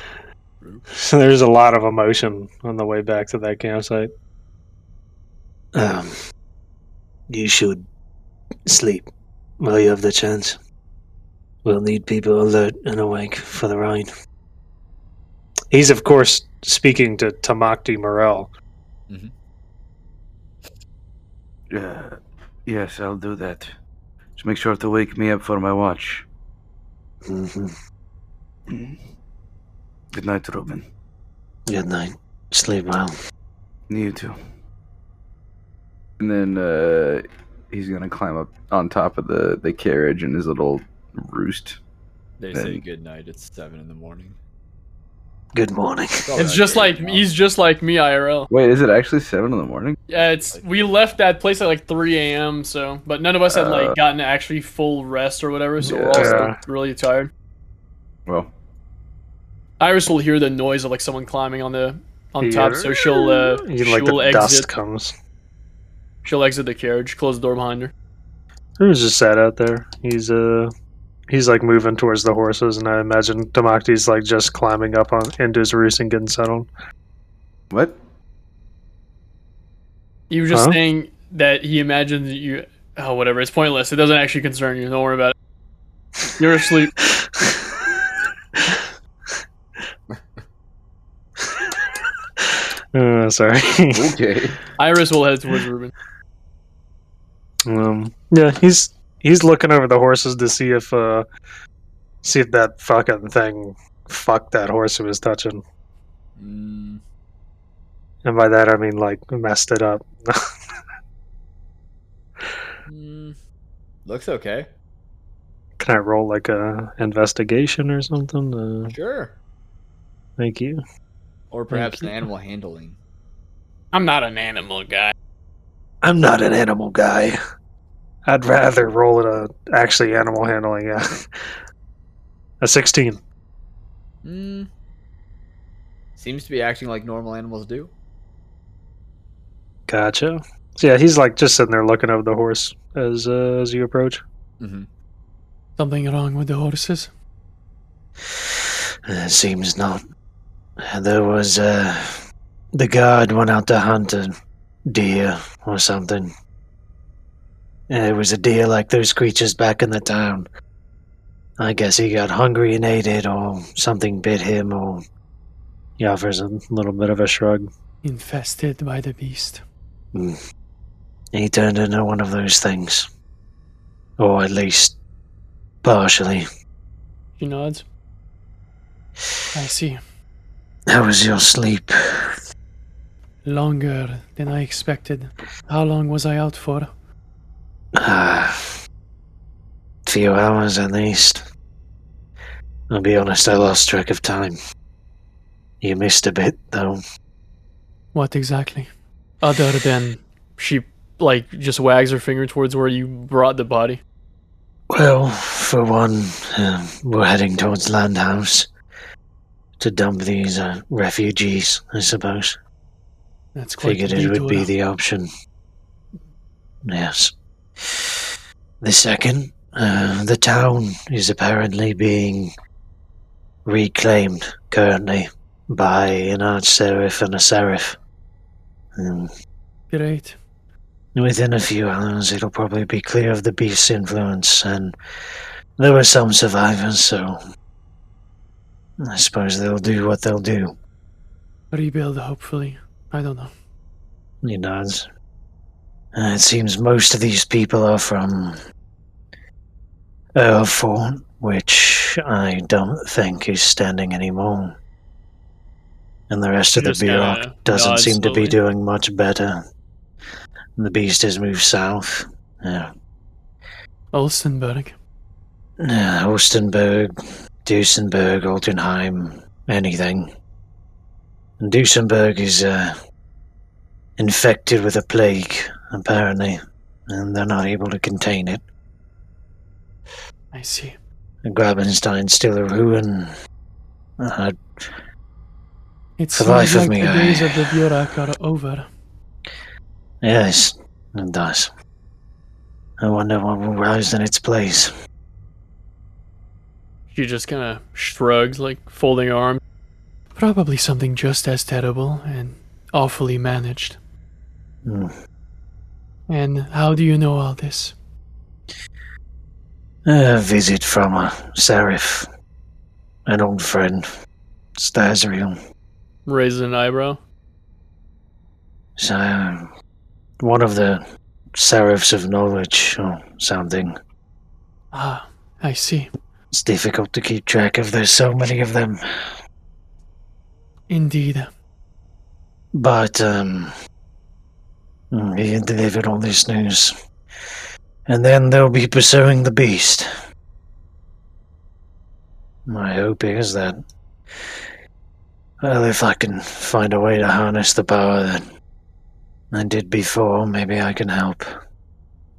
Speaker 1: so there's a lot of emotion on the way back to that campsite.
Speaker 35: Um, you should sleep while you have the chance. We'll need people alert and awake for the ride.
Speaker 1: He's, of course, speaking to Tamakti Morel.
Speaker 18: Uh, yes, I'll do that. Just make sure to wake me up for my watch.
Speaker 35: hmm
Speaker 3: Mm-hmm.
Speaker 18: Good night, Ruben.
Speaker 35: Good night. Sleep well.
Speaker 18: You too.
Speaker 3: And then uh, he's gonna climb up on top of the the carriage in his little roost.
Speaker 2: They
Speaker 3: Then-
Speaker 2: say good night. It's seven in the morning.
Speaker 35: Good morning.
Speaker 2: Oh,
Speaker 5: It's just like he's just like me IRL.
Speaker 3: Wait, is it actually seven in the morning?
Speaker 5: Yeah, it's we left that place at like 3 a.m. So, but none of us had
Speaker 3: Uh,
Speaker 5: like gotten actually full rest or whatever, so we're all still
Speaker 1: Yeah.
Speaker 5: really tired.
Speaker 3: Well,
Speaker 5: Iris will hear the noise of like someone climbing on the on top, so she'll uh,
Speaker 1: You
Speaker 5: she'll
Speaker 1: like the
Speaker 5: exit.
Speaker 1: dust comes.
Speaker 5: She'll exit the carriage, close the door behind her.
Speaker 1: Who's just sat out there? He's uh he's like moving towards the horses and I imagine Tamakti's like just climbing up on into his roost and getting settled.
Speaker 3: what?
Speaker 5: You were just
Speaker 1: Huh?
Speaker 5: saying that he imagines you. Oh, whatever. It's pointless. It doesn't actually concern you. Don't worry about it. You're asleep.
Speaker 1: Uh, sorry.
Speaker 3: Okay.
Speaker 5: Iris will head towards Ruben.
Speaker 1: um yeah, he's he's looking over the horses to see if uh see if that fucking thing fucked that horse he was touching.
Speaker 2: Mm,
Speaker 1: And by that I mean like messed it up.
Speaker 2: mm, looks okay.
Speaker 1: Can I roll like a investigation or something? Uh,
Speaker 2: Sure.
Speaker 1: thank you.
Speaker 2: Or perhaps an animal handling.
Speaker 5: I'm not an animal guy.
Speaker 35: I'm not an animal guy.
Speaker 1: I'd rather roll it a actually animal handling. Yeah, a sixteen.
Speaker 2: Mm. Seems to be acting like normal animals do.
Speaker 1: Gotcha. So yeah, he's like just sitting there looking over the horse as uh, as you approach.
Speaker 2: Mm-hmm.
Speaker 5: Something wrong with the horses?
Speaker 35: It seems not. There was, uh, the guard went out to hunt a deer or something. It was a deer like those creatures back in the town. I guess he got hungry and ate it, or something bit him, or
Speaker 1: He offers a little bit of a shrug.
Speaker 5: Infested by the beast.
Speaker 35: he turned into one of those things. Or at least partially.
Speaker 5: She nods. I see.
Speaker 35: How was your sleep?
Speaker 5: Longer than I expected. How long was I out for?
Speaker 35: A few hours at least. I'll be honest, I lost track of time. You missed a bit, though.
Speaker 5: What exactly? Other than she like just wags her finger towards where you brought the body.
Speaker 35: Well, for one, um, we're heading towards Landhouse to dump these uh, refugees, I suppose.
Speaker 5: That's quite
Speaker 35: Figured
Speaker 5: a
Speaker 35: it
Speaker 5: detour.
Speaker 35: would be the option. Yes. The second, uh, the town is apparently being reclaimed currently by an archserif and a serif. Um,
Speaker 5: great.
Speaker 35: Within a few hours, it'll probably be clear of the beast's influence, and there were some survivors, so I suppose they'll do what they'll do.
Speaker 5: Rebuild, hopefully. I don't know.
Speaker 35: He nods. Uh, it seems most of these people are from Erfurt, which I don't think is standing anymore. And the rest of the
Speaker 5: Just kinda
Speaker 35: Bureau doesn't
Speaker 5: nods
Speaker 35: seem to
Speaker 5: slowly.
Speaker 35: be doing much better. The beast has moved south. Uh, Yeah.
Speaker 5: Olsenburg.
Speaker 35: Yeah, Ostenburg, Duesenberg, Altenheim, anything. And Duesenberg is uh, infected with a plague, apparently, and they're not able to contain it.
Speaker 5: I see.
Speaker 35: And Grabenstein's still a ruin. Uh,
Speaker 5: It seems
Speaker 35: For the life of
Speaker 5: like
Speaker 35: me,
Speaker 5: the
Speaker 35: I-
Speaker 5: days of the Burak are over.
Speaker 35: yes, it does. I wonder what will rise in its place.
Speaker 5: She just kind of shrugs, like folding her arms. Probably something just as terrible and awfully managed.
Speaker 35: Hmm.
Speaker 5: And how do you know all this?
Speaker 35: A visit from a serif, an old friend, Stasriel.
Speaker 5: Raises an eyebrow.
Speaker 35: So, one of the serifs of knowledge or something.
Speaker 5: Ah, I see.
Speaker 35: It's difficult to keep track of. There's so many of them.
Speaker 5: Indeed.
Speaker 35: But, um, mm, he delivered all this news. And then they'll be pursuing the beast. My hope is that. Well, if I can find a way to harness the power that I did before, maybe I can help.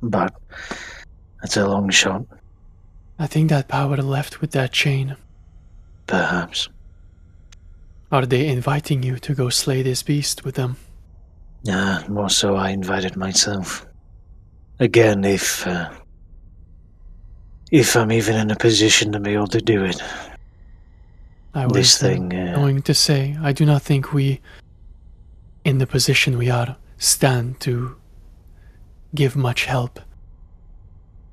Speaker 35: But that's a long shot,
Speaker 5: I think that power left with that chain.
Speaker 35: perhaps.
Speaker 5: Are they inviting you to go slay this beast with them?
Speaker 35: Yeah, Ah, more so I invited myself. Again, if uh, if I'm even in a position to be able to do it,
Speaker 5: I
Speaker 35: this
Speaker 5: was, uh,
Speaker 35: thing. Uh,
Speaker 5: going to say I do not think we, in the position we are, stand to give much help.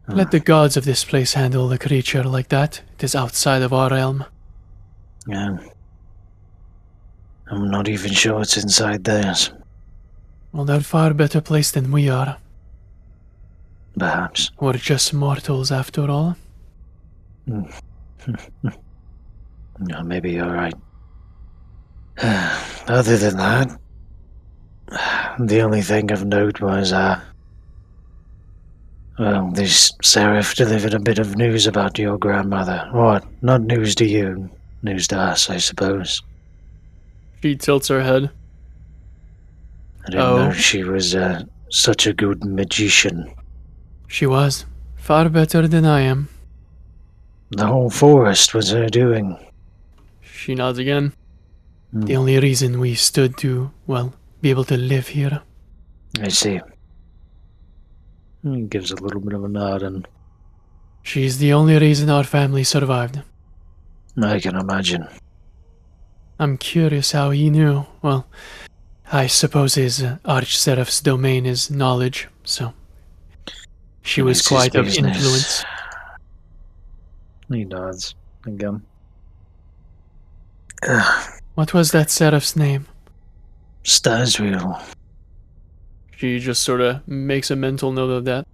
Speaker 5: Let the gods of this place handle the creature like that. It is outside of our realm.
Speaker 35: yeah. I'm not even sure it's inside theirs.
Speaker 5: Well, they're far better placed than we are.
Speaker 35: Perhaps
Speaker 5: We're just mortals after all.
Speaker 35: no, maybe you're right. Other than that, the only thing of note was uh, well, this seraph delivered a bit of news about your grandmother. What? Not news to you, news to us, I suppose.
Speaker 5: She tilts her head.
Speaker 35: I didn't
Speaker 5: Oh.
Speaker 35: know she was uh, such a good magician.
Speaker 5: She was far better than I am.
Speaker 35: The whole forest was her doing.
Speaker 5: She nods again.
Speaker 35: Hmm.
Speaker 5: The only reason we stood to, well, be able to live here.
Speaker 35: I see. He gives a little bit of a nod, and
Speaker 5: She's the only reason our family survived.
Speaker 35: I can imagine.
Speaker 5: I'm curious how he knew. Well, I suppose his uh, Archseraph's domain is knowledge, so. She was
Speaker 35: It's his
Speaker 5: quite of
Speaker 35: business.
Speaker 5: influence.
Speaker 1: He nods again.
Speaker 5: What was that Seraph's name?
Speaker 35: Stasriel.
Speaker 5: She just sort of makes a mental note of that.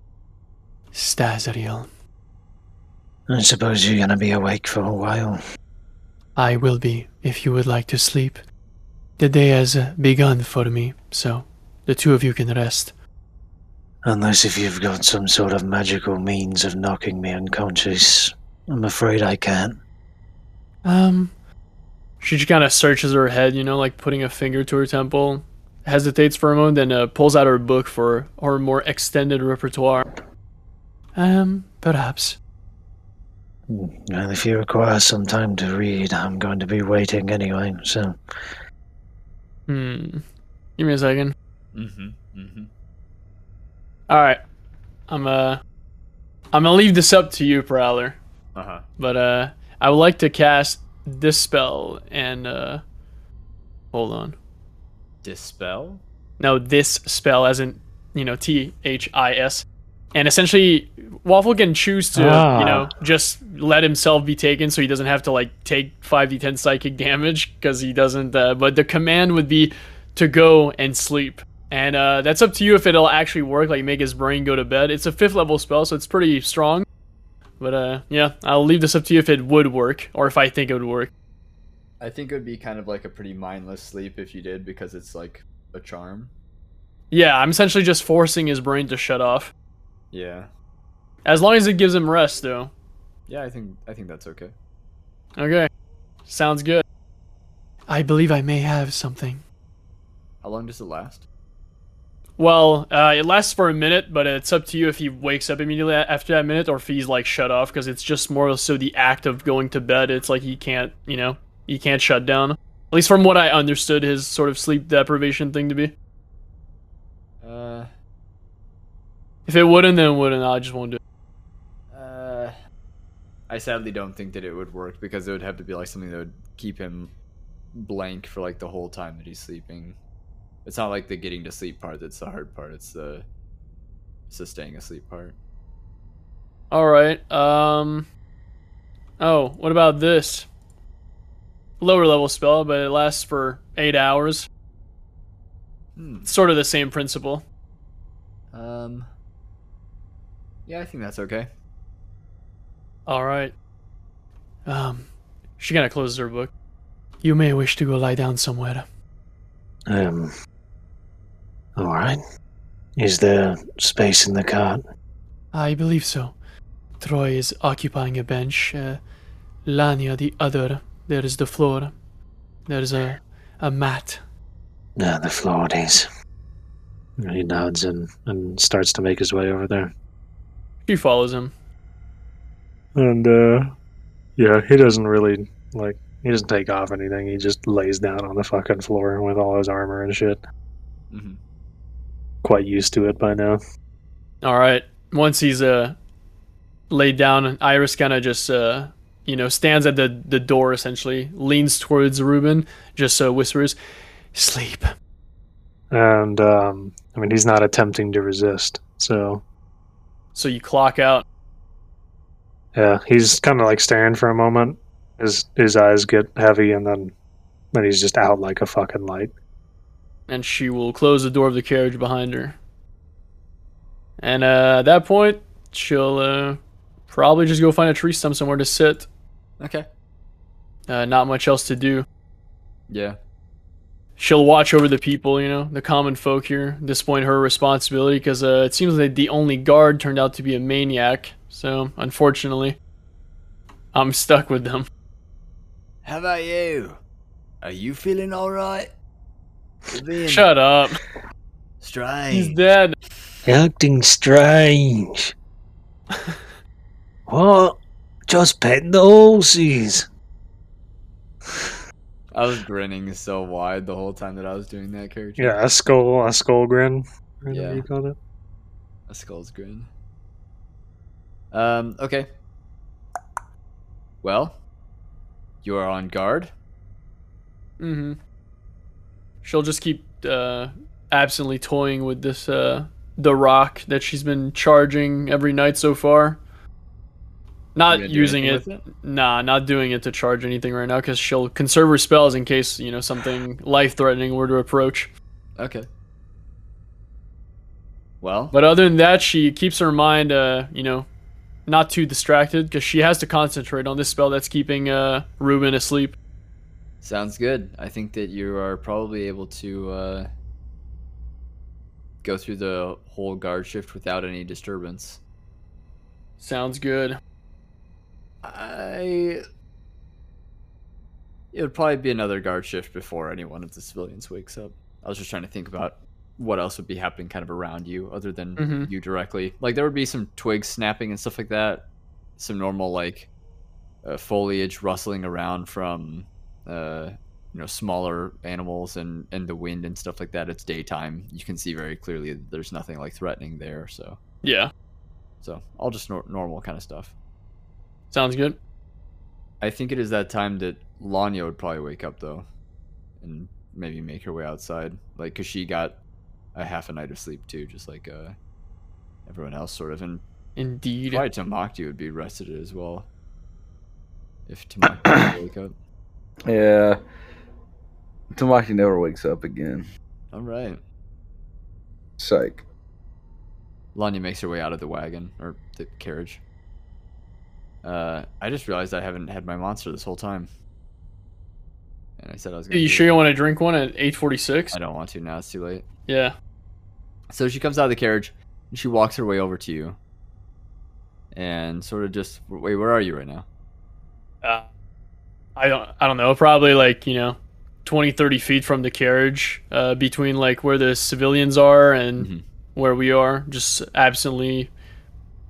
Speaker 5: Stazriel.
Speaker 35: I suppose you're gonna be awake for a while.
Speaker 5: I will be, if you would like to sleep. The day has uh, begun for me, so the two of you can rest.
Speaker 35: Unless if you've got some sort of magical means of knocking me unconscious. I'm afraid I can't.
Speaker 5: Um. She just kind of searches her head, you know, like putting a finger to her temple. hesitates for a moment and uh, pulls out her book for her more extended repertoire. Um, perhaps.
Speaker 35: Well, if you require some time to read, I'm going to be waiting anyway, so.
Speaker 5: Hmm. Give me a second.
Speaker 2: Mm-hmm. Mm-hmm.
Speaker 5: All right. I'm uh, I'm gonna leave this up to you, Prowler.
Speaker 2: Uh huh.
Speaker 5: But uh, I would like to cast Dispel and uh, hold on.
Speaker 2: Dispel.
Speaker 5: No, this spell, as in you know T H I S, and essentially Waffle can choose to
Speaker 1: Ah.
Speaker 5: you know just let himself be taken, so he doesn't have to like take five d ten psychic damage because he doesn't. Uh, but the command would be to go and sleep, and uh, that's up to you if it'll actually work, like make his brain go to bed. It's a fifth level spell, so it's pretty strong. But uh, yeah, I'll leave this up to you if it would work or if I think it would work.
Speaker 2: I think it would be kind of like a pretty mindless sleep if you did because it's like a charm.
Speaker 5: Yeah, I'm essentially just forcing his brain to shut off.
Speaker 2: Yeah.
Speaker 5: As long as it gives him rest, though.
Speaker 2: Yeah, I think I think that's okay.
Speaker 5: Okay. Sounds good. I believe I may have something.
Speaker 2: How long does it last?
Speaker 5: Well, uh, it lasts for a minute, but it's up to you if he wakes up immediately a- after that minute or if he's like shut off because it's just more so the act of going to bed. It's like he can't, you know, he can't shut down. At least from what I understood his sort of sleep deprivation thing to be.
Speaker 2: Uh,
Speaker 5: If it wouldn't, then it wouldn't. I just won't do it.
Speaker 2: uh, I sadly don't think that it would work because it would have to be like something that would keep him blank for like the whole time that he's sleeping. It's not like the getting to sleep part that's the hard part. It's the it's the staying asleep part.
Speaker 5: All right. Um. Oh, what about this? Lower level spell, but it lasts for eight hours.
Speaker 2: Hmm.
Speaker 5: Sort of the same principle.
Speaker 2: Um. Yeah, I think that's okay.
Speaker 5: All right. Um, she kind of closes her book. You may wish to go lie down somewhere.
Speaker 35: Um. Alright. Is there space in the cart?
Speaker 5: I believe so. Troy is occupying a bench. Uh, Lanya, the other. There is the floor. There's a a mat.
Speaker 35: No, the floor it is. He nods and, and starts to make his way over there.
Speaker 5: She follows him.
Speaker 1: And uh yeah, he doesn't really like he doesn't take off anything. He just lays down on the fucking floor with all his armor and shit.
Speaker 2: Mm-hmm.
Speaker 1: Quite used to it by now.
Speaker 5: All right. Once he's uh laid down, Iris kind of just uh you know stands at the the door essentially, leans towards Ruben, just uh, whispers, "Sleep."
Speaker 1: And um I mean he's not attempting to resist. So
Speaker 5: So you clock out.
Speaker 1: yeah, he's kinda like staring for a moment. His his eyes get heavy and then then he's just out like a fucking light.
Speaker 5: and she will close the door of the carriage behind her. And uh, at that point, she'll uh, probably just go find a tree stump somewhere to sit.
Speaker 2: Okay.
Speaker 5: Uh, not much else to do.
Speaker 2: Yeah.
Speaker 5: She'll watch over the people, you know, the common folk here. At this point, her responsibility, because uh, it seems like the only guard turned out to be a maniac. So, unfortunately, I'm stuck with them.
Speaker 4: How about you? Are you feeling alright? You're being
Speaker 5: Shut up. He's
Speaker 4: strange.
Speaker 5: dead.
Speaker 35: Acting strange. what? Just petting the horses.
Speaker 2: I was grinning so wide the whole time that I was doing that character.
Speaker 1: Yeah, a skull a skull grin. or whatever
Speaker 2: Yeah.
Speaker 1: you called it.
Speaker 2: A skull's grin. Um, okay. Well, you are on guard.
Speaker 5: Mm-hmm. She'll just keep uh, absently toying with this uh, the rock that she's been charging every night so far. Not
Speaker 2: gonna do
Speaker 5: using it,
Speaker 2: anything
Speaker 5: Nah, not doing it to charge anything right now because she'll conserve her spells in case you know something life-threatening were to approach.
Speaker 2: Okay. Well,
Speaker 5: But other than that, she keeps her mind, uh, you know, not too distracted because she has to concentrate on this spell that's keeping uh, Ruben asleep.
Speaker 2: sounds good. I think that you are probably able to uh, go through the whole guard shift without any disturbance.
Speaker 5: Sounds good.
Speaker 2: I. It would probably be another guard shift before any one of the civilians wakes up. I was just trying to think about what else would be happening kind of around you other than
Speaker 5: Mhm.
Speaker 2: you directly. Like there would be some twigs snapping and stuff like that, some normal like uh, foliage rustling around from uh, you know smaller animals and and the wind and stuff like that. It's daytime. You can see very clearly that there's nothing like threatening there. So
Speaker 5: Yeah.
Speaker 2: so all just nor- normal kind of stuff.
Speaker 5: Sounds good.
Speaker 2: I think it is that time that Lanya would probably wake up though, and maybe make her way outside, like because she got a half a night of sleep too, just like uh, everyone else sort of. And
Speaker 5: Indeed.
Speaker 2: probably Tamakti would be rested as well, if Tamakti would wake up.
Speaker 3: Yeah. Tamaki never wakes up again.
Speaker 2: All right,
Speaker 3: Psych.
Speaker 2: Lanya makes her way out of the wagon or the carriage. Uh, I just realized I haven't had my monster this whole time, and I said I was.
Speaker 5: Are
Speaker 2: Gonna
Speaker 5: you
Speaker 2: do
Speaker 5: sure
Speaker 2: it.
Speaker 5: you want to drink one at 8:46?
Speaker 2: I don't want to now. It's too late.
Speaker 5: Yeah.
Speaker 2: So she comes out of the carriage and she walks her way over to you. And sort of just wait, where are you right now?
Speaker 5: Uh, I don't. I don't know. Probably like you know, 20, 30 feet from the carriage, uh, between like where the civilians are and
Speaker 2: Mhm.
Speaker 5: where we are, just absently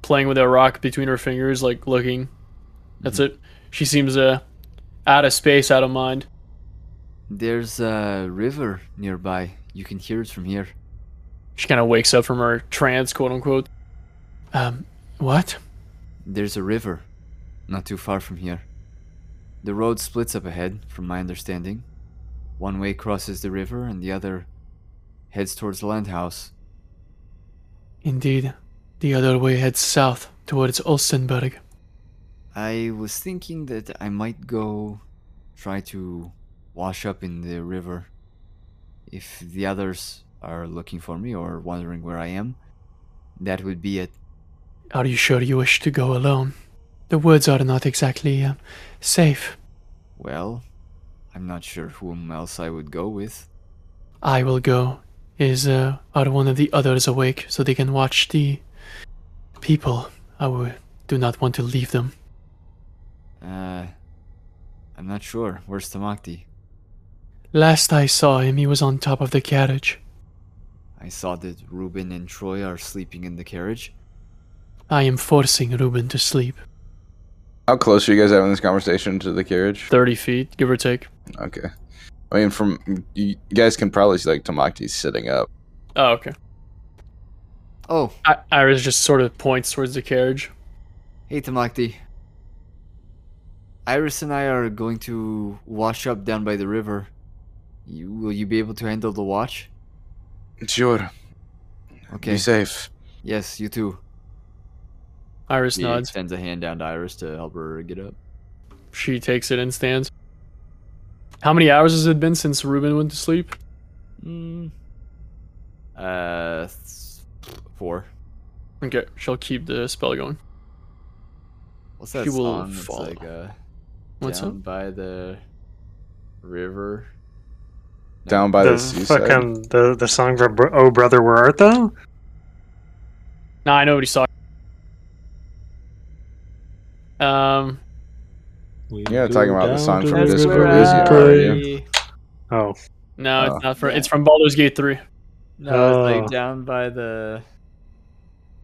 Speaker 5: playing with a rock between her fingers, like looking. That's it. She seems uh, out of space, out of mind.
Speaker 4: There's a river nearby. You can hear it from here.
Speaker 5: She kind of wakes up from her trance, quote unquote. Um, what?
Speaker 4: There's a river not too far from here. The road splits up ahead, from my understanding. One way crosses the river, and the other heads towards the landhouse.
Speaker 5: Indeed, the other way heads south towards Olsenburg.
Speaker 4: I was thinking that I might go try to wash up in the river. If the others are looking for me or wondering where I am, that would be it.
Speaker 5: Are you sure you wish to go alone? The woods are not exactly uh, safe.
Speaker 4: Well, I'm not sure whom else I would go with.
Speaker 5: I will go. Is uh, are one of the others awake so they can watch the people? I will, do not want to leave them.
Speaker 4: Uh, I'm not sure. Where's Tamakti?
Speaker 5: Last I saw him, he was on top of the carriage.
Speaker 4: I saw that Reuben and Troy are sleeping in the carriage.
Speaker 5: I am forcing Reuben to sleep.
Speaker 3: How close are you guys having this conversation to the carriage?
Speaker 5: Thirty feet, give or take.
Speaker 3: Okay. I mean, from you you guys can probably see like Tamaki's sitting up.
Speaker 5: Oh, okay.
Speaker 4: Oh,
Speaker 5: I- Iris just sort of points towards the carriage.
Speaker 4: hey Tamakti. Iris and I are going to wash up down by the river. You, will you be able to handle the watch?
Speaker 18: Sure,
Speaker 4: Okay.
Speaker 18: be safe.
Speaker 4: yes, you too.
Speaker 5: Iris
Speaker 2: She
Speaker 5: nods.
Speaker 2: extends a hand down to Iris to help her get up.
Speaker 5: She takes it and stands. How many hours has it been since Reuben went to sleep?
Speaker 2: Mm. Uh, s- four.
Speaker 5: Okay, she'll keep the spell going.
Speaker 2: What's that
Speaker 5: She will
Speaker 2: song? that's
Speaker 5: fall.
Speaker 2: like uh,
Speaker 5: What's
Speaker 2: down
Speaker 5: up?
Speaker 2: by the river. No.
Speaker 3: Down by the,
Speaker 1: The
Speaker 3: seaside.
Speaker 1: fucking the, the song from Bro- Oh Brother Where Art Thou?
Speaker 5: Nah, I know what he's talking. Um,
Speaker 3: Yeah, talking about the song from
Speaker 5: That's
Speaker 3: Disco
Speaker 5: where
Speaker 3: Elysium.
Speaker 5: I-
Speaker 3: are you?
Speaker 1: Oh,
Speaker 5: no,
Speaker 3: Oh.
Speaker 5: it's not for. It's from Baldur's Gate three.
Speaker 2: No, it's
Speaker 1: Oh.
Speaker 2: like down by the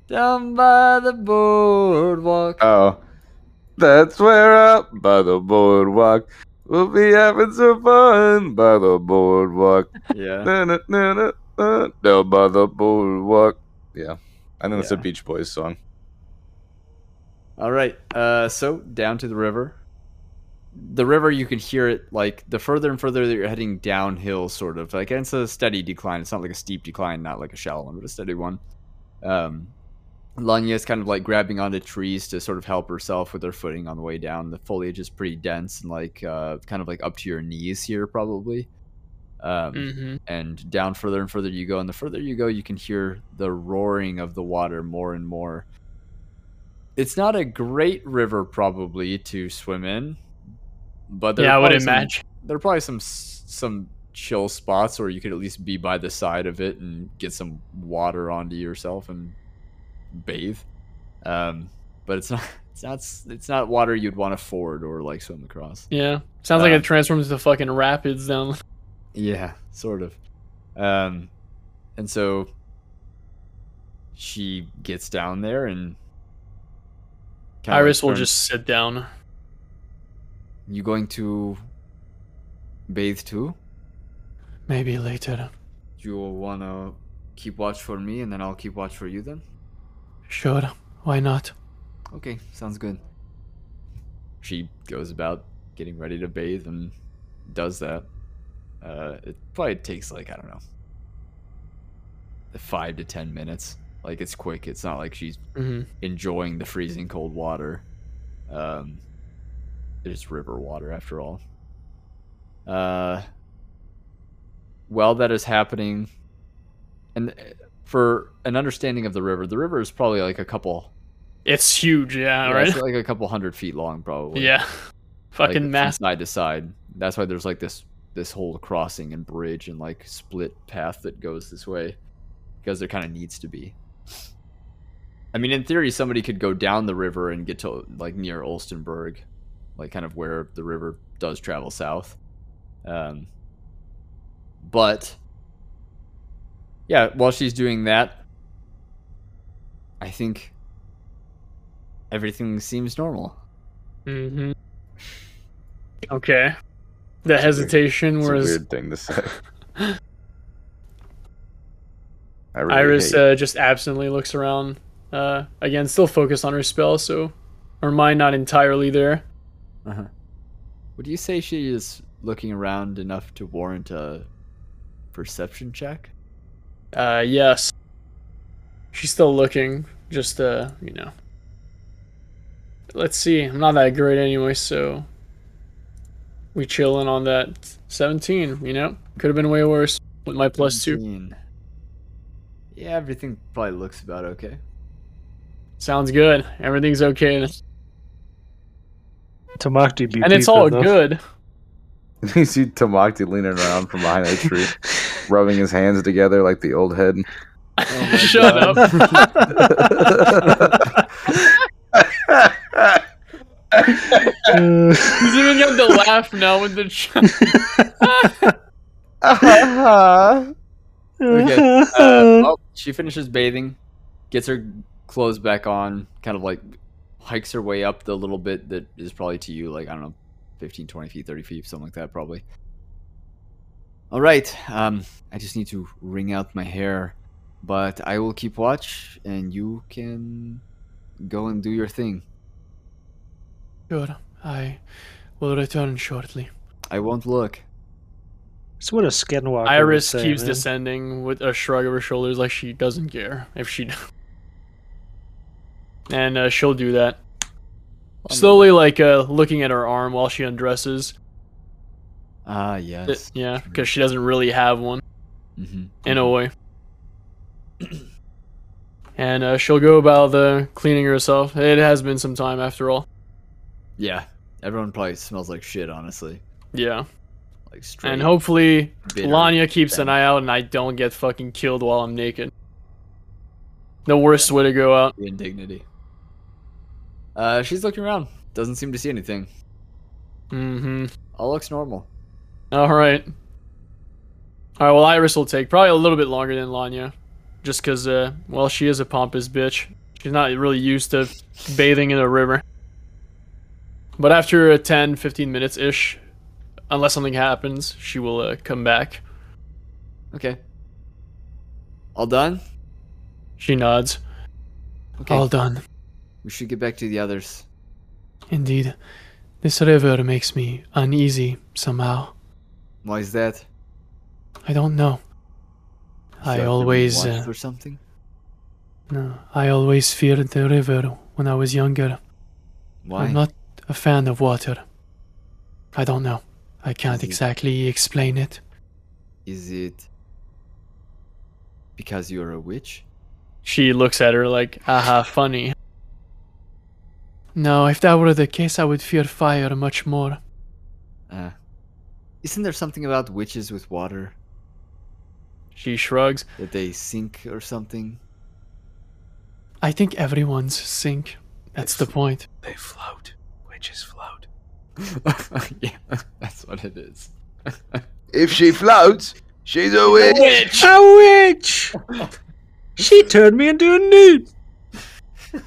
Speaker 2: down by the boardwalk.
Speaker 3: Oh, that's where up by the boardwalk. We'll be having some fun by the boardwalk.
Speaker 2: yeah.
Speaker 3: Na, na, na, na, na, Down by the boardwalk. Yeah, I think it's a
Speaker 2: Yeah.
Speaker 3: Beach Boys song.
Speaker 2: All right. Uh, so down to the river. The river, you can hear it like the further and further that you're heading downhill, sort of like and it's a steady decline. It's not like a steep decline, not like a shallow one, but a steady one. Um, Lanya is kind of like grabbing onto trees to sort of help herself with her footing on the way down. The foliage is pretty dense and like uh, kind of like up to your knees here, probably. Um,
Speaker 5: Mm-hmm.
Speaker 2: and down further and further you go and the further you go you can hear the roaring of the water more and more it's not a great river probably to swim in but there
Speaker 5: Yeah, I
Speaker 2: are
Speaker 5: would
Speaker 2: probably some-
Speaker 5: imagine.
Speaker 2: there are probably some s- some chill spots where you could at least be by the side of it and get some water onto yourself and bathe um but it's not it's not s- it's not water you'd want to ford or like swim across
Speaker 5: Yeah, sounds like
Speaker 2: Uh,
Speaker 5: it transforms into fucking rapids down.
Speaker 2: yeah, sort of. Um, and so she gets down there and kinda, like,
Speaker 5: Iris will
Speaker 2: turns-
Speaker 5: just sit down.
Speaker 2: You going to bathe too?
Speaker 5: Maybe later.
Speaker 2: Do you wanna keep watch for me and then I'll keep watch for you then?
Speaker 5: Sure, why not?
Speaker 2: Okay, sounds good. She goes about getting ready to bathe and does that. Uh, it probably takes like I don't know, five to ten minutes. Like it's quick. It's not like she's
Speaker 5: Mm-hmm.
Speaker 2: enjoying the freezing cold water. Um, it's river water after all. Uh, while that is happening, and uh, for an understanding of the river, the river is probably like a couple
Speaker 5: It's huge, yeah,
Speaker 2: yeah,
Speaker 5: right?
Speaker 2: it's like a couple hundred feet long, probably.
Speaker 5: yeah.
Speaker 2: Like,
Speaker 5: Fucking
Speaker 2: from
Speaker 5: massive.
Speaker 2: side to side. That's why there's like this this whole crossing and bridge and like split path that goes this way, because there kind of needs to be. I mean, in theory, somebody could go down the river and get to like near Olstenburg, like kind of where the river does travel south. Um, but yeah, while she's doing that, I think everything seems normal.
Speaker 5: Mm-hmm. Okay. The hesitation
Speaker 3: It's a
Speaker 5: was
Speaker 3: weird thing to say. I really
Speaker 5: Iris
Speaker 3: hate-
Speaker 5: uh, just absently looks around. Uh, again, still focused on her spell, so her mind not entirely there.
Speaker 2: Uh-huh. Would you say she is looking around enough to warrant a perception check?
Speaker 5: Uh, yes. She's still looking, just, uh, you know. Let's see, I'm not that great anyway, so. We chilling on that 17, you know? Could have been way worse with my plus two.
Speaker 2: 17. Yeah, everything probably looks about okay.
Speaker 5: Sounds good. Everything's okay.
Speaker 1: Tamakti be
Speaker 5: And it's
Speaker 1: peeping,
Speaker 5: all
Speaker 1: though.
Speaker 5: good.
Speaker 3: You see Tamakti leaning around from behind a tree, rubbing his hands together like the old head.
Speaker 2: Oh
Speaker 5: Shut up. He's even got the laugh now with the. Ch-
Speaker 3: Uh-huh.
Speaker 2: Okay. Uh, well, she finishes bathing, gets her clothes back on, kind of like hikes her way up the little bit that is probably to you, like, I don't know, 15, 20 feet, 30 feet, something like that, probably. All right. Um, I just need to wring out my hair, but I will keep watch and you can go and do your thing.
Speaker 5: sure, I will return shortly.
Speaker 2: I won't look.
Speaker 1: It's what a skinwalker. would
Speaker 5: Iris
Speaker 1: say,
Speaker 5: keeps
Speaker 1: man.
Speaker 5: descending with a shrug of her shoulders, like she doesn't care if she. and uh, she'll do that slowly, like uh, looking at her arm while she undresses.
Speaker 2: Ah,
Speaker 5: Yeah,
Speaker 2: yes.
Speaker 5: 'cause yeah, because she doesn't really have one
Speaker 2: Mm-hmm.
Speaker 5: in a way. And uh, she'll go about the cleaning herself. It has been some time after all.
Speaker 2: Yeah. Everyone probably smells like shit, honestly.
Speaker 5: Yeah.
Speaker 2: Like straight.
Speaker 5: And hopefully
Speaker 2: bitter.
Speaker 5: Lanya keeps an
Speaker 2: thing.
Speaker 5: eye out and I don't get fucking killed while I'm naked. The worst way to go out.
Speaker 2: The indignity. Uh, she's looking around. Doesn't seem to see anything.
Speaker 5: Mm-hmm.
Speaker 2: All looks normal.
Speaker 5: Alright. Alright, well Iris will take probably a little bit longer than Lanya. Just cause uh well she is a pompous bitch. She's not really used to bathing in a river. But after uh, 10, 15 minutes ish, unless something happens, she will uh, come back.
Speaker 2: Okay. All done.
Speaker 5: She nods.
Speaker 2: Okay.
Speaker 5: All done.
Speaker 2: we should get back to the others.
Speaker 5: Indeed, this river makes me uneasy somehow.
Speaker 2: Why is that? Is
Speaker 5: I don't know.
Speaker 2: that
Speaker 5: I
Speaker 2: being
Speaker 5: always,
Speaker 2: watched
Speaker 5: uh,
Speaker 2: or something.
Speaker 5: no, I always feared the river when I was younger.
Speaker 2: Why?
Speaker 5: I'm not a fan of water. I don't know. I
Speaker 2: Is
Speaker 5: can't
Speaker 2: it-
Speaker 5: exactly explain it.
Speaker 2: Is it because you're a witch?
Speaker 5: She looks at her like, aha, funny. No, if that were the case, I would fear fire much more.
Speaker 2: Uh, isn't there something about witches with water
Speaker 5: She shrugs.
Speaker 2: that they sink or something?
Speaker 5: I think everyone's sink. That's the point.
Speaker 18: They float. Witches float.
Speaker 2: yeah, that's what it is.
Speaker 3: If she floats,
Speaker 38: She's a witch.
Speaker 39: A witch! she turned me into a nude.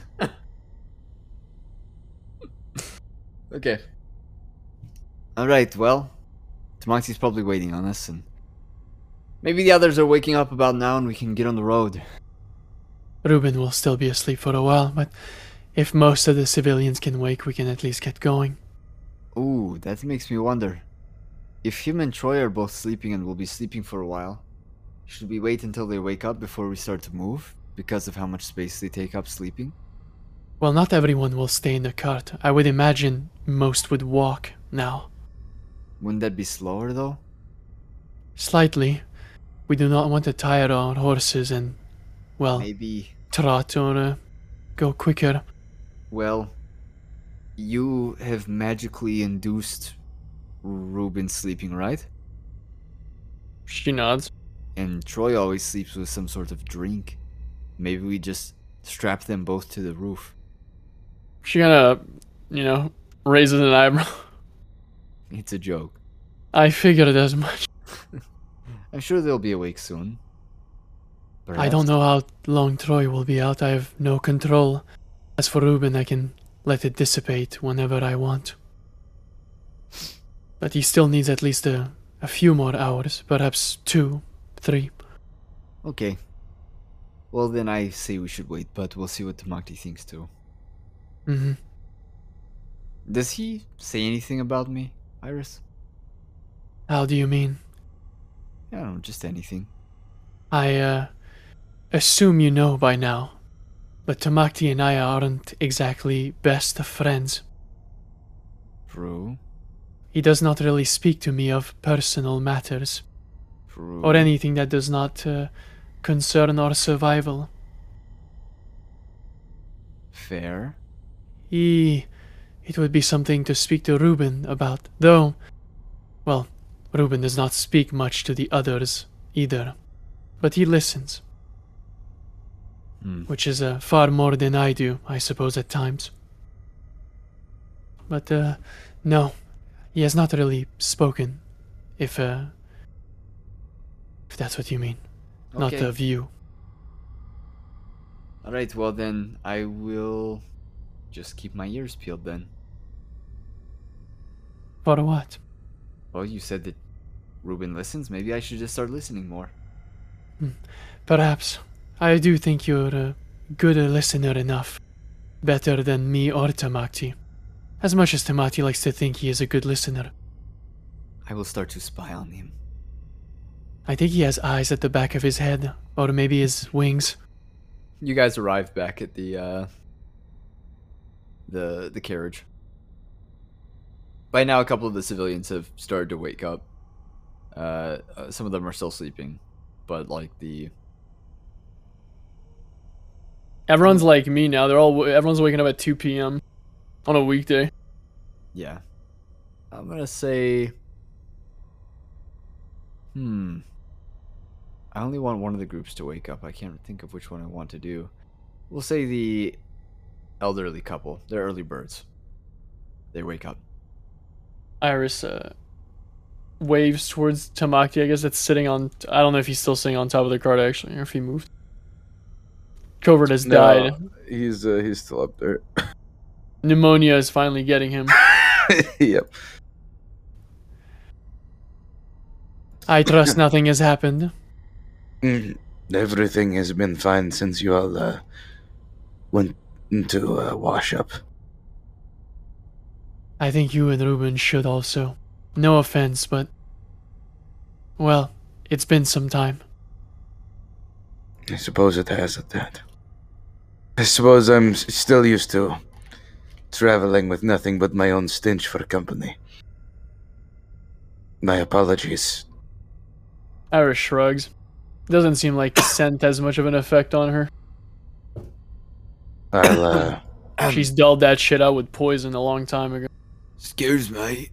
Speaker 40: Okay.
Speaker 2: All right, well, Tamoxi's probably waiting on us, and maybe the others are waking up about now, and we can get on the road.
Speaker 5: Reuben will still be asleep for a while, but if most of the civilians can wake, we can at least get going.
Speaker 2: Ooh, that makes me wonder. If him and Troy are both sleeping and will be sleeping for a while, should we wait until they wake up before we start to move because of how much space they take up sleeping?
Speaker 5: Well, not everyone will stay in the cart. I would imagine most would walk now.
Speaker 2: Wouldn't that be slower though?
Speaker 5: Slightly. We do not want to tire our horses and, well,
Speaker 2: Maybe.
Speaker 5: trot or uh, go quicker.
Speaker 2: Well, you have magically induced Ruben sleeping, right?
Speaker 5: She nods.
Speaker 2: And Troy always sleeps with some sort of drink. Maybe we just strap them both to the roof.
Speaker 5: She kind of, you know, raises an eyebrow.
Speaker 2: It's a joke.
Speaker 5: I figured as much.
Speaker 2: I'm sure they'll be awake soon.
Speaker 5: I don't know how long Troy will be out. I have no control. As for Ruben, I can let it dissipate whenever I want. But he still needs at least a, a few more hours, perhaps two, three.
Speaker 2: Okay. Well, then I say we should wait, but we'll see what Tamakti thinks too.
Speaker 5: Mm-hmm.
Speaker 2: Does he say anything about me, Iris?
Speaker 5: How do you mean?
Speaker 2: I don't know, just anything.
Speaker 5: I uh, assume you know by now, but Tamakti and I aren't exactly best of friends.
Speaker 2: True.
Speaker 5: He does not really speak to me of personal matters
Speaker 2: True.
Speaker 5: or anything that does not uh, concern our survival.
Speaker 2: Fair.
Speaker 5: He. It would be something to speak to Reuben about, though. Well, Reuben does not speak much to the others either, but he listens,
Speaker 2: Hmm.
Speaker 5: which is uh, far more than I do, I suppose, at times. But, uh, no, he has not really spoken, if, uh, if that's what you mean. Not
Speaker 2: Okay.
Speaker 5: of you.
Speaker 2: All right. Well, then I will just keep my ears peeled. Then.
Speaker 5: For what?
Speaker 2: Well, you said that Ruben listens. Maybe I should just start listening more.
Speaker 5: Perhaps. I do think you're a good listener enough. Better than me or Tamati. As much as Tamati likes to think he is a good listener,
Speaker 2: I will start to spy on him.
Speaker 5: I think he has eyes at the back of his head, or maybe his wings.
Speaker 40: You guys arrive back at the uh the the carriage. By now a couple of the civilians have started to wake up. Uh, uh some of them are still sleeping, but like the
Speaker 5: Everyone's like me now. They're all everyone's waking up at 2 p.m. on a weekday.
Speaker 40: yeah. I'm going to say hmm. I only want one of the groups to wake up. I can't think of which one I want to do. We'll say the elderly couple. They're early birds. They wake up.
Speaker 5: Iris uh, waves towards Tamaki. I guess that's sitting on. I don't know if he's still sitting on top of the cart actually, or if he moved. Covert has
Speaker 38: No,
Speaker 5: died.
Speaker 38: He's uh, he's still up there.
Speaker 5: Pneumonia is finally getting him.
Speaker 38: yep.
Speaker 5: I trust nothing has happened.
Speaker 3: Mm, Everything has been fine since you all uh, went to uh, wash up.
Speaker 5: I think you and Ruben should also. No offense, but. Well, it's been some time.
Speaker 3: I suppose it has at that. I suppose I'm s- still used to traveling with nothing but my own stench for company. My apologies.
Speaker 5: Iris shrugs. Doesn't seem like scent has much of an effect on her.
Speaker 3: I'll, uh,
Speaker 5: She's dulled that shit out with poison a long time ago.
Speaker 2: Excuse me.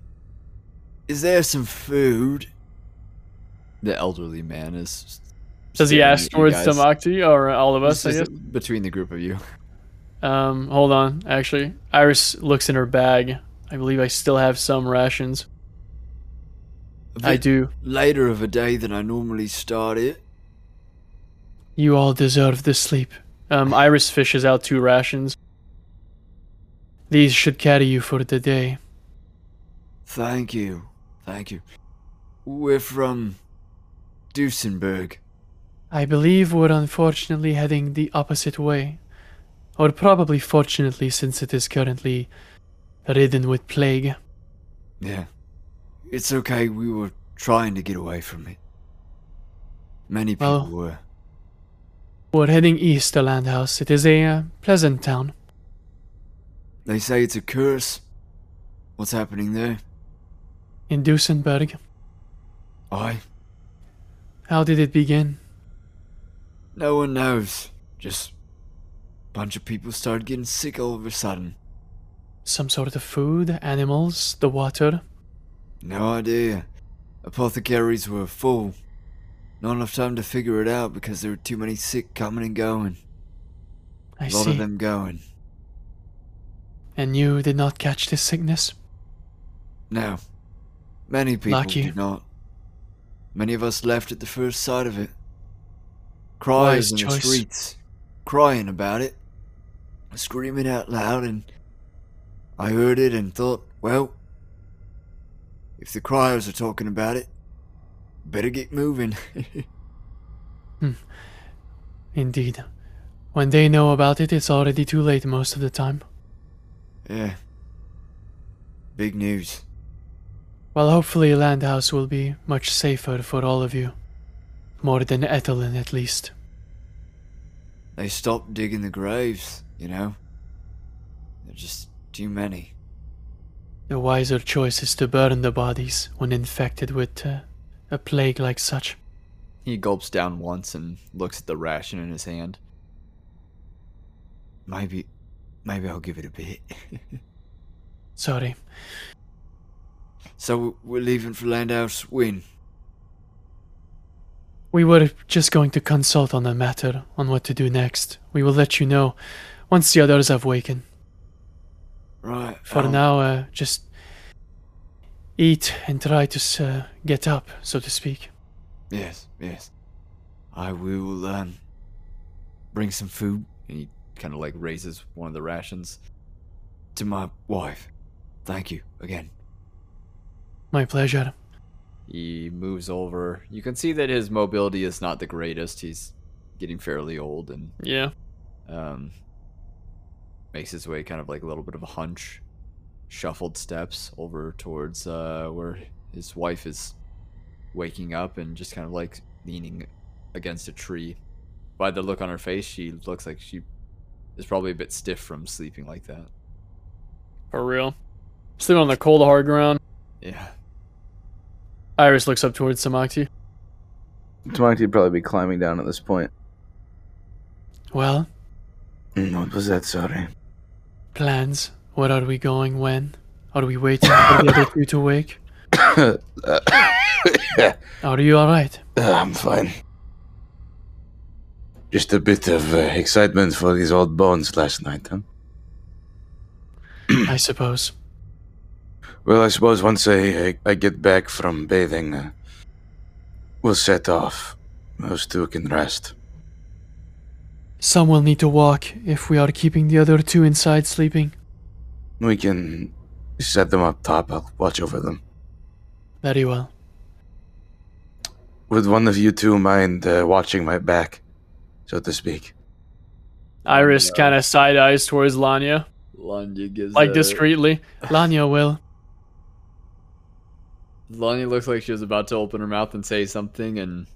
Speaker 2: Is there some food?
Speaker 40: the elderly man is.
Speaker 5: Does he
Speaker 40: staring
Speaker 5: ask
Speaker 40: at you
Speaker 5: towards
Speaker 40: guys.
Speaker 5: Tamakti or Oh, all of us?
Speaker 40: This
Speaker 5: I guess.
Speaker 40: is between the group of you.
Speaker 5: Um, hold on. Actually, Iris looks in her bag. I believe I still have some rations.
Speaker 2: A
Speaker 5: I
Speaker 2: bit
Speaker 5: do.
Speaker 2: Later of a day than I normally start it.
Speaker 5: You all deserve the sleep. Um, Iris fishes out two rations. These should carry you for the day.
Speaker 2: Thank you. Thank you. We're from Dusenberg.
Speaker 5: I believe we're unfortunately heading the opposite way. Or probably fortunately, since it is currently ridden with plague.
Speaker 2: Yeah. It's okay, we were trying to get away from it. Many people
Speaker 5: Well-
Speaker 2: were.
Speaker 5: We're heading east to Landhouse. It is a uh, pleasant town.
Speaker 2: They say it's a curse. What's happening there?
Speaker 5: In Dusenberg.
Speaker 2: I.
Speaker 5: How did it begin?
Speaker 2: No one knows. Just. Bunch of people started getting sick all of a sudden.
Speaker 5: Some sort of food, animals, the water.
Speaker 2: No idea. Apothecaries were full. Not enough time to figure it out because there were too many sick coming and going.
Speaker 5: I
Speaker 2: a lot
Speaker 5: see.
Speaker 2: of them going.
Speaker 5: And you did not catch this sickness?
Speaker 2: No. Many people
Speaker 5: Lucky.
Speaker 2: did not. Many of us left at the first sight of it.
Speaker 5: Wise
Speaker 2: Cries in the
Speaker 5: choice.
Speaker 2: streets, crying about it, screaming out loud, and I heard it and thought, well, if the criers are talking about it, better get moving.
Speaker 5: Indeed. When they know about it, it's already too late most of the time.
Speaker 2: yeah. Big news.
Speaker 5: Well, hopefully, Landhouse will be much safer for all of you. More than Ethelin, at least.
Speaker 2: They stopped digging the graves, you know? They're just too many.
Speaker 5: The wiser choice is to burn the bodies when infected with uh, a plague like such.
Speaker 41: He gulps down once and looks at the ration in his hand.
Speaker 2: Maybe, maybe I'll give it a bit.
Speaker 5: Sorry.
Speaker 2: So we're leaving for Landau's win.
Speaker 5: We were just going to consult on the matter, on what to do next. We will let you know once the others have wakened.
Speaker 2: Right.
Speaker 5: For
Speaker 2: I'll-
Speaker 5: now, uh, just eat and try to s- uh, get up, so to speak.
Speaker 2: Yes, yes. I will um bring some food
Speaker 41: And he kind of like raises one of the rations.
Speaker 2: to my wife. Thank you again.
Speaker 5: My pleasure.
Speaker 41: He moves over. You can see that his mobility is not the greatest. He's getting fairly old and
Speaker 5: Yeah.
Speaker 41: um, makes his way kind of like a little bit of a hunch, shuffled steps over towards uh, where his wife is waking up and just kind of like leaning against a tree. By the look on her face, she looks like she is probably a bit stiff from sleeping like that.
Speaker 5: For real. Sleeping on the cold, hard ground.
Speaker 41: Yeah.
Speaker 5: Iris looks up towards Samakti.
Speaker 42: Tamaki would probably be climbing down at this point.
Speaker 5: Well,
Speaker 3: Mm, What was that? Sorry.
Speaker 5: plans. Where are we going? When? Are we waiting for the other two to wake? Are you alright?
Speaker 3: Uh, I'm fine. Just a bit of uh, excitement for these old bones last night, huh?
Speaker 5: I suppose.
Speaker 3: Well, I suppose once I, I, I get back from bathing, uh, we'll set off. Those two can rest.
Speaker 5: Some will need to walk if we are keeping the other two inside sleeping.
Speaker 3: We can set them up top. I'll watch over them.
Speaker 5: Very well.
Speaker 3: Would one of you two mind uh, watching my back, so to speak?
Speaker 5: Iris kind of side eyes towards Lanya,
Speaker 41: Lanya gives
Speaker 5: like
Speaker 41: a-
Speaker 5: discreetly. Lanya will.
Speaker 41: Lanya looks like she was about to open her mouth and say something and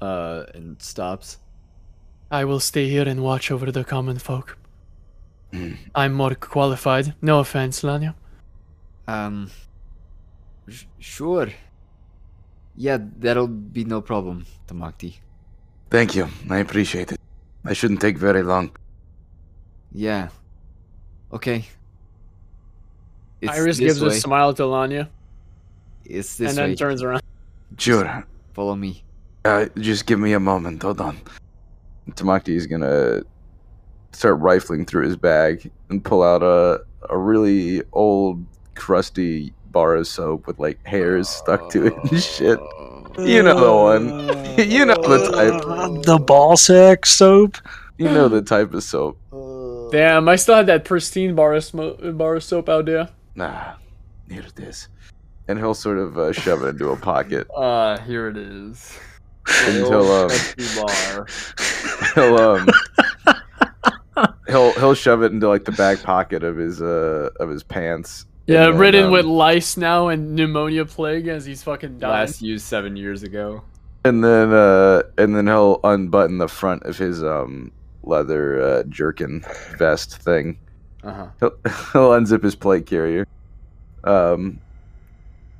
Speaker 41: uh and stops.
Speaker 5: I will stay here and watch over the common folk.
Speaker 3: Hmm.
Speaker 5: I'm more qualified. No offense, Lanya.
Speaker 41: Um
Speaker 2: Sh- sure. Yeah, that'll be no problem, Tamakti.
Speaker 3: Thank you. I appreciate it. I shouldn't take very long.
Speaker 2: Yeah. Okay. It's
Speaker 5: Iris
Speaker 2: this
Speaker 5: gives
Speaker 2: way.
Speaker 5: a smile to Lanya
Speaker 2: It's this
Speaker 5: and then
Speaker 2: way.
Speaker 5: turns around.
Speaker 3: Sure.
Speaker 2: Follow me.
Speaker 3: Uh, just give me a moment. Hold on.
Speaker 42: Tamaki is gonna start rifling through his bag and pull out a a really old, crusty
Speaker 3: bar of soap with like hairs stuck to it and shit. You know the one. you know the type.
Speaker 1: The ball sack soap.
Speaker 3: You know the type of soap.
Speaker 35: Damn, I still had that pristine bar of, smo- bar of soap out there.
Speaker 3: Nah, here it is. And he'll sort of uh, shove it into a pocket
Speaker 5: Ah, here it is.
Speaker 3: until um,
Speaker 5: Trusty bar.
Speaker 3: he'll um, he'll he'll shove it into like the back pocket of his uh of his pants.
Speaker 35: Yeah,
Speaker 3: And then,
Speaker 35: ridden
Speaker 3: um,
Speaker 35: with lice now and pneumonia plague as he's fucking dying.
Speaker 5: Last used seven years ago.
Speaker 3: and then uh and then he'll unbutton the front of his um leather uh, jerkin vest thing.
Speaker 5: Uh
Speaker 2: Uh-huh.
Speaker 5: huh.
Speaker 3: He'll, he'll unzip his plate carrier, um,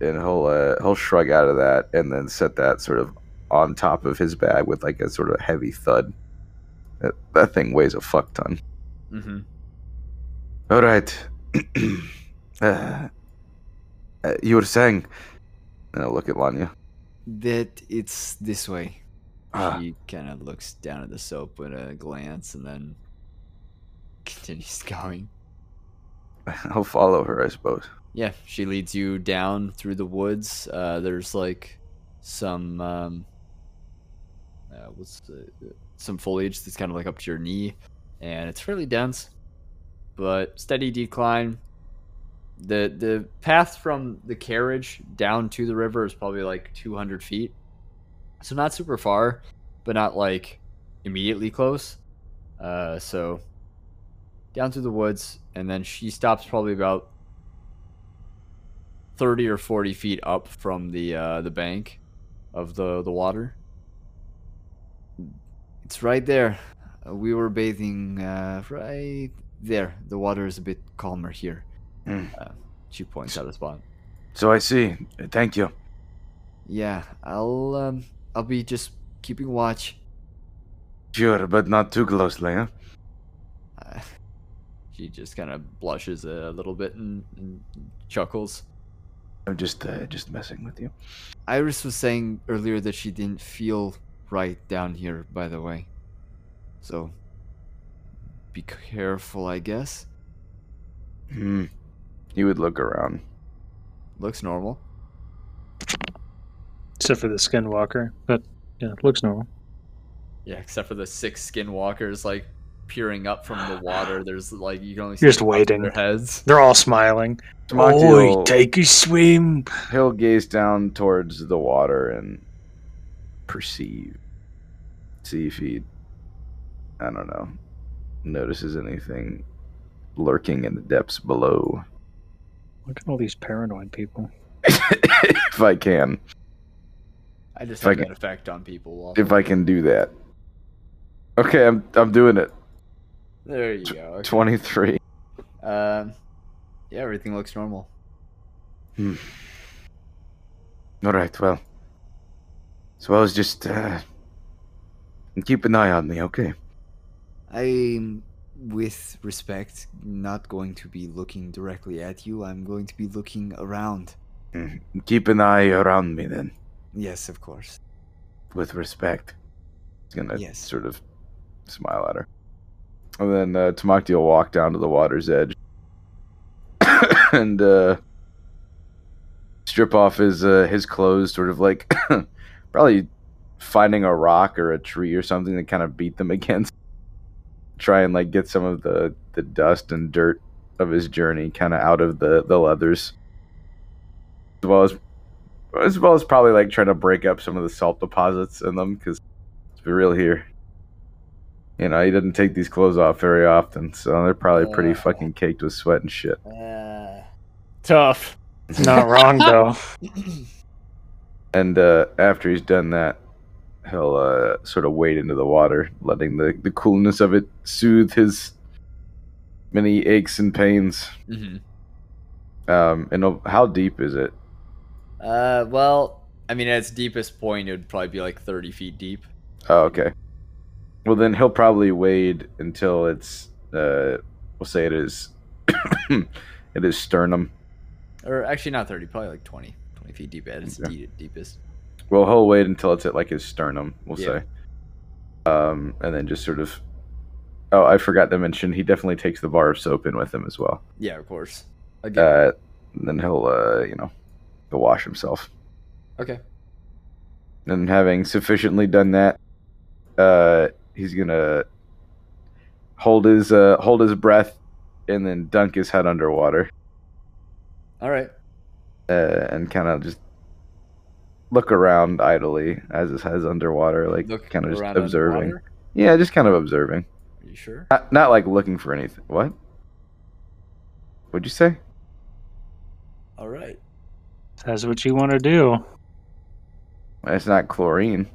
Speaker 3: and he'll uh, he'll shrug out of that, and then set that sort of on top of his bag with like a sort of heavy thud. That, that thing weighs a fuck ton.
Speaker 5: Mm-hmm.
Speaker 43: All right.
Speaker 3: Uh, uh, you were saying, and I look at Lanya.
Speaker 2: That it's this way.
Speaker 3: Ah.
Speaker 2: She kind of looks down at the soap with a glance and then continues going.
Speaker 3: I'll follow her, I suppose.
Speaker 2: Yeah, she leads you down through the woods. Uh, there's like some um, uh, what's the, some foliage that's kind of like up to your knee, and it's fairly dense, but steady decline.
Speaker 5: the The path from the carriage down to the river is probably like 200 feet, so not super far, but not like immediately close. Uh, so down through the woods, and then she stops probably about 30 or 40 feet up from the uh, the bank of the the water.
Speaker 2: It's right there. Uh, We were bathing uh, right there. The water is a bit calmer here.
Speaker 43: Hmm.
Speaker 2: Uh, she points out a spot.
Speaker 43: So I see. Thank you.
Speaker 2: Yeah, I'll um, I'll be just keeping watch.
Speaker 43: Sure, but not too closely, huh?
Speaker 2: Uh, she just kind of blushes a little bit and, and chuckles.
Speaker 43: I'm just uh, just messing with you.
Speaker 2: Iris was saying earlier that she didn't feel right down here, by the way. So be careful, I guess.
Speaker 3: Hmm. You would look around.
Speaker 2: Looks normal.
Speaker 1: Except for the skinwalker, but yeah, it looks normal.
Speaker 5: Yeah, except for the six skinwalkers like peering up from the water. There's like you can only see
Speaker 1: You're just
Speaker 5: the tops of
Speaker 1: waiting.
Speaker 5: their heads.
Speaker 1: They're all smiling.
Speaker 3: Tamaki will-
Speaker 44: a swim.
Speaker 3: He'll gaze down towards the water and perceive. See if he, I don't know, notices anything lurking in the depths below.
Speaker 1: Look at all these paranoid people.
Speaker 3: if I can,
Speaker 5: I just
Speaker 3: If I
Speaker 5: have
Speaker 3: can-
Speaker 5: that effect on people. Walter.
Speaker 3: if I can do that. Okay, I'm I'm doing it.
Speaker 5: There you go. okay.
Speaker 3: Twenty three.
Speaker 5: Um, yeah, everything looks normal.
Speaker 43: All right, well. So I was just uh, keep an eye on me, okay?
Speaker 2: I'm, with respect, not going to be looking directly at you. I'm going to be looking around.
Speaker 43: Keep an eye around me then,
Speaker 2: Yes, of course.
Speaker 43: with respect.
Speaker 3: He's gonna
Speaker 2: Yes.
Speaker 3: sort of smile at her, and then uh, Tamaki will walk down to the water's edge and uh, strip off his uh, his clothes, sort of like probably finding a rock or a tree or something to kind of beat them against, try and like get some of the the dust and dirt of his journey kind of out of the the leathers, as well as as well as probably like trying to break up some of the salt deposits in them because let's be real here. You know, he doesn't take these clothes off very often, so they're probably pretty fucking caked with sweat and shit.
Speaker 35: Tough.
Speaker 1: Not wrong though.
Speaker 3: And uh, after he's done that, he'll uh, sort of wade into the water, letting the, the coolness of it soothe his many aches and pains.
Speaker 5: Mm-hmm.
Speaker 3: Um, and he'll- how deep is it?
Speaker 5: Uh, well, I mean, at its deepest point, it would probably be like 30 feet deep.
Speaker 3: Oh, okay. Well, then he'll probably wade until it's, uh, we'll say it is, it is sternum.
Speaker 5: Or actually, not 30, probably like 20. 20 feet deep at its
Speaker 3: Okay.
Speaker 5: de- deepest.
Speaker 3: Well, he'll wait until it's at like his sternum, we'll
Speaker 5: Yeah.
Speaker 3: say. Um, and then just sort of. Oh, I forgot to mention he definitely takes the bar of soap in with him as well.
Speaker 5: Yeah, of course. Again,
Speaker 3: Uh, And then he'll, uh, you know, he'll wash himself.
Speaker 5: Okay.
Speaker 3: And having sufficiently done that, uh, he's gonna hold his uh, hold his breath and then dunk his head underwater
Speaker 5: All right.
Speaker 3: uh, and kind of just look around idly as his head's underwater, like
Speaker 5: Look
Speaker 3: kind of just
Speaker 5: around on
Speaker 3: observing.
Speaker 5: water.
Speaker 3: Yeah, just kind of observing.
Speaker 5: Are you sure?
Speaker 3: Not, not like looking for anything. What? What'd you say?
Speaker 5: All right.
Speaker 1: That's what you want to do.
Speaker 3: It's not chlorine.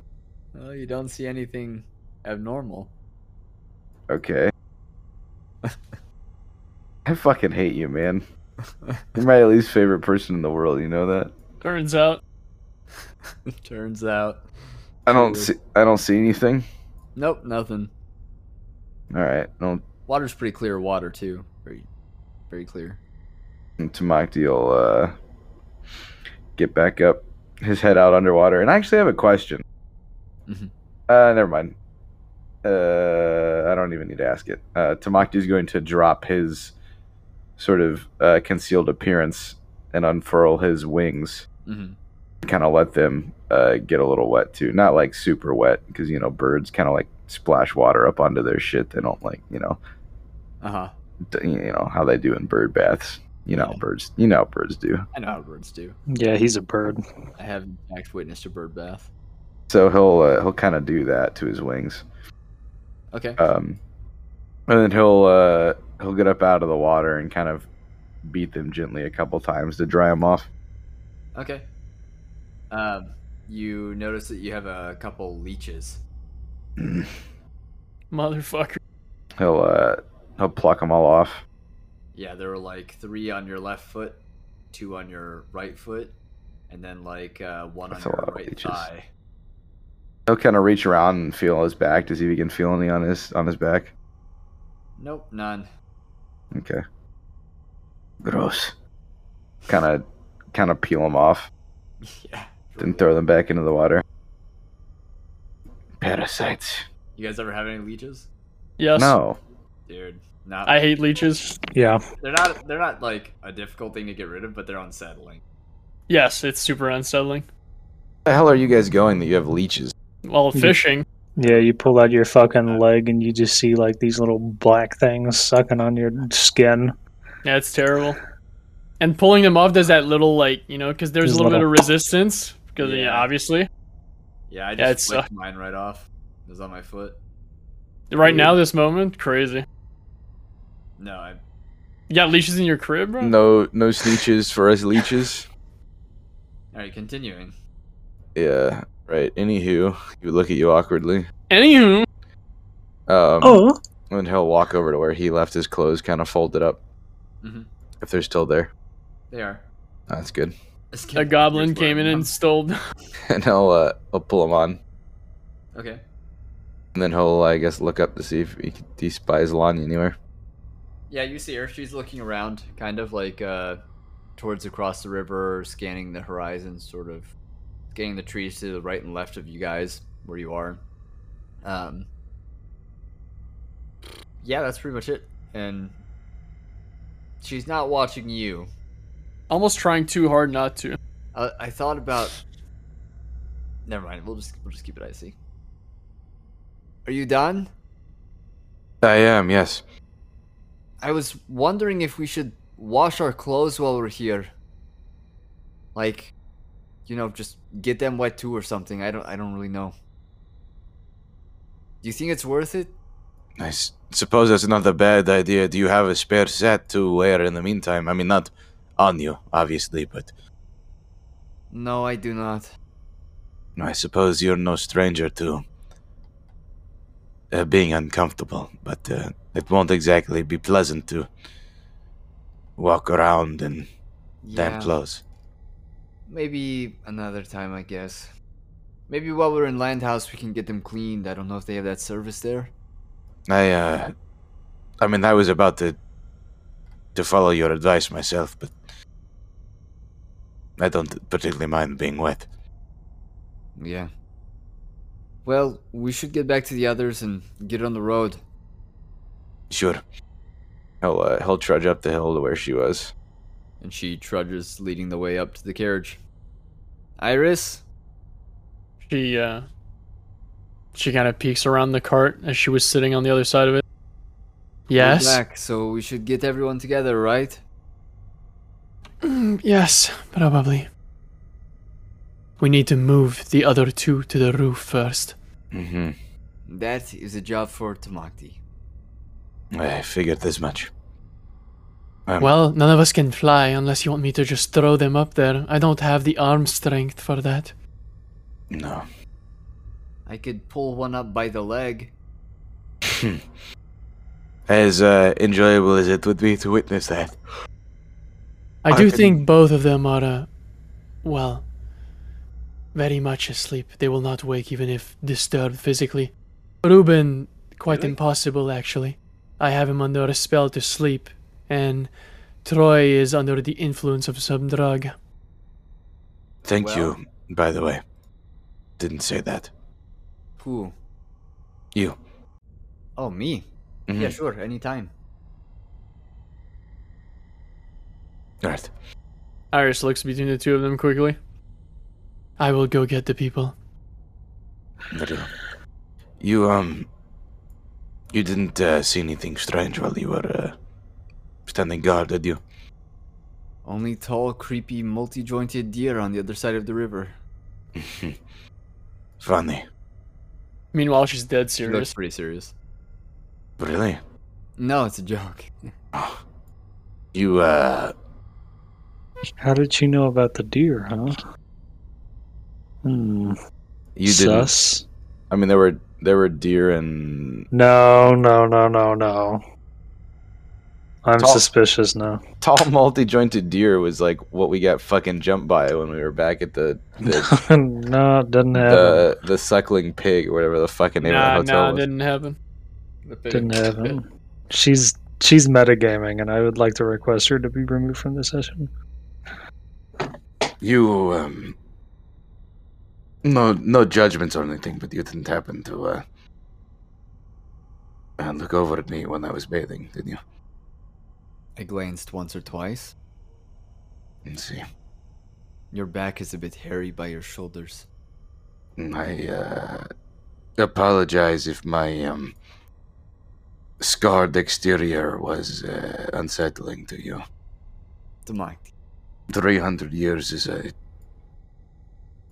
Speaker 5: Well, you don't see anything abnormal.
Speaker 3: Okay. I fucking hate you, man. You're my least favorite person in the world. You know that.
Speaker 45: Turns out.
Speaker 5: Turns out,
Speaker 3: I don't see. I don't see anything.
Speaker 5: nope, nothing.
Speaker 3: All right. Well,
Speaker 5: Water's pretty clear. Water too, very, very clear.
Speaker 3: Tamakti will uh, get back up, his head out underwater. And I actually have a question.
Speaker 5: Mhm.
Speaker 3: Uh, never mind. Uh, I don't even need to ask it. Uh, Tamakti is going to drop his sort of uh, concealed appearance and unfurl his wings.
Speaker 5: hmm
Speaker 3: kind of let them uh, get a little wet too. Not like super wet because you know birds kind of like splash water up onto their shit. They don't like you know
Speaker 5: Uh huh.
Speaker 3: d- you know how they do in bird baths. You know how birds. You know how birds do.
Speaker 5: I know how birds do.
Speaker 1: Yeah, he's a bird.
Speaker 5: I have in fact witnessed a bird bath.
Speaker 3: So he'll uh, he'll kind of do that to his wings.
Speaker 5: Okay.
Speaker 3: Um, and then he'll uh, he'll get up out of the water and kind of beat them gently a couple times to dry them off.
Speaker 5: Okay. Um, you notice that you have a couple leeches.
Speaker 45: Motherfucker.
Speaker 3: He'll uh, he'll pluck them all off.
Speaker 5: Yeah, there were like three on your left foot, two on your right foot, and then like uh, one
Speaker 3: That's a
Speaker 5: on your
Speaker 3: lot of
Speaker 5: right
Speaker 3: leeches.
Speaker 5: thigh.
Speaker 3: He'll kind of reach around and feel his back to see if he can feel any on his on his back.
Speaker 5: Nope, none.
Speaker 3: Okay. Gross. Kind of, kind of peel them off,
Speaker 5: yeah.
Speaker 3: then throw them back into the water.
Speaker 18: Parasites.
Speaker 5: You guys ever have any leeches?
Speaker 45: Yes.
Speaker 3: No,
Speaker 5: Dude, not
Speaker 45: I hate leeches.
Speaker 1: Yeah.
Speaker 5: they're not they're not like a difficult thing to get rid of, but they're unsettling.
Speaker 45: Yes, it's super unsettling.
Speaker 18: The hell are you guys going that you have leeches?
Speaker 45: While fishing,
Speaker 1: Yeah, you pull out your fucking leg and you just see like these little black things sucking on your skin.
Speaker 45: yeah, it's terrible. And pulling them off does that little like you know because there's a
Speaker 1: There's
Speaker 45: little bit of
Speaker 1: little-
Speaker 45: resistance because yeah.
Speaker 5: Yeah.
Speaker 45: obviously
Speaker 5: Yeah, I
Speaker 45: Yeah,
Speaker 5: just
Speaker 45: it
Speaker 5: flicked mine right off. It was on my foot.
Speaker 45: right now this moment crazy.
Speaker 5: No, I
Speaker 45: You got leashes in your crib, bro?
Speaker 18: No, no sneeches for us leeches.
Speaker 5: all right, continuing.
Speaker 18: Yeah, right. Anywho, he would look at you awkwardly.
Speaker 45: Anywho,
Speaker 18: Um,
Speaker 1: Oh,
Speaker 18: And he'll walk over to where he left his clothes, kind of folded up.
Speaker 5: Mhm.
Speaker 18: If they're still there,
Speaker 5: They are.
Speaker 18: that's good.
Speaker 5: Let's get
Speaker 45: a
Speaker 5: back
Speaker 45: goblin
Speaker 5: to where
Speaker 45: came in
Speaker 5: we
Speaker 45: and stole.
Speaker 18: and he'll uh, he'll pull him on,
Speaker 5: were. Okay.
Speaker 18: and then he'll I guess look up to see if he, he spies Lonnie anywhere.
Speaker 5: Yeah, you see her. She's looking around, kind of like uh, towards across the river, scanning the horizon, sort of scanning the trees to the right and left of you guys, where you are. Um, yeah, that's pretty much it. And she's not watching you.
Speaker 45: Almost trying too hard not to.
Speaker 5: I, I thought about. Never mind. We'll just we'll just keep it icy. Are you done?
Speaker 18: I am, yes.
Speaker 5: I was wondering if we should wash our clothes while we're here. Like, you know, just get them wet too or something. I don't I don't really know. Do you think it's worth it?
Speaker 18: I s- suppose that's not a bad idea. Do you have a spare set to wear in the meantime? I mean, not on you, obviously, but
Speaker 5: No, I do not.
Speaker 18: I suppose you're no stranger to uh, being uncomfortable. But uh, it won't exactly be pleasant to walk around in damp clothes.
Speaker 5: Maybe another time, I guess. Maybe while we're in Landhouse, we can get them cleaned. I don't know if they have that service there.
Speaker 18: I, uh, I mean, I was about to to follow your advice myself, but I don't particularly mind being wet.
Speaker 5: Yeah. Well, we should get back to the others and get on the road.
Speaker 18: Sure.
Speaker 3: he'll uh, he'll trudge up the hill to where she was.
Speaker 2: And she trudges, leading the way up to the carriage. Iris,
Speaker 45: She uh she kind of peeks around the cart as she was sitting on the other side of it.
Speaker 2: we're
Speaker 45: Yes.
Speaker 2: back, so we should get everyone together, right?
Speaker 5: Mm, yes, probably. We need to move the other two to the roof first.
Speaker 18: hmm
Speaker 2: That is a job for Tamakti.
Speaker 18: I figured this much. Um,
Speaker 5: Well, none of us can fly unless you want me to just throw them up there. I don't have the arm strength for that.
Speaker 18: no.
Speaker 2: I could pull one up by the leg.
Speaker 18: As uh, enjoyable as it would be to witness that,
Speaker 5: I do
Speaker 18: I-
Speaker 5: think both of them are, uh, well, very much asleep. They will not wake even if disturbed physically. Ruben, quite impossible actually. I have him under a spell to sleep, and Troy is under the influence of some drug.
Speaker 18: thank you, by the way. Didn't say that.
Speaker 2: Who?
Speaker 18: You.
Speaker 2: Oh, me. Yeah, sure, anytime.
Speaker 18: Right.
Speaker 45: Iris looks between the two of them quickly.
Speaker 5: I will go get the people.
Speaker 18: Very well. You, um. You didn't uh, see anything strange while you were uh, standing guard, did you?
Speaker 2: Only tall, creepy, multi jointed deer on the other side of the river.
Speaker 18: Funny.
Speaker 45: Meanwhile, she's dead
Speaker 2: She looks
Speaker 45: serious.
Speaker 2: pretty serious.
Speaker 18: Really?
Speaker 2: No, it's a joke.
Speaker 18: You, uh.
Speaker 1: How did you know about the deer, huh? Hmm.
Speaker 3: You didn't.
Speaker 1: Sus?
Speaker 3: I mean, there were there were deer and
Speaker 1: No, no, no, no, no. I'm
Speaker 3: Tall-
Speaker 1: suspicious now.
Speaker 3: tall multi jointed deer was like what we got fucking jumped by when we were back at the the
Speaker 1: no, it didn't happen.
Speaker 3: the, the suckling pig or whatever the fucking name
Speaker 45: Nah,
Speaker 3: of the hotel
Speaker 45: nah,
Speaker 3: was.
Speaker 45: didn't happen.
Speaker 1: didn't happen. She's she's metagaming, and I would like to request her to be removed from the session.
Speaker 18: You, um. No, no judgments or anything, but you didn't happen to, uh. Uh, look over at me when I was bathing, did you?
Speaker 2: I glanced once or twice.
Speaker 18: Let's see.
Speaker 2: Your back is a bit hairy by your shoulders.
Speaker 18: I uh, apologize if my um, scarred exterior was uh, unsettling to you.
Speaker 2: Tamakti.
Speaker 18: 300 years is a,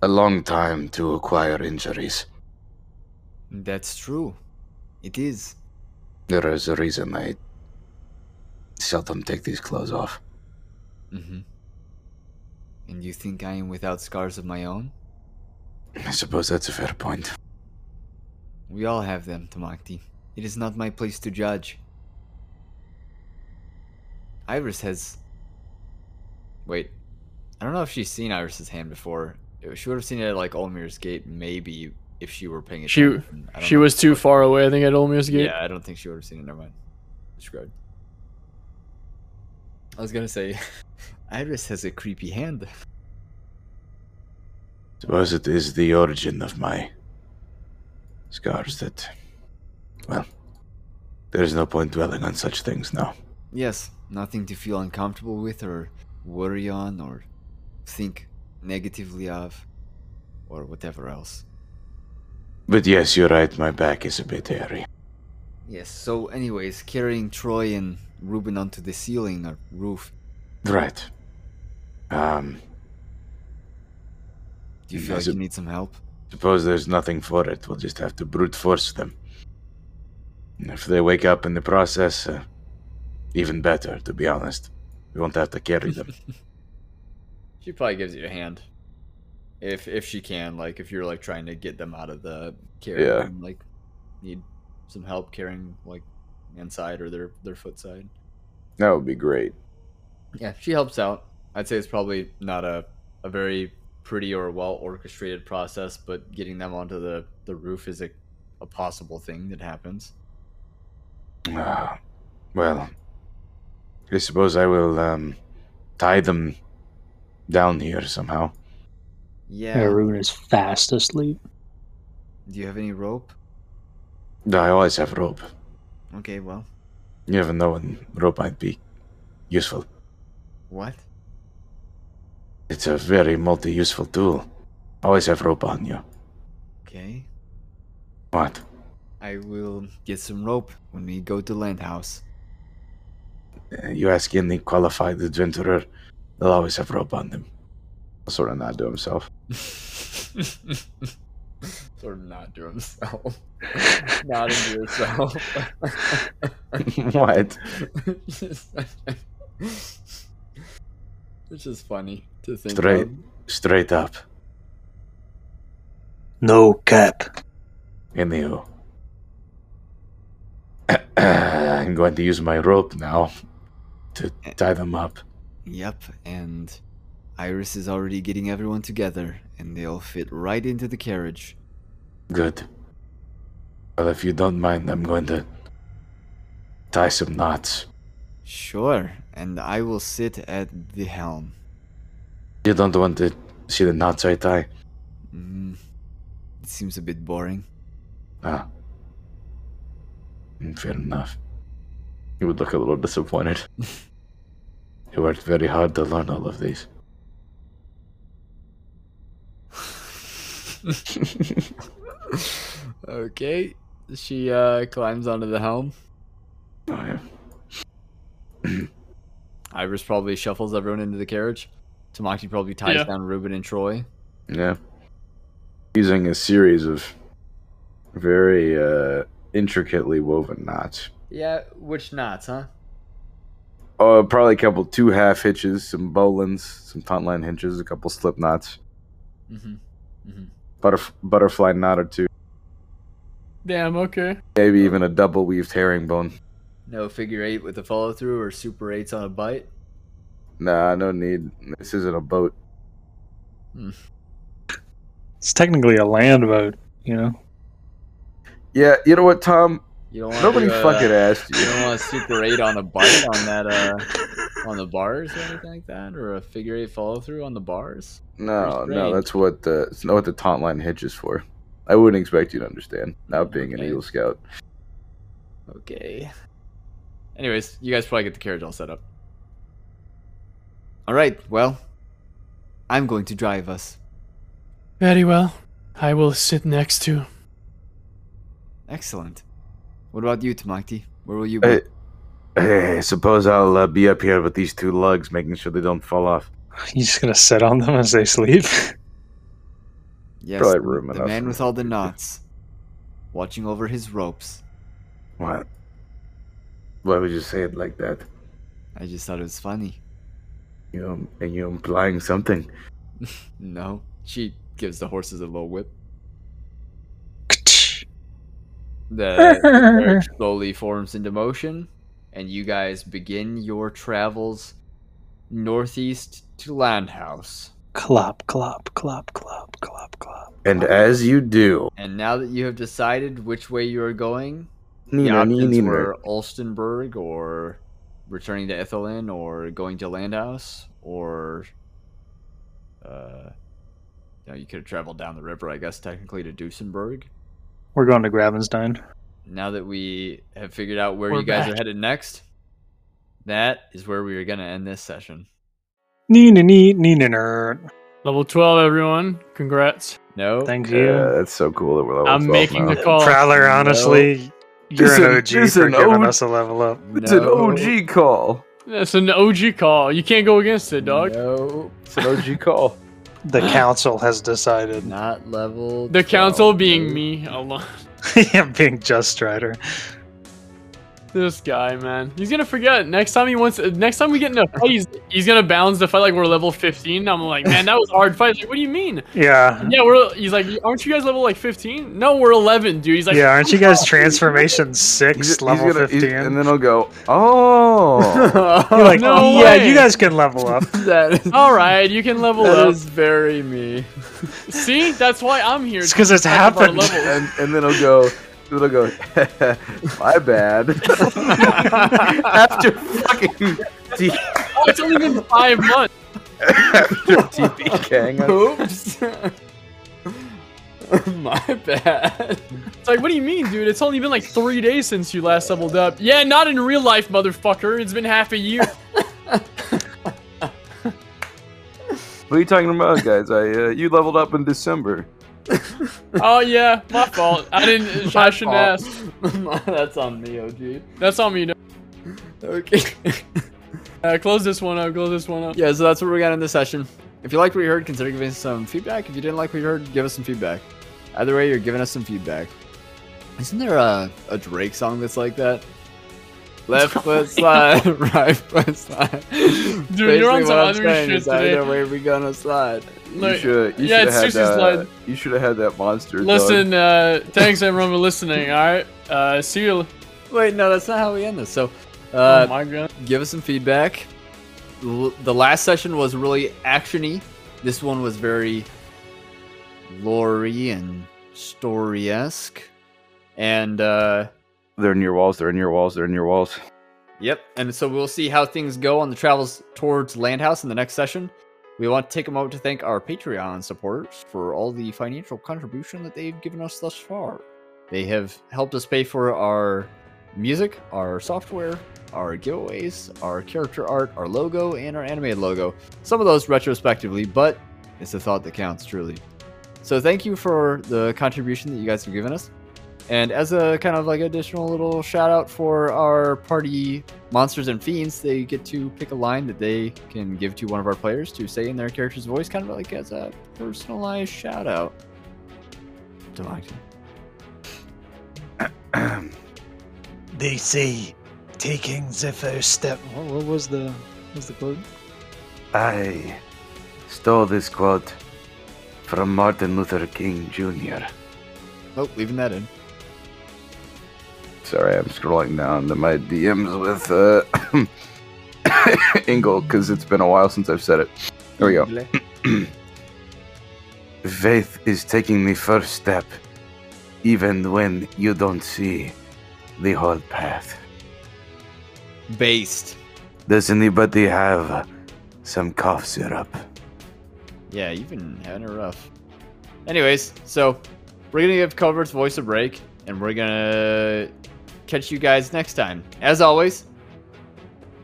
Speaker 18: a long time to acquire injuries.
Speaker 2: That's true. It is.
Speaker 18: There is a reason I seldom take these clothes off.
Speaker 2: Mm-hmm. And you think I am without scars of my own?
Speaker 18: I suppose that's a fair point.
Speaker 2: We all have them, Tamakti. It is not my place to judge. Iris has. Wait. I don't know if she's seen Iris's hand before. She would have seen it at like Olmir's gate, maybe, if she were paying
Speaker 45: She-
Speaker 2: attention. I don't
Speaker 45: She
Speaker 2: know.
Speaker 45: was too far away, I think, at Olmir's gate.
Speaker 2: Yeah, I don't think she would have seen it. Never mind. Screwed. I was gonna say, Iris has a creepy hand.
Speaker 18: Suppose it is the origin of my scars that. Well, there is no point dwelling on such things now.
Speaker 2: Yes, nothing to feel uncomfortable with or worry on or think negatively of or whatever else.
Speaker 18: But yes, you're right, my back is a bit hairy.
Speaker 2: Yes, so, anyways, carrying Troy and Ruben onto the ceiling or roof,
Speaker 18: Right. Um,
Speaker 2: do you
Speaker 18: Mm,
Speaker 2: feel
Speaker 18: I
Speaker 2: like
Speaker 18: sup-
Speaker 2: you need some help?
Speaker 18: suppose there's nothing for it. We'll just have to brute force them. And if they wake up in the process, uh, even better, to be honest. We won't have to carry them.
Speaker 2: She probably gives you a hand. If if she can, like if you're like trying to get them out of the carriage,
Speaker 3: Yeah.
Speaker 2: and, like need some help carrying like inside or their their foot side.
Speaker 3: That would be great.
Speaker 2: Yeah, she helps out. I'd say it's probably not a a very pretty or well orchestrated process, but getting them onto the the roof is a a possible thing that happens.
Speaker 18: Ah, well, I suppose I will um, tie them down here somehow.
Speaker 2: Yeah.
Speaker 1: Yeah, Ruben is fast asleep.
Speaker 2: Do you have any rope?
Speaker 18: I always have rope.
Speaker 2: Okay, well,
Speaker 18: You never know when rope might be useful.
Speaker 2: what?
Speaker 18: It's a very multi useful tool. Always have rope on you.
Speaker 2: Okay.
Speaker 18: What?
Speaker 2: I will get some rope when we go to Landhouse.
Speaker 18: Uh, You ask any qualified adventurer, they'll always have rope on them.
Speaker 3: Sort of nod to himself.
Speaker 5: sort of not to himself. not into yourself.
Speaker 3: what?
Speaker 5: it's just funny to think
Speaker 18: Straight,
Speaker 5: of.
Speaker 18: straight up.
Speaker 35: No cap.
Speaker 18: Anywho. I'm going to use my rope now to tie them up.
Speaker 2: Yep, and Iris is already getting everyone together, and they all fit right into the carriage.
Speaker 18: Good. Well, if you don't mind, I'm going to tie some knots.
Speaker 2: Sure, and I will sit at the helm.
Speaker 18: You don't want to see the knots I tie?
Speaker 2: Mm, it seems a bit boring.
Speaker 18: Ah. Mm, Fair enough.
Speaker 3: He would look a little disappointed.
Speaker 18: You worked very hard to learn all of these.
Speaker 5: Okay. She uh, climbs onto the helm.
Speaker 18: Oh, yeah.
Speaker 5: Iris probably shuffles everyone into the carriage. Tamaki probably ties
Speaker 45: Yeah.
Speaker 5: down Ruben and Troy.
Speaker 3: Yeah. Using a series of very uh, intricately woven knots.
Speaker 5: Yeah, which knots, huh?
Speaker 3: Uh, probably a couple, two half hitches, some bowlines, some tauntline hitches, a couple slip knots,
Speaker 5: Mm-hmm.
Speaker 3: butterf- butterfly knot or two,
Speaker 45: Damn, okay.
Speaker 3: maybe even a double weaved herringbone.
Speaker 5: No figure eight with a follow through or super eights on a bite.
Speaker 3: Nah, no need. This isn't a boat.
Speaker 1: It's technically a land boat, you know.
Speaker 3: Yeah, you know what, Tom?
Speaker 5: You don't want
Speaker 3: Nobody
Speaker 2: uh,
Speaker 3: fucking asked
Speaker 5: You
Speaker 3: you.
Speaker 5: don't want a super eight on a bite on that uh on the bars or anything like that, or a figure eight follow through on the bars.
Speaker 3: No,
Speaker 5: First
Speaker 3: no,
Speaker 5: grade.
Speaker 3: that's what the it's not what the taunt line hitch is for. I wouldn't expect you to understand, not being an
Speaker 5: Okay.
Speaker 3: Eagle Scout.
Speaker 5: Okay. Anyways, you guys probably get the carriage all set up.
Speaker 2: All right, well, I'm going to drive us.
Speaker 46: Very well. I will sit next to.
Speaker 2: Excellent. What about you, Tamakti? Where will you be?
Speaker 18: Hey, hey, Eh, suppose I'll uh, be up here with these two lugs, making sure they don't fall off.
Speaker 1: You're just gonna sit on them as they sleep.
Speaker 2: yes,
Speaker 3: probably
Speaker 2: the-
Speaker 3: room
Speaker 2: the
Speaker 3: enough
Speaker 2: man
Speaker 3: for
Speaker 2: with all the knots, watching over his ropes.
Speaker 18: What? Why would you say it like that?
Speaker 2: I just thought it was funny.
Speaker 18: You um, and you implying something?
Speaker 5: No. She gives the horses a little whip. The, the carriage slowly forms into motion, and you guys begin your travels northeast to Landhouse.
Speaker 35: Clop, clop, clop, clop, clop, clop.
Speaker 18: And as you do,
Speaker 5: And now that you have decided which way you are going, the
Speaker 3: Neener,
Speaker 5: options
Speaker 3: neener.
Speaker 5: were Ulstenburg or returning to Ithelin or going to Landhouse or uh no, you could have traveled down the river, I guess, technically to Dusenberg.
Speaker 1: We're going to Gravenstein.
Speaker 5: Now that we have figured out where
Speaker 46: We're
Speaker 5: you guys are
Speaker 46: back.
Speaker 5: headed next, that is where we are gonna end this session.
Speaker 1: Nee nee nee nee nee, nerd.
Speaker 45: Level 12, everyone. Congrats.
Speaker 5: No,
Speaker 1: Thank you.
Speaker 3: Yeah, Uh, that's so cool that we're level
Speaker 45: I'm
Speaker 3: 12
Speaker 45: making
Speaker 3: now.
Speaker 45: the call.
Speaker 1: Prowler, honestly, you're
Speaker 3: This
Speaker 1: an
Speaker 3: is-
Speaker 1: OG
Speaker 3: this is
Speaker 1: for
Speaker 3: an
Speaker 1: giving
Speaker 3: OG.
Speaker 1: us a level up.
Speaker 3: It's an OG call.
Speaker 45: That's an OG call. You can't go against it, dog.
Speaker 5: No,
Speaker 3: It's an OG call.
Speaker 1: The council has decided.
Speaker 5: not level.
Speaker 45: The council
Speaker 5: 12,
Speaker 45: being
Speaker 5: no.
Speaker 45: me alone.
Speaker 1: yeah, being just Strider.
Speaker 45: This guy, man, he's gonna forget. Next time he wants, next time we get in a fight, he's, he's gonna balance the fight like we're level 15. I'm like, man, that was a hard fight. Like, what do you mean?
Speaker 1: Yeah.
Speaker 45: Yeah, we're. He's like, aren't you guys level like 15? No, we're 11, dude. He's like,
Speaker 1: Yeah, aren't you guys transformation six
Speaker 3: He's- he's
Speaker 1: level
Speaker 3: gonna- he's-
Speaker 1: fifteen?
Speaker 3: and then I'll go, oh.
Speaker 1: You're like,
Speaker 45: no
Speaker 1: yeah,
Speaker 45: way."
Speaker 1: you guys can level up.
Speaker 5: that is,
Speaker 45: all right, you can level
Speaker 5: that
Speaker 45: up.
Speaker 5: is very me.
Speaker 45: See, that's why I'm here.
Speaker 1: It's 'cause
Speaker 45: to
Speaker 1: it's
Speaker 45: talk about
Speaker 1: happened.
Speaker 45: levels.
Speaker 3: and, and then I'll go, then I'll go, my bad. After fucking
Speaker 45: Oh, it's only been five months.
Speaker 3: TP gang. I'm-
Speaker 5: Oops. My bad.
Speaker 45: It's like, what do you mean, dude? It's only been like three days since you last leveled up. Yeah, not in real life, motherfucker. It's been half a year.
Speaker 3: What are you talking about, guys? I uh, you leveled up in December.
Speaker 45: Oh yeah, my fault. I didn't. I shouldn't ask.
Speaker 5: That's on me, OG.
Speaker 45: That's on me. No.
Speaker 5: Okay.
Speaker 45: Uh, close this one up. Close this one up.
Speaker 5: yeah, so that's what we got in this session. If you liked what you heard, consider giving us some feedback. If you didn't like what you heard, give us some feedback. Either way, you're giving us some feedback. Isn't there a, a Drake song that's like that? Left foot slide, right foot slide. Dude,
Speaker 45: you're on some other shit today.
Speaker 5: Either way, we gonna slide.
Speaker 45: Look,
Speaker 3: you should. You
Speaker 45: yeah,
Speaker 3: should have
Speaker 45: it's
Speaker 3: had
Speaker 45: Sushi's
Speaker 3: that.
Speaker 45: line.
Speaker 3: You should have had that monster. dog.
Speaker 45: Listen, uh, thanks everyone for listening. All right, uh, see you.
Speaker 5: Wait, no, that's not how we end this. So,
Speaker 45: oh
Speaker 5: uh,
Speaker 45: my god.
Speaker 5: give us some feedback. L- The last session was really actiony. This one was very lore-y and story esque. And uh,
Speaker 3: they're in your walls. They're in your walls. They're in your walls.
Speaker 5: yep. And so we'll see how things go on the travels towards Landhouse in the next session. We want to take a moment to thank our Patreon supporters for all the financial contribution that they've given us thus far. They have helped us pay for our music, our software, our giveaways, our character art, our logo, and our anime logo. Some of those retrospectively, but it's the thought that counts, truly. So thank you for the contribution that you guys have given us. And as a kind of like additional little shout out for our party monsters and fiends, they get to pick a line that they can give to one of our players to say in their character's voice, kind of like as a personalized shout out. Democracy.
Speaker 35: They say taking the first step.
Speaker 47: What, what was the what was the quote?
Speaker 18: I stole this quote from Martin Luther King Jr.
Speaker 5: Oh, leaving that in.
Speaker 3: Sorry, I'm scrolling down to my DMs with uh, Ingle because it's been a while since I've said it. There we go.
Speaker 18: Faith is taking the first step, even when you don't see the whole path.
Speaker 5: Based.
Speaker 18: Does anybody have some cough syrup?
Speaker 5: Yeah, you've been having it rough. Anyways, so we're gonna give Culvert's voice a break, and we're gonna catch you guys next time. As always,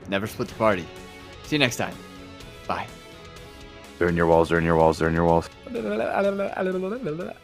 Speaker 5: never split the party. See you next time. Bye.
Speaker 3: They're in your walls. They're in your walls. They're in your walls.
Speaker 5: Bye.